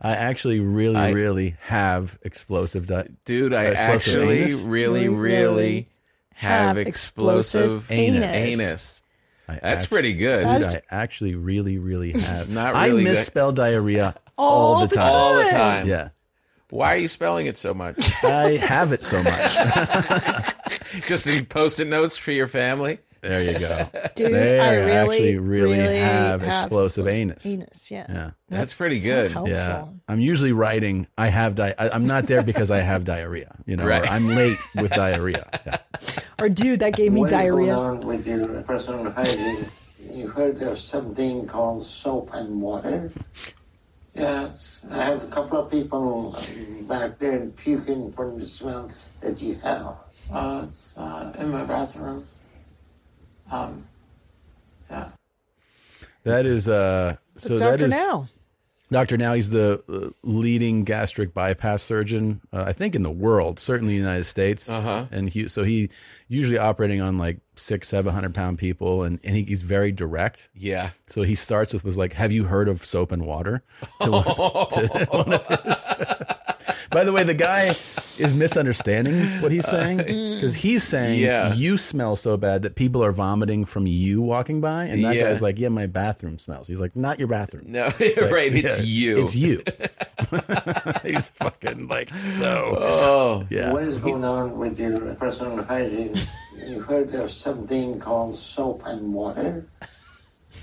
S1: I actually really, really have explosive. Di-
S3: Dude, I
S1: explosive
S3: actually
S1: anus.
S3: really, really have explosive anus. Anus.
S1: I
S3: That's pretty good.
S1: Dude,
S3: That's-
S1: I actually *laughs* really, really have.
S3: Not
S1: I
S3: really that-
S1: misspell diarrhea all, the time.
S3: All the time.
S1: Yeah.
S3: Why are you spelling it so *laughs* much?
S1: I have it so much. *laughs*
S3: Just need post-it notes for your family.
S1: There you go.
S3: Do
S1: they
S3: I
S1: are actually
S3: really,
S1: really,
S3: really
S1: have,
S3: have
S1: explosive anus.
S10: Anus, yeah.
S1: Yeah,
S3: That's pretty so good. helpful.
S1: yeah, I'm usually writing. I have di- I, I'm not there because I have diarrhea. You know,
S3: Right.
S1: or I'm late with diarrhea. Yeah.
S2: Or dude, that gave me
S14: what Is
S2: diarrhea.
S14: going on with your personal hygiene? you heard of something called soap and water? Yes, I have a couple of people um, back there puking from the smell that you have. Uh, it's uh, in my bathroom. Um, yeah.
S1: That is uh so that
S14: Dr.
S1: is
S14: Now.
S1: Dr. Now he's the uh, leading gastric bypass surgeon uh, I think in the world, certainly in the United States.
S3: Uh-huh.
S1: And he so he usually operating on like 6 700 pound people and and he, he's very direct.
S3: Yeah. *laughs*
S1: So he starts with was like, "Have you heard of soap and water?" To one- to *laughs* one of his- *laughs* By the way, the guy is misunderstanding what he's
S3: *laughs*
S1: saying because he's saying
S3: Uh, Yeah.
S1: you smell so bad that people are vomiting from you walking by, and that
S3: Yeah.
S1: guy's like, "Yeah, my bathroom smells." He's like, "Not your bathroom."
S3: No, right, it's you.
S1: It's you.
S3: *laughs*
S1: *laughs* he's fucking like so.
S3: *laughs* Oh,
S14: What is going on with your personal hygiene? you heard of something called soap and water?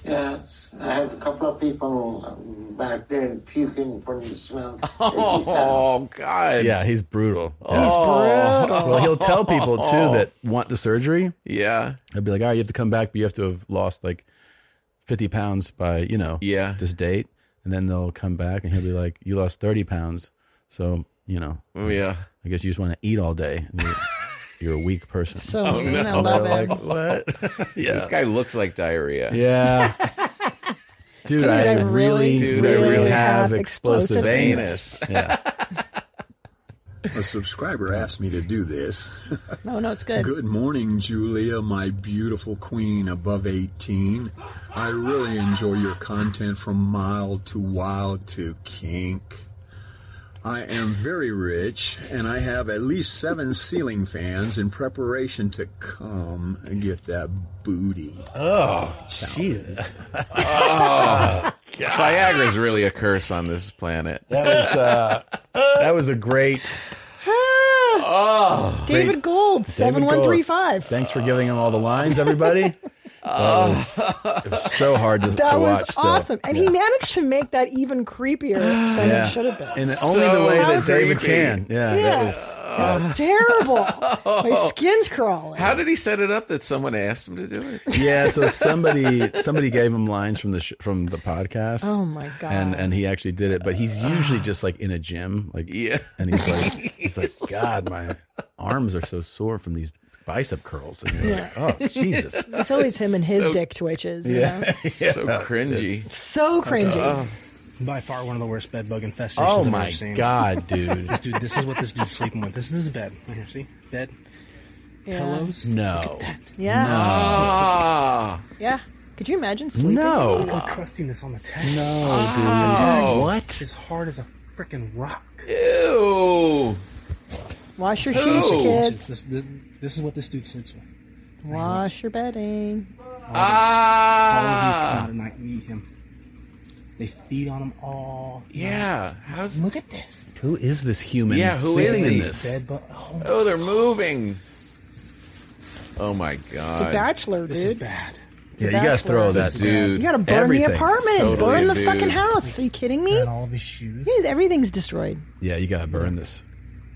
S14: Yes, I have a couple of people um, back there puking from the smell.
S3: Oh God.
S1: Yeah, he's brutal. Yeah.
S14: He's Oh. brutal.
S1: Well, he'll tell people
S3: Oh.
S1: too that want the surgery.
S3: Yeah.
S1: I'd be like, all right, you have to come back, but you have to have lost like 50 pounds by, you know,
S3: Yeah.
S1: this date. And then they'll come back and he'll be like, you lost 30 pounds. So, you know,
S3: Oh, yeah.
S1: I guess you just want to eat all day. And you're, *laughs* you're a weak person.
S3: So Oh, mean, I no. love
S1: They're
S3: him. *laughs*
S1: like, what? yeah.
S3: This guy looks like diarrhea.
S1: Yeah. Dude, I, really,
S3: dude, I really have explosive anus.
S1: Yeah.
S17: A subscriber asked me to do this.
S2: No, no, it's good.
S17: Good morning, Julia, my beautiful queen above 18. I really enjoy your content from mild to wild to kink. I am very rich and I have at least seven ceiling fans in preparation to come and get that booty.
S1: Oh, jeez.
S3: Oh, Viagra is really a curse on this planet.
S1: That was, uh, that was a great.
S3: oh,
S1: David
S2: Ah, David Gold,
S1: David
S2: seven one three five.
S1: Gold. Thanks for giving him all the lines, everybody. That was, it was so hard to,
S2: That
S1: to
S2: was
S1: watch. still.
S2: awesome, and he managed to make that even creepier
S1: *sighs*
S2: than
S1: Yeah.
S2: it should have been.
S1: And only the way that David can. Yeah,
S2: Yeah.
S1: that uh, was.
S2: That was
S1: *laughs*
S2: terrible. My skin's crawling.
S3: How did he set it up that someone asked him to do it?
S1: Yeah, so somebody somebody gave him lines from the sh- from the podcast.
S2: Oh, my God.
S1: And and he actually did it, but he's usually just like in a gym, like yeah.
S3: *laughs*
S1: And he's like he's like, God, my arms are so sore from these bicep curls. And you're like, oh Jesus,
S2: It's always him and his
S1: So-
S2: dick twitches. You
S1: Yeah. Uh.
S2: know?
S1: So cringy. *laughs*
S2: It's so cringy.
S1: Ugh.
S19: By far one of the worst bed bug infestations
S1: Oh
S19: I've
S1: my
S19: ever seen.
S3: *laughs*
S1: God, dude.
S19: this dude, this is what this dude's sleeping with. This is his bed. Right here, see? Bed.
S2: Yeah.
S19: Pillows.
S1: No.
S2: Yeah.
S19: No.
S3: Ah.
S2: Yeah. Could you imagine sleeping?
S1: No.
S19: Look
S3: Uh,
S19: at the crustiness on the tag. No,
S1: dude. Oh. What?
S19: As hard as a freaking rock.
S3: Ew.
S2: Wash your sheets, kids.
S19: This, this, this is what this dude sleeps with.
S2: Wash your bedding.
S19: Ah. All of these come out and I eat him. They feed on him all.
S3: Yeah. How's
S19: Look at this.
S1: Who is this human?
S3: Yeah, who
S1: sitting
S3: is
S1: in
S3: he?
S1: this?
S19: Bed bug. Oh,
S3: Oh, they're moving. Oh my god.
S2: It's a bachelor, dude.
S19: This is bad.
S2: It's a
S3: Yeah, you gotta
S2: bachelor.
S3: throw that, dude.
S2: You gotta burn
S1: Everything.
S2: the apartment.
S1: Totally,
S2: burn the
S1: dude.
S2: fucking house. Are you kidding me?
S19: all of his shoes.
S2: Yeah, everything's destroyed.
S1: Yeah, you gotta burn this.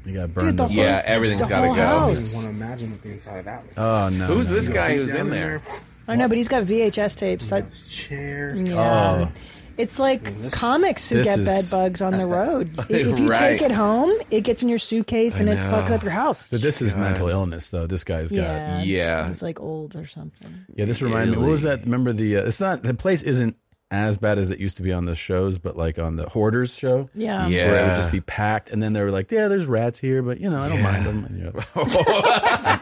S1: You gotta burn
S2: Dude, the
S1: this.
S2: whole- Yeah, everything's the gotta whole go.
S19: I
S2: house.
S19: don't even want to imagine what the inside of that looks
S1: Oh no.
S3: Who's
S1: no,
S3: this
S1: no.
S3: guy who's in there?
S2: I know, but he's got VHS tapes. That,
S19: chairs.
S2: Yeah.
S1: Oh.
S2: It's like comics who
S1: this
S2: get
S1: is-
S2: bed bugs on the road.
S1: *laughs*
S2: I- If you
S1: Right.
S2: take it home, it gets in your suitcase
S1: I
S2: and it
S1: know.
S2: fucks up your house.
S1: But this is mental illness, though. This guy's
S2: Yeah.
S1: got yeah,
S2: It's like old or something.
S1: yeah. This reminded me. What was that? Remember the? Uh, it's not the place isn't as bad as it used to be on the shows, but like on the hoarders show, where
S2: Yeah.
S1: it would
S3: Yeah.
S1: just be packed, and then they were like, yeah, there's rats here, but you know, I don't mind them. And you're
S3: *laughs*
S1: like,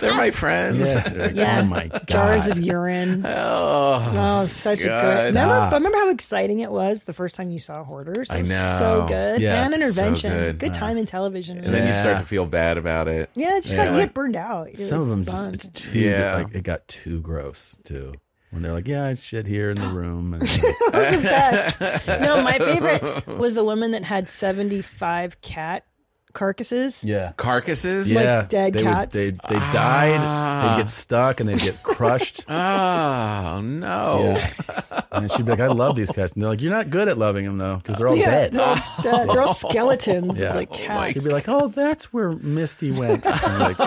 S3: They're my friends.
S1: Yeah. They're like,
S2: Yeah.
S1: Oh my god.
S2: Jars
S1: *laughs*
S2: of urine.
S3: Oh,
S2: Oh, such a
S3: God.
S2: good. Remember,
S3: Ah.
S2: but remember how exciting it was the first time you saw Hoarders? It
S3: I
S2: was
S3: know.
S2: So good.
S3: Yeah,
S2: and intervention.
S3: so good.
S2: good. time in television.
S3: And then you start to feel bad about it.
S2: Yeah, it's just
S1: Yeah,
S2: got you
S1: like,
S2: get burned out. You're
S1: Some of
S2: like,
S1: them just
S2: bummed.
S1: it's too
S3: Yeah.
S1: like it got too gross too. When they're like, yeah, I shit here
S2: *gasps*
S1: in the room. And, *laughs*
S2: No, my favorite was the woman that had 75 cat carcasses.
S1: Yeah.
S3: Carcasses?
S2: Like dead
S1: they
S2: cats.
S1: Would, they they died. They'd get stuck and they'd get crushed.
S3: oh, no.
S1: And she'd be like, I love these cats. And they're like, You're not good at loving them, though, because they're all
S2: *laughs* yeah,
S1: dead.
S2: They're, all
S1: *laughs*
S2: dead. They're all skeletons.
S1: Yeah.
S2: Like cats.
S1: She'd be like, Oh, that's where Misty went. And like,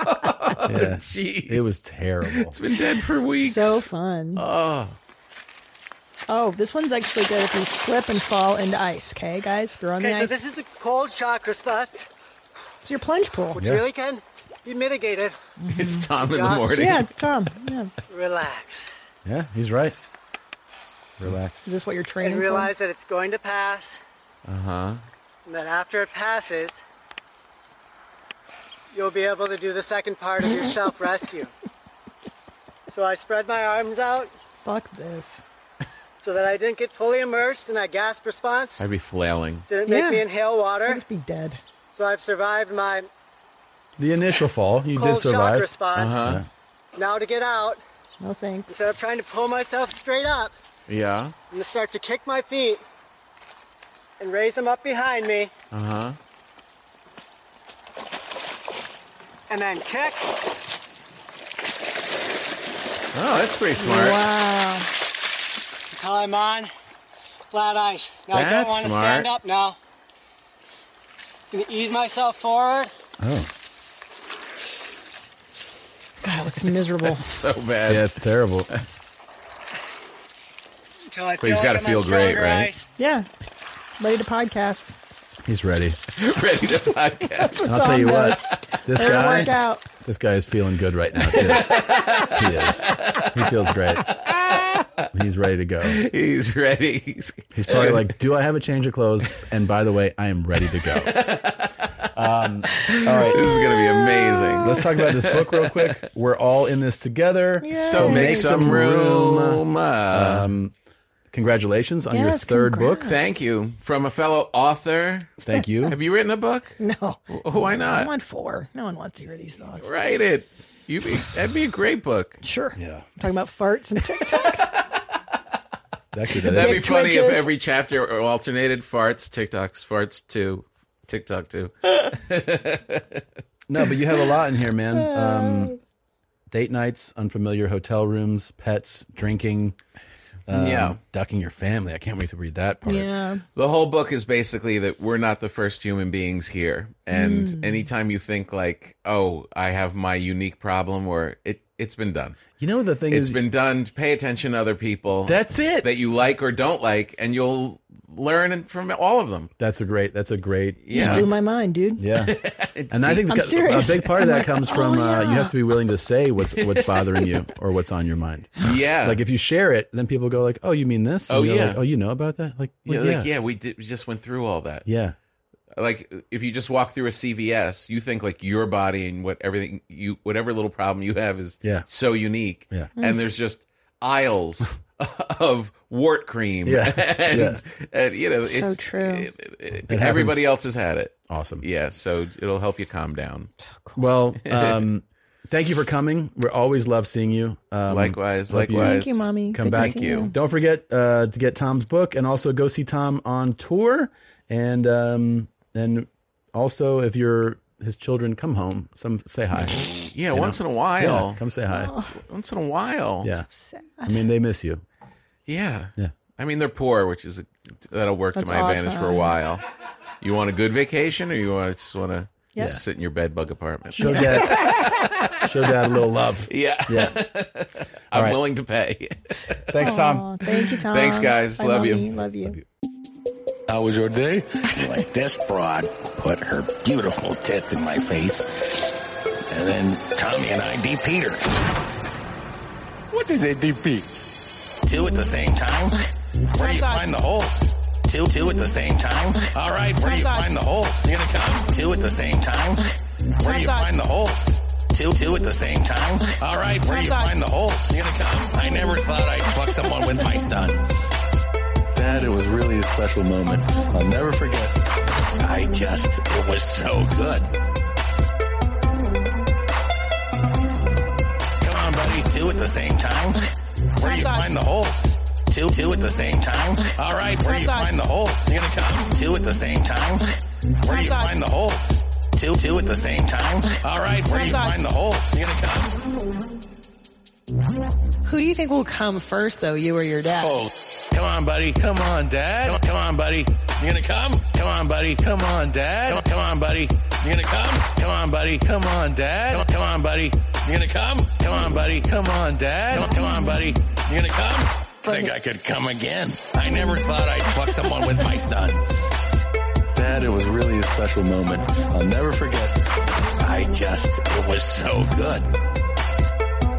S1: yeah. It was terrible.
S3: It's been dead for weeks.
S2: So fun.
S3: Oh.
S2: Oh, this one's actually good if you slip and fall into ice. Okay, guys, if you're on
S20: Okay,
S2: the ice.
S20: so this is the cold chakra spots,
S2: it's your plunge pool.
S20: which really can be mitigated.
S3: It's Tom in the
S20: Josh.
S3: morning.
S2: Yeah, it's Tom. Yeah.
S20: Relax
S1: Yeah, he's right. Relax.
S2: Is this what you're training?
S20: and
S2: for?
S20: realize that it's going to pass,
S1: Uh huh.
S20: and that after it passes, you'll be able to do the second part of your self rescue. So I spread my arms out
S2: Fuck this.
S20: so that I didn't get fully immersed in that gasp response.
S3: I'd be flailing.
S20: Didn't
S2: Yeah.
S20: make me inhale water. I'd just
S2: be dead.
S20: So I've survived my
S1: The initial fall, you did
S20: Cold shock
S1: survive.
S20: response. Uh-huh. now to get out.
S2: No thanks.
S20: Instead of trying to pull myself straight up,
S3: Yeah.
S20: I'm gonna start to kick my feet and raise them up behind me,
S3: Uh huh.
S20: and then kick.
S3: Oh, that's pretty smart.
S2: Wow.
S20: Until I'm on flat ice. Now I don't
S3: That's
S20: want to
S3: smart.
S20: stand up now. gonna ease myself forward.
S1: Oh.
S2: God, it
S1: *laughs*
S2: looks miserable.
S3: So bad.
S1: Yeah, it's terrible.
S20: Until I
S1: But he's gotta
S20: feel like I'm on
S1: feel great,
S20: stronger
S1: right?
S20: ice.
S2: Yeah. Ready to podcast.
S1: He's ready.
S3: *laughs* Ready to podcast.
S1: I'll tell you what. This
S2: It'll
S1: guy.
S2: work out.
S1: This guy is feeling good right now too. he is. He feels great. He's ready to go.
S3: *laughs* He's ready. He's,
S1: He's probably like, "Do I have a change of clothes?" And by the way, I am ready to go. Um, all right,
S3: *laughs* This is gonna be amazing.
S1: Let's talk about this book real quick. We're all in this together,
S3: So make some room. uh,
S1: Um, congratulations on your
S3: Yes,
S1: third book.
S3: Thank you. From a fellow author.
S1: Thank you.
S3: Have you written a book?
S2: *laughs* No.
S3: Why not?
S2: I'm on four. No one wants to hear these thoughts.
S3: Write it. You be, that'd be a great book.
S2: Sure.
S1: Yeah.
S2: Talking about farts and *laughs* TikTok.
S1: That could
S3: That'd be
S2: Dick
S3: funny if
S2: twitches.
S3: every chapter alternated farts, TikToks, farts two, TikTok two.
S1: No, but you have a lot in here, man. Um, date nights, unfamiliar hotel rooms, pets, drinking. um,
S3: Yeah.
S1: ducking your family. I can't wait to read that part.
S2: Yeah.
S3: The whole book is basically that we're not the first human beings here. And
S1: Mm.
S3: anytime you think like, oh, I have my unique problem or it it's been done.
S1: You know the thing
S3: It's
S1: is,
S3: been done. Pay attention to other people.
S1: That's it.
S3: That you like or don't like, and you'll learn from all of
S1: *sighs*
S3: them.
S1: that's a great. That's a great.
S2: Just
S1: point.
S2: blew my mind,
S3: *laughs*
S2: dude.
S1: Yeah, and I think
S2: I'm
S1: the-
S2: serious.
S1: a big part of
S2: I'm
S1: that
S2: like,
S1: comes
S2: oh,
S1: from uh,
S2: yeah.
S1: you have to be willing to
S3: *laughs*
S1: say what's what's bothering you or what's on your mind.
S3: Yeah.
S1: like if you share it, then people go like, "Oh, you mean this?" And
S3: Oh,
S1: you're
S3: yeah.
S1: like, "Oh, you know about that?" Like,
S3: Yeah,
S1: well,
S3: like, yeah, we, did, we just went through all that.
S1: yeah,
S3: Like if you just walk through a CVS, you think like your body and what everything you whatever little problem you have is
S1: Yeah.
S3: so unique.
S1: Yeah.
S2: Mm.
S3: And there's just aisles *laughs* of wart cream.
S1: Yeah.
S3: *laughs* And,
S1: Yeah.
S3: and, you know,
S2: So
S3: it's
S2: true.
S3: it- it-
S1: It
S3: everybody
S1: happens.
S3: else has had it.
S1: Awesome.
S3: Yeah, so it'll help you calm down. *laughs*
S1: Well, um, thank you for coming. We always love seeing you. Um,
S3: Likewise,
S1: hope you
S3: likewise. Thank you,
S2: Mommy.
S1: Come
S2: Good to
S1: back.
S2: see Thank you. you.
S1: Don't forget uh, to get Tom's book and also go see Tom on tour. And um, and also, if you're his children, come home. Some say
S2: *laughs*
S1: hi.
S3: Yeah,
S1: You
S3: once
S1: know?
S3: in a while.
S1: Yeah, come say hi.
S3: Once in a while.
S1: yeah. I mean, they miss you.
S3: Yeah.
S1: Yeah.
S3: I mean, they're poor, which is a, that'll work
S2: That's
S3: to my advantage for a
S2: awesome.
S3: while. You want a good vacation, or you want just want to
S2: Yeah.
S3: sit in your bed bug apartment?
S1: Show dad.
S2: *laughs*
S1: show dad a little love.
S3: *laughs* Yeah.
S1: Yeah.
S3: I'm
S1: right.
S3: willing to pay.
S1: Thanks, Tom.
S2: Aw, thank you, Tom.
S3: Thanks, guys.
S2: Bye,
S3: Love you.
S2: Mommy. Love you.
S21: How was your day? Like this broad put her beautiful tits in my face. And then Tommy and I DP'd her. What is a DP? Two at the same time? Where do you find the holes? Two, two at the same time? All right, where do you
S2: Time's up.
S21: find the holes? You gonna come? Two at the same time? Where do you
S2: Time's up.
S21: find the holes? Two, two at the same time? All right, where do you
S2: Time's up.
S21: find the holes? You gonna come? I never thought I'd fuck someone with my son. Dad, it was really a special moment. I'll never forget. I just, it was so good. Come on, buddy, two at the same time. Where do you find the holes? Two, two at the same time. All right. Where do you find the holes? You gonna count two at the same time? Where do you find the holes? Two, two at the same time. All right. Where do you find the holes? You gonna count?
S6: Who do you think will come first, though, you or your dad?
S21: Oh, come on, buddy. Come on, dad. Come, come on, buddy. You gonna come? Come on, buddy. Come on, dad. Come, come on, buddy. You gonna come? Come on, buddy. Come on, dad. Come, come on, buddy. You gonna come? Come on, buddy. Come on, dad. Come, come on, buddy. You gonna come? Think I could come again? I never thought I'd fuck someone with my son. Dad, it was really a special moment. I'll never forget. I just, it was so good.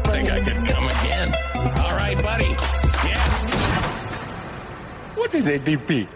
S21: Think I could come again. All right, buddy. Yeah. What is ADP?